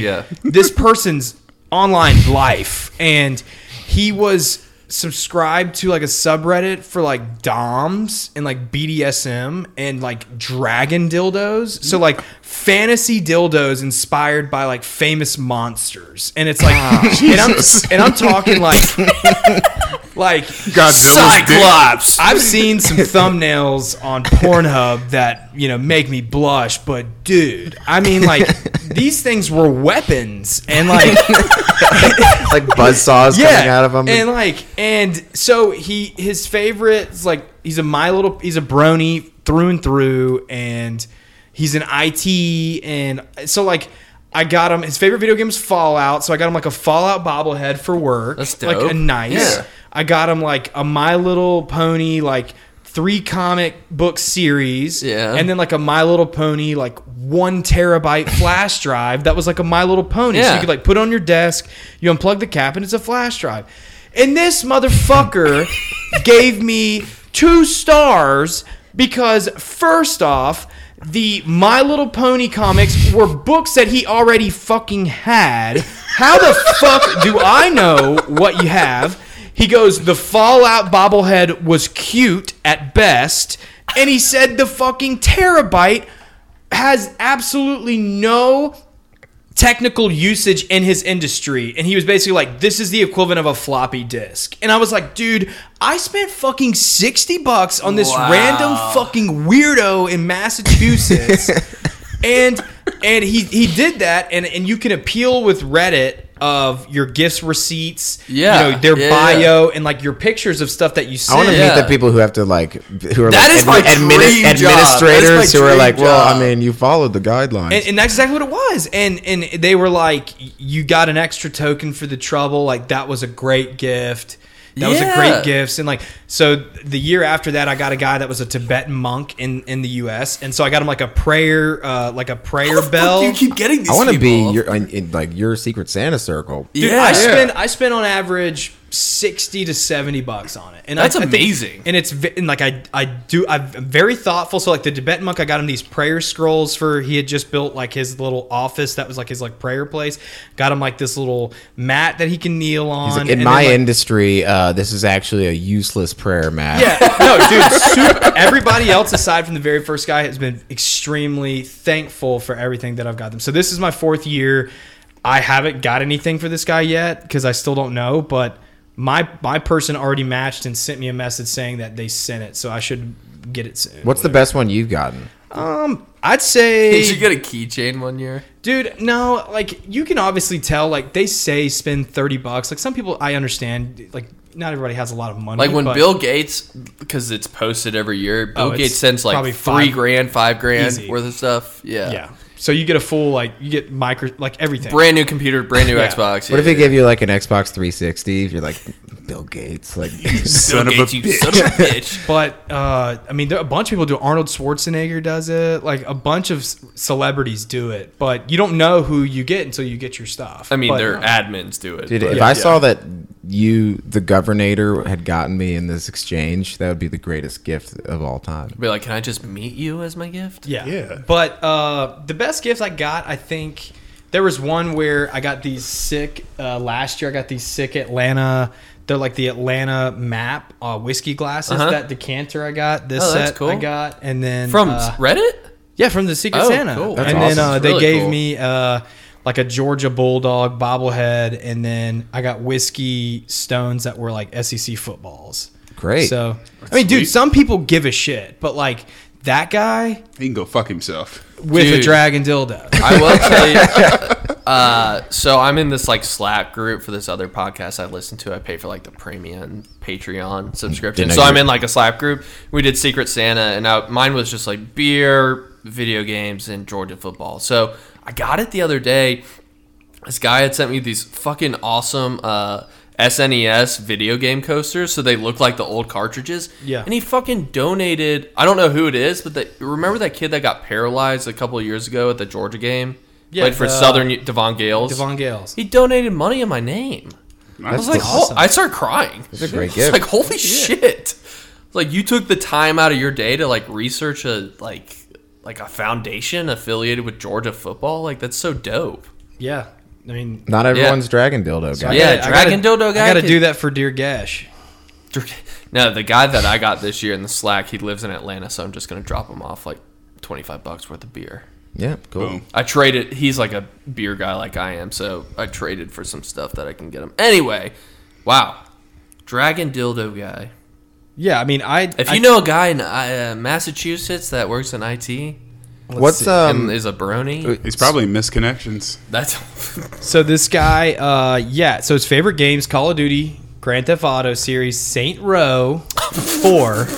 Speaker 1: history, yeah.
Speaker 3: this person's online life. And he was subscribed to like a subreddit for like DOMs and like BDSM and like dragon dildos. So like fantasy dildos inspired by like famous monsters. And it's like and I'm and I'm talking like like
Speaker 5: Godzilla's dick.
Speaker 1: Cyclops.
Speaker 3: I've seen some thumbnails on Pornhub that you know make me blush, but dude, I mean, like these things were weapons, and like
Speaker 4: like buzz saws coming out of them.
Speaker 3: and like, and so he his favorite is like he's a my little he's a brony through and through, and he's an IT, and so like I got him his favorite video game is Fallout, so I got him like a Fallout bobblehead for work,
Speaker 1: That's
Speaker 3: like
Speaker 1: dope.
Speaker 3: a nice.
Speaker 1: Yeah.
Speaker 3: I got him like a My Little Pony like three comic book series,
Speaker 1: Yeah.
Speaker 3: and then like a My Little Pony like one terabyte flash drive that was like a My Little Pony, so
Speaker 1: Yeah.
Speaker 3: you could like put it on your desk, you unplug the cap, and it's a flash drive. And this motherfucker gave me two stars because, first off, the My Little Pony comics were books that he already fucking had. How the fuck do I know what you have? He goes, The Fallout bobblehead was cute at best. And he said, The fucking terabyte has absolutely no technical usage in his industry and he was basically like this is the equivalent of a floppy disk and i was like dude i spent fucking 60 bucks on this
Speaker 1: Wow.
Speaker 3: random fucking weirdo in massachusetts and and he he did that and and you can appeal with reddit of your gifts receipts
Speaker 1: Yeah.
Speaker 3: you know their
Speaker 1: Yeah, yeah.
Speaker 3: bio and like your pictures of stuff that you
Speaker 4: I want to
Speaker 3: send
Speaker 1: Yeah.
Speaker 4: meet the people who have to like who are
Speaker 1: That
Speaker 4: like
Speaker 1: is my dream job.
Speaker 4: administrators
Speaker 1: That's my
Speaker 4: who are
Speaker 1: dream
Speaker 4: like, well, I
Speaker 1: job.
Speaker 4: mean, you followed the guidelines.
Speaker 3: and, and that's exactly what it was. And and they were like, you got an extra token for the trouble. Like that was a great gift. That was a
Speaker 1: Yeah.
Speaker 3: great gift. And like so, the year after that, I got a guy that was a Tibetan monk in in the U.S. And so I got him like a prayer, uh, like a prayer bell.
Speaker 1: You keep getting these.
Speaker 4: I want to be
Speaker 1: people.
Speaker 4: your in, in, like your secret Santa circle.
Speaker 3: Dude,
Speaker 1: Yeah.
Speaker 3: I spend I spend on average sixty to seventy bucks on it, and I-
Speaker 1: That's
Speaker 3: I think-
Speaker 1: amazing.
Speaker 3: and it's ve- and like I I do I'm very thoughtful. So like the Tibetan monk, I got him these prayer scrolls for he had just built like his little office that was like his like prayer place. Got him like this little mat that he can kneel on.
Speaker 4: He's like,
Speaker 3: and
Speaker 4: in
Speaker 3: then,
Speaker 4: my
Speaker 3: like-
Speaker 4: industry, uh, this is actually a useless prayer mat.
Speaker 3: yeah, no, dude. Super, everybody else aside from the very first guy has been extremely thankful for everything that I've got them. So this is my fourth year. I haven't got anything for this guy yet because I still don't know. But my my person already matched and sent me a message saying that they sent it, so I should get it soon.
Speaker 4: What's the best one you've gotten?
Speaker 3: I'd say
Speaker 1: Did you get a keychain one year?
Speaker 3: Dude, no, like you can obviously tell. Like they say, spend thirty bucks. Like some people, I understand. Like not everybody has a lot of money.
Speaker 1: Like when
Speaker 3: but-
Speaker 1: Bill Gates, because it's posted every year. Bill
Speaker 3: Oh, it's
Speaker 1: Gates sends like
Speaker 3: probably
Speaker 1: three
Speaker 3: five-
Speaker 1: grand, five grand
Speaker 3: Easy.
Speaker 1: worth of stuff. Yeah.
Speaker 3: yeah. So you get a full like you get micro like everything.
Speaker 1: Brand new computer, brand new
Speaker 3: Yeah.
Speaker 1: Xbox.
Speaker 4: What if
Speaker 1: yeah,
Speaker 4: they give you like an Xbox 360? If you're like Bill Gates, like
Speaker 5: Son
Speaker 1: Bill
Speaker 5: of a
Speaker 1: Gates, you
Speaker 5: bitch.
Speaker 1: son of a bitch.
Speaker 3: But uh, I mean, there, a bunch of people do. it. Arnold Schwarzenegger does it. Like a bunch of c- celebrities do it. But you don't know who you get until you get your stuff.
Speaker 1: I mean,
Speaker 3: But-
Speaker 1: their admins do it.
Speaker 4: Dude,
Speaker 1: but-
Speaker 4: if I saw that you, the governor, had gotten me in this exchange, that would be the greatest gift of all time.
Speaker 1: be like, can I just meet you as my gift?
Speaker 3: Yeah.
Speaker 5: Yeah.
Speaker 3: But uh, the best gift I got, I think there was one where I got these sick uh, last year. I got these sick Atlanta. They're like the Atlanta map uh, whiskey glasses.
Speaker 1: Uh-huh.
Speaker 3: That decanter I got. This
Speaker 1: Oh, that's
Speaker 3: set
Speaker 1: cool.
Speaker 3: I got, and then
Speaker 1: From
Speaker 3: uh,
Speaker 1: Reddit?
Speaker 3: Yeah, from the Secret
Speaker 1: Oh,
Speaker 3: Santa.
Speaker 1: cool.
Speaker 5: That's
Speaker 3: and
Speaker 5: awesome.
Speaker 3: then uh,
Speaker 1: That's
Speaker 3: they
Speaker 1: really
Speaker 3: gave
Speaker 1: cool.
Speaker 3: me uh, like a Georgia Bulldog bobblehead, and then I got whiskey stones that were like SEC footballs.
Speaker 4: Great.
Speaker 3: So I mean,
Speaker 5: sweet.
Speaker 3: dude, some people give a shit, but like that guy
Speaker 5: He can go fuck himself.
Speaker 3: with a
Speaker 1: Dude.
Speaker 3: dragon dildo.
Speaker 1: I will tell you. Uh, so I'm in this like Slack group for this other podcast I listen to. I pay for like the premium Patreon subscription.
Speaker 4: Didn't know
Speaker 1: So
Speaker 4: you
Speaker 1: I'm
Speaker 4: were-
Speaker 1: in like a Slack group. We did Secret Santa, and I, mine was just like beer, video games, and Georgia football. So I got it the other day. This guy had sent me these fucking awesome uh, SNES video game coasters, so they look like the old cartridges.
Speaker 3: Yeah.
Speaker 1: and he fucking donated. I don't know who it is, but the, remember that kid that got paralyzed a couple of years ago at the Georgia game?
Speaker 3: Yeah,
Speaker 1: played for
Speaker 3: the-
Speaker 1: Southern U- Devon Gales.
Speaker 3: Devon Gales.
Speaker 1: He donated money in my name. I was like,
Speaker 3: awesome.
Speaker 1: oh, I started crying.
Speaker 4: That's a great
Speaker 1: It's
Speaker 4: gift.
Speaker 1: like holy shit! Like you took the time out of your day to like research a like like a foundation affiliated with Georgia football. Like that's so dope.
Speaker 3: Yeah, I mean,
Speaker 4: Not everyone's dragon dildo guy.
Speaker 1: Yeah,
Speaker 3: I gotta-
Speaker 1: Dragon Dildo guy
Speaker 3: I got to
Speaker 1: can-
Speaker 3: do that for Dear Gash.
Speaker 1: No, the guy that I got this year in the Slack, he lives in Atlanta, so I'm just gonna drop him off like twenty five bucks worth of beer.
Speaker 4: Yeah, cool.
Speaker 5: Boom.
Speaker 1: I traded. He's like a beer guy, like I am. So I traded for some stuff that I can get him. Anyway, wow, Dragon Dildo guy.
Speaker 3: Yeah, I mean, I
Speaker 1: If
Speaker 3: I-
Speaker 1: you know a guy in uh, Massachusetts that works in IT
Speaker 4: What's
Speaker 1: um, and
Speaker 4: um?
Speaker 1: is a brony,
Speaker 5: He's probably misconnections.
Speaker 1: that's
Speaker 3: So this guy, uh, yeah. So his favorite games: Call of Duty, Grand Theft Auto series, Saint Row, Four.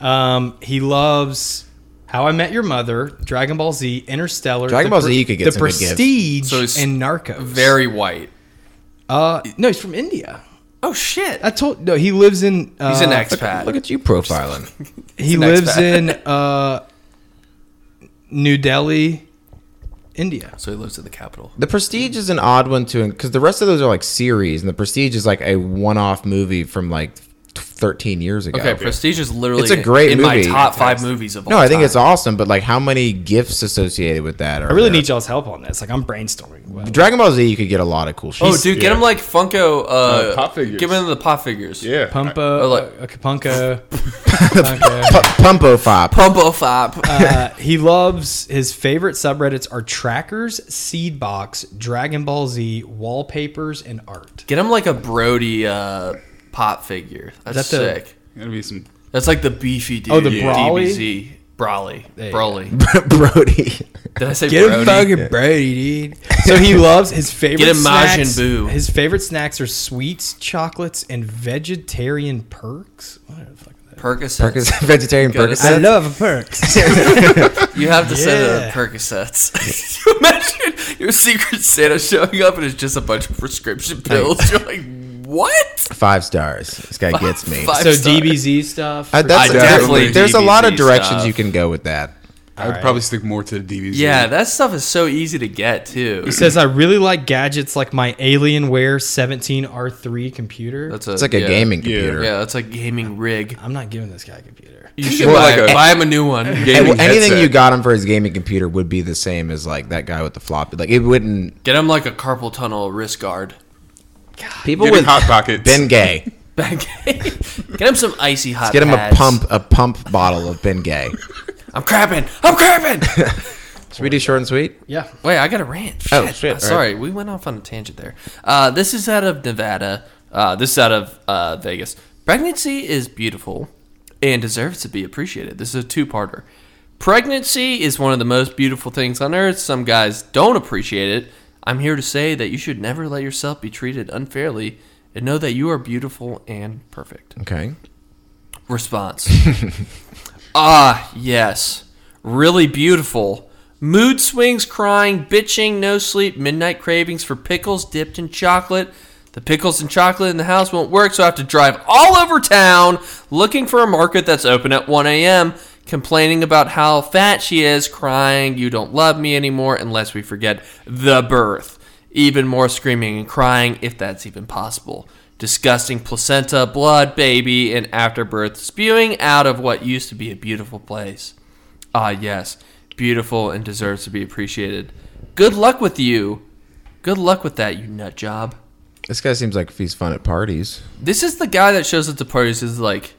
Speaker 3: Um, he loves How I Met Your Mother, Dragon Ball Z, Interstellar,
Speaker 4: Dragon
Speaker 3: The
Speaker 4: Ball
Speaker 3: Pre-
Speaker 4: Z, you could get
Speaker 3: the
Speaker 4: some good gifts.
Speaker 3: Prestige,
Speaker 1: So he's
Speaker 3: and Narcos.
Speaker 1: very white.
Speaker 3: uh, no, he's from India.
Speaker 1: Oh shit!
Speaker 3: I told no, he lives in. Uh,
Speaker 1: He's an expat.
Speaker 4: Look at you profiling.
Speaker 3: He
Speaker 1: an
Speaker 3: lives
Speaker 1: expat.
Speaker 3: in uh, New Delhi, India.
Speaker 1: so he lives in the capital.
Speaker 4: The Prestige is an odd one to because the rest of those are like series, and the Prestige is like a one-off movie from like t- thirteen years ago.
Speaker 1: Okay, Prestige is literally
Speaker 4: It's a great
Speaker 1: in my
Speaker 4: movie.
Speaker 1: top five movies of all
Speaker 4: no, I think
Speaker 1: time.
Speaker 4: it's awesome, but like how many gifts associated with that? Are
Speaker 3: I really
Speaker 4: there?
Speaker 3: need y'all's help on this. Like I'm brainstorming. Well,
Speaker 4: Dragon Ball Z. You could get a lot of cool shit.
Speaker 1: Oh, dude, get him like Funko. Uh,
Speaker 5: Uh, pop figures.
Speaker 1: Give him the pop figures.
Speaker 5: Yeah.
Speaker 3: Pumpo,
Speaker 1: I like-
Speaker 3: uh, Acapulco, Acapulco.
Speaker 4: Pumpo Fop.
Speaker 1: Pumpo Fop.
Speaker 3: Uh, he loves his favorite subreddits are trackers, seed box, Dragon Ball Z, wallpapers, and art.
Speaker 1: Get him like a Brody uh, pop figure. That's
Speaker 3: that the-
Speaker 1: sick.
Speaker 5: Gotta be some.
Speaker 1: That's like the beefy dude.
Speaker 3: Oh, the
Speaker 1: Yeah.
Speaker 3: Brawly?
Speaker 1: DBZ. Brawly.
Speaker 3: you
Speaker 1: Brawly.
Speaker 4: Brody.
Speaker 1: Did I say
Speaker 3: Get
Speaker 1: Brody?
Speaker 3: him fucking Brady, dude. So he loves his favorite
Speaker 1: Get him Majin
Speaker 3: snacks.
Speaker 1: Buu.
Speaker 3: His favorite snacks are sweets, chocolates, and vegetarian perks. What the fuck is that?
Speaker 1: Percocets.
Speaker 4: Percocet- vegetarian
Speaker 1: Gotta
Speaker 4: Percocet.
Speaker 1: say- I
Speaker 3: love perks.
Speaker 1: You have to say the
Speaker 3: Yeah.
Speaker 1: Percocets. you imagine your secret Santa showing up and it's just a bunch of prescription pills. You're like, what?
Speaker 4: Five stars. This guy gets me.
Speaker 1: Five
Speaker 3: So
Speaker 1: stars.
Speaker 3: DBZ stuff.
Speaker 4: Uh, that's
Speaker 1: I
Speaker 4: there-
Speaker 1: definitely uh,
Speaker 4: there's a lot of
Speaker 1: DBZ
Speaker 4: directions
Speaker 1: stuff.
Speaker 4: you can go with that.
Speaker 5: I would probably stick more to the DVZ.
Speaker 1: Yeah, that stuff is so easy to get too.
Speaker 3: He says I really like gadgets like my Alienware 17R3 computer.
Speaker 1: That's a,
Speaker 4: It's like a
Speaker 1: yeah.
Speaker 4: gaming computer.
Speaker 1: Yeah, that's a gaming rig.
Speaker 3: I'm not giving this guy a computer.
Speaker 1: You should
Speaker 5: Well,
Speaker 1: buy,
Speaker 5: like a-
Speaker 1: buy him a new one.
Speaker 4: And
Speaker 5: Gaming
Speaker 4: anything
Speaker 5: headset.
Speaker 4: you got him for his gaming computer would be the same as like that guy with the floppy. Like it wouldn't.
Speaker 1: Get him like a carpal tunnel wrist guard.
Speaker 4: People
Speaker 5: Get him
Speaker 4: would.
Speaker 5: hot pockets.
Speaker 4: Ben Gay.
Speaker 1: Get him some icy hot.
Speaker 4: Get him a
Speaker 1: pads.
Speaker 4: pump. A pump bottle of Ben Gay.
Speaker 1: I'm crapping. I'm crapping.
Speaker 4: Should we do short and sweet?
Speaker 3: Yeah.
Speaker 1: Wait, I got a rant. Shit.
Speaker 4: Oh, shit,
Speaker 1: Uh,
Speaker 4: all
Speaker 1: Sorry, we went off on a tangent there. Uh, this is out of Nevada. Uh, this is out of uh, Vegas. Pregnancy is beautiful and deserves to be appreciated. This is a two parter. Pregnancy is one of the most beautiful things on earth. Some guys don't appreciate it. I'm here to say that you should never let yourself be treated unfairly and know that you are beautiful and perfect.
Speaker 4: Okay.
Speaker 1: response. ah, yes. Really beautiful. Mood swings, crying, bitching, no sleep, midnight cravings for pickles dipped in chocolate. The pickles and chocolate in the house won't work, so I have to drive all over town looking for a market that's open at 1 a.m., complaining about how fat she is, crying, You don't love me anymore, unless we forget the birth. Even more screaming and crying, if that's even possible. Disgusting placenta, blood, baby, and afterbirth spewing out of what used to be a beautiful place. Ah, yes, beautiful and deserves to be appreciated. Good luck with you. Good luck with that, you nut job.
Speaker 4: This guy seems like he's fun at parties.
Speaker 1: This is the guy that shows up to parties is like,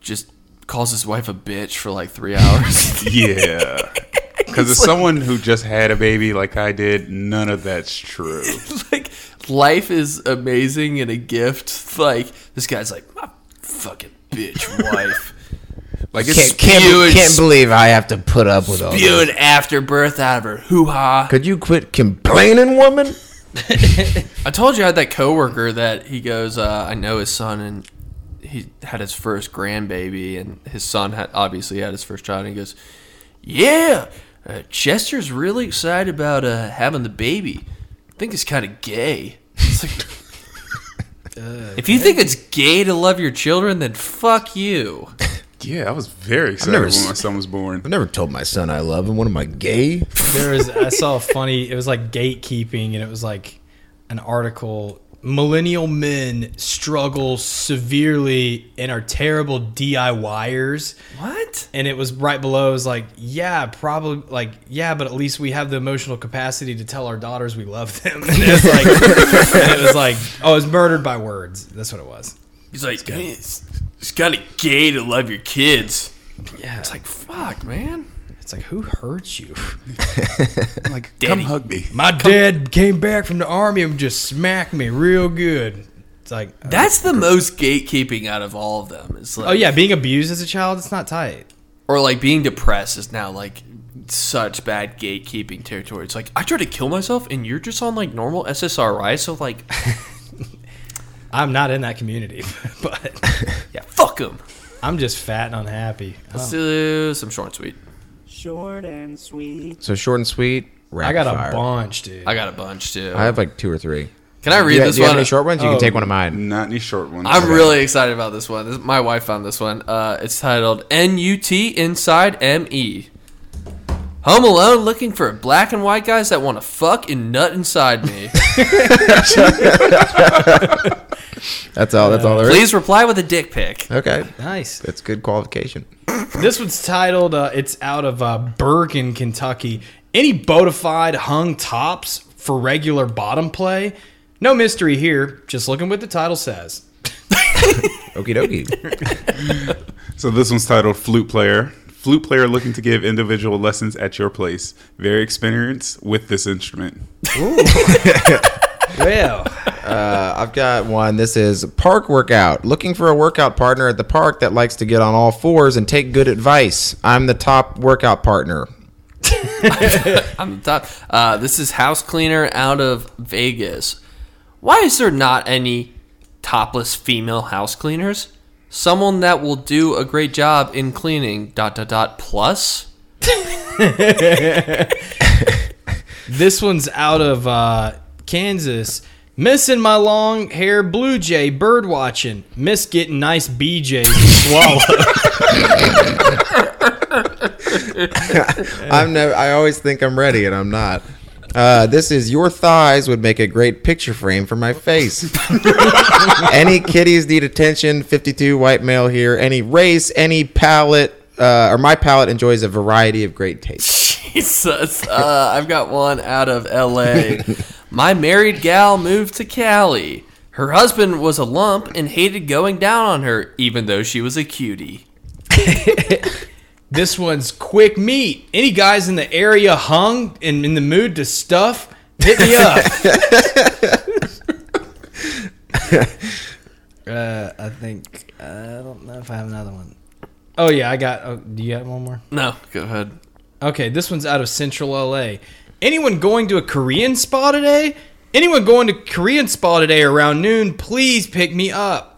Speaker 1: just calls his wife a bitch for like three hours.
Speaker 5: Yeah. Because as someone who just had a baby like I did, none of that's true.
Speaker 1: like life is amazing and a gift. Like this guy's like my fucking bitch wife.
Speaker 5: Like
Speaker 4: Can't,
Speaker 5: it's
Speaker 4: can't,
Speaker 1: spewing-
Speaker 4: can't believe I have to put up with all this.
Speaker 1: Spewing afterbirth out of her hoo ha.
Speaker 4: Could you quit complaining, woman?
Speaker 1: I told you I had that coworker that he goes, uh, I know his son, and he had his first grandbaby, and his son had obviously had his first child. And he goes, "Yeah, uh, Chester's really excited about uh, having the baby. I think it's kind of gay." It's like, if you think it's gay to love your children, then fuck you.
Speaker 5: yeah, I was very excited
Speaker 4: never
Speaker 5: when
Speaker 4: s-
Speaker 5: my son was born.
Speaker 4: I've never told my son I love him. What am I gay?
Speaker 3: There was I saw a funny. It was like gatekeeping, and it was like an article. Millennial men struggle severely and are terrible DIYers.
Speaker 1: What?
Speaker 3: And it was right below. It was like, yeah, probably like yeah, but at least we have the emotional capacity to tell our daughters we love them. And it was like, and it was like, oh, it was murdered by words. That's what it was.
Speaker 1: He's like, "Man, it's, it's kind of gay to love your kids. Yeah, it's like fuck, man.
Speaker 3: It's like, who hurt you?
Speaker 5: Like,
Speaker 1: Daddy.
Speaker 5: come hug me.
Speaker 3: My dad came back from the army and just smacked me real good. It's like,
Speaker 1: That's the most gatekeeping out of all of them. It's like,
Speaker 3: oh yeah, being abused as a child, it's not tight.
Speaker 1: or like being depressed is now like such bad gatekeeping territory. It's like I tried to kill myself, and you're just on like normal SSRI. So like,
Speaker 3: I'm not in that community, but
Speaker 1: yeah, fuck them.
Speaker 3: I'm just fat and unhappy.
Speaker 1: Let's do some short and sweet.
Speaker 4: So short and sweet.
Speaker 3: I
Speaker 4: rapid
Speaker 3: got
Speaker 4: fire.
Speaker 3: a bunch, dude.
Speaker 1: I got a bunch too.
Speaker 4: I have like two or three.
Speaker 1: Can I
Speaker 4: Do you,
Speaker 1: read
Speaker 4: ha-
Speaker 1: this
Speaker 4: do you have
Speaker 1: one?
Speaker 4: any short ones? You
Speaker 3: Oh.
Speaker 4: can take one of mine.
Speaker 5: Not any short ones.
Speaker 1: I'm
Speaker 5: Okay.
Speaker 1: really excited about this one. This, my wife found this one. Uh, it's titled "NUT Inside ME." Home alone, looking for black and white guys that want to fuck and nut inside me.
Speaker 4: That's all. That's all there is.
Speaker 1: Please reply with a dick pic.
Speaker 4: Okay,
Speaker 3: nice.
Speaker 4: that's good qualification.
Speaker 3: This one's titled. Uh, it's out of uh, Bergen, Kentucky. Any bona hung tops for regular bottom play? No mystery here. Just looking what the title says.
Speaker 4: Okie dokie.
Speaker 5: So this one's titled Flute Player. Flute player looking to give individual lessons at your place. Very experienced with this instrument.
Speaker 3: Well,
Speaker 4: Uh, I've got one. This is park workout. Looking for a workout partner at the park that likes to get on all fours and take good advice. I'm the top workout partner.
Speaker 1: I'm the top. Uh, this is house cleaner out of Vegas. Why is there not any topless female house cleaners? Someone that will do a great job in cleaning. Dot dot dot. Plus,
Speaker 3: This one's out of uh, Kansas. Missing my long hair blue jay bird watching. Miss getting nice BJs to swallow.
Speaker 4: I'm never. I always think I'm ready and I'm not. Uh, this is your thighs would make a great picture frame for my face. any kitties need attention. 52 white male here. Any race, any palate, uh, or my palate enjoys a variety of great tastes.
Speaker 1: Jesus. Uh, I've got one out of L.A. My married gal moved to Cali. Her husband was a lump and hated going down on her, even though she was a cutie.
Speaker 3: this one's quick meat. Any guys in the area hung and in the mood to stuff? Hit me up. uh, I think I don't know if I have another one. Oh yeah, I got. Oh, do you have one more?
Speaker 1: No, go ahead.
Speaker 3: Okay, this one's out of Central LA. Anyone going to a Korean spa today? Anyone going to Korean spa today around noon? Please pick me up.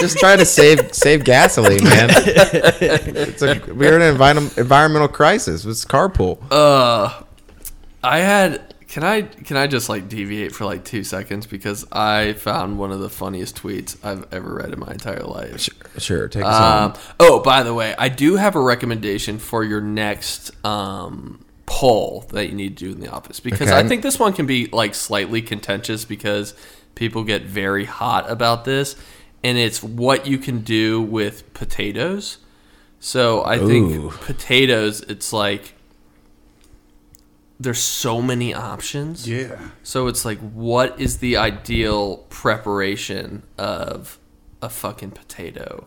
Speaker 4: Just trying to save save gasoline, man. It's a, we're in an envi- environmental crisis. It's carpool.
Speaker 1: Uh, I had can I can I just like deviate for like two seconds because I found one of the funniest tweets I've ever read in my entire life.
Speaker 4: sure, take us
Speaker 1: Um,
Speaker 4: home.
Speaker 1: oh, by the way, I do have a recommendation for your next um, poll that you need to do in the office because I
Speaker 4: Okay.
Speaker 1: think this one can be like slightly contentious because people get very hot about this, and it's what you can do with potatoes. So I think potatoes, it's like there's so many options.
Speaker 5: Yeah.
Speaker 1: So it's like, what is the ideal preparation of a fucking potato?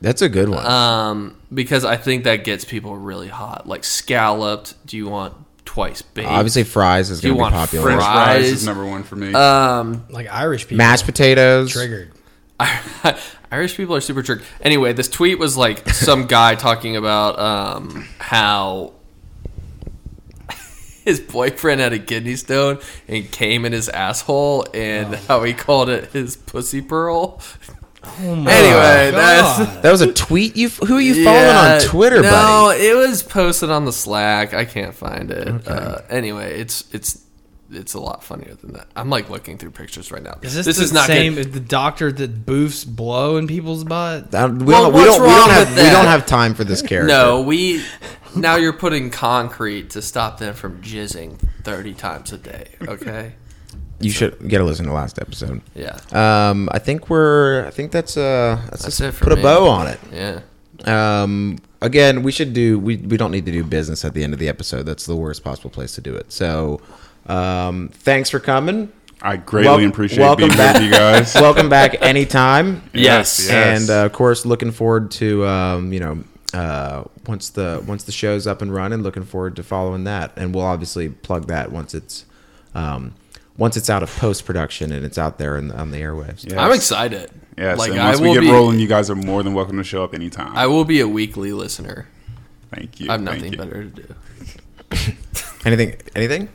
Speaker 4: That's a good one.
Speaker 1: Um, because I think that gets people really hot. Like scalloped. Do you want twice baked?
Speaker 4: Obviously, fries is
Speaker 1: Do you
Speaker 4: going to
Speaker 1: want
Speaker 4: be popular.
Speaker 5: French fries
Speaker 1: Fries.
Speaker 5: is number one for me.
Speaker 1: Um,
Speaker 9: Like Irish people.
Speaker 4: Mashed potatoes.
Speaker 9: Triggered.
Speaker 1: Irish people are super trick. Anyway, this tweet was like some guy talking about um, how his boyfriend had a kidney stone and came in his asshole, and how he called it his pussy pearl. anyway, that's
Speaker 4: That was a tweet. You f- who are you
Speaker 1: Yeah,
Speaker 4: following on Twitter,
Speaker 1: no,
Speaker 4: buddy?
Speaker 1: it was posted on the Slack. I can't find it. Uh, anyway, it's it's it's a lot funnier than that. I'm like looking through pictures right now.
Speaker 9: Is this, the
Speaker 1: is not
Speaker 9: same?
Speaker 1: good.
Speaker 9: The doctor that boofs blow in people's butt.
Speaker 4: Uh, we
Speaker 1: Well, what's
Speaker 4: don't, we don't, we don't
Speaker 1: wrong
Speaker 4: have
Speaker 1: with
Speaker 4: we
Speaker 1: that?
Speaker 4: don't have time for this character.
Speaker 1: No, we now you're putting concrete to stop them from jizzing thirty times a day. Okay.
Speaker 4: you should you gotta listen to the last episode.
Speaker 1: Yeah.
Speaker 4: Um, I think we're. I think that's uh. Let's
Speaker 1: That's
Speaker 4: just
Speaker 1: it for
Speaker 4: put a
Speaker 1: me.
Speaker 4: bow on it.
Speaker 1: Yeah.
Speaker 4: Um, again, we should do. We we don't need to do business at the end of the episode. That's the worst possible place to do it. So, um, thanks for coming.
Speaker 5: I greatly
Speaker 4: Wel-
Speaker 5: appreciate being with you guys.
Speaker 4: welcome back anytime.
Speaker 1: Yes.
Speaker 4: And uh, of course, looking forward to um, you know uh, once the once the show's up and running, looking forward to following that, and we'll obviously plug that once it's um, once it's out of post production and it's out there in, on the airwaves.
Speaker 5: Yes.
Speaker 1: I'm excited.
Speaker 5: Yes,
Speaker 1: Like
Speaker 5: and
Speaker 1: I
Speaker 5: once we
Speaker 1: will
Speaker 5: get
Speaker 1: be.
Speaker 5: rolling, you guys are more than welcome to show up anytime.
Speaker 1: I will be a weekly listener.
Speaker 5: Thank you.
Speaker 1: I have
Speaker 5: thank
Speaker 1: nothing
Speaker 5: you.
Speaker 1: better to do.
Speaker 4: Anything? Anything?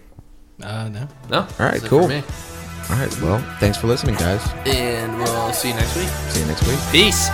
Speaker 9: Uh, no.
Speaker 1: No. that's it for
Speaker 4: cool.
Speaker 1: me.
Speaker 4: All right. Well, thanks for listening, guys.
Speaker 1: And we'll see you next week.
Speaker 4: See you next week.
Speaker 1: Peace.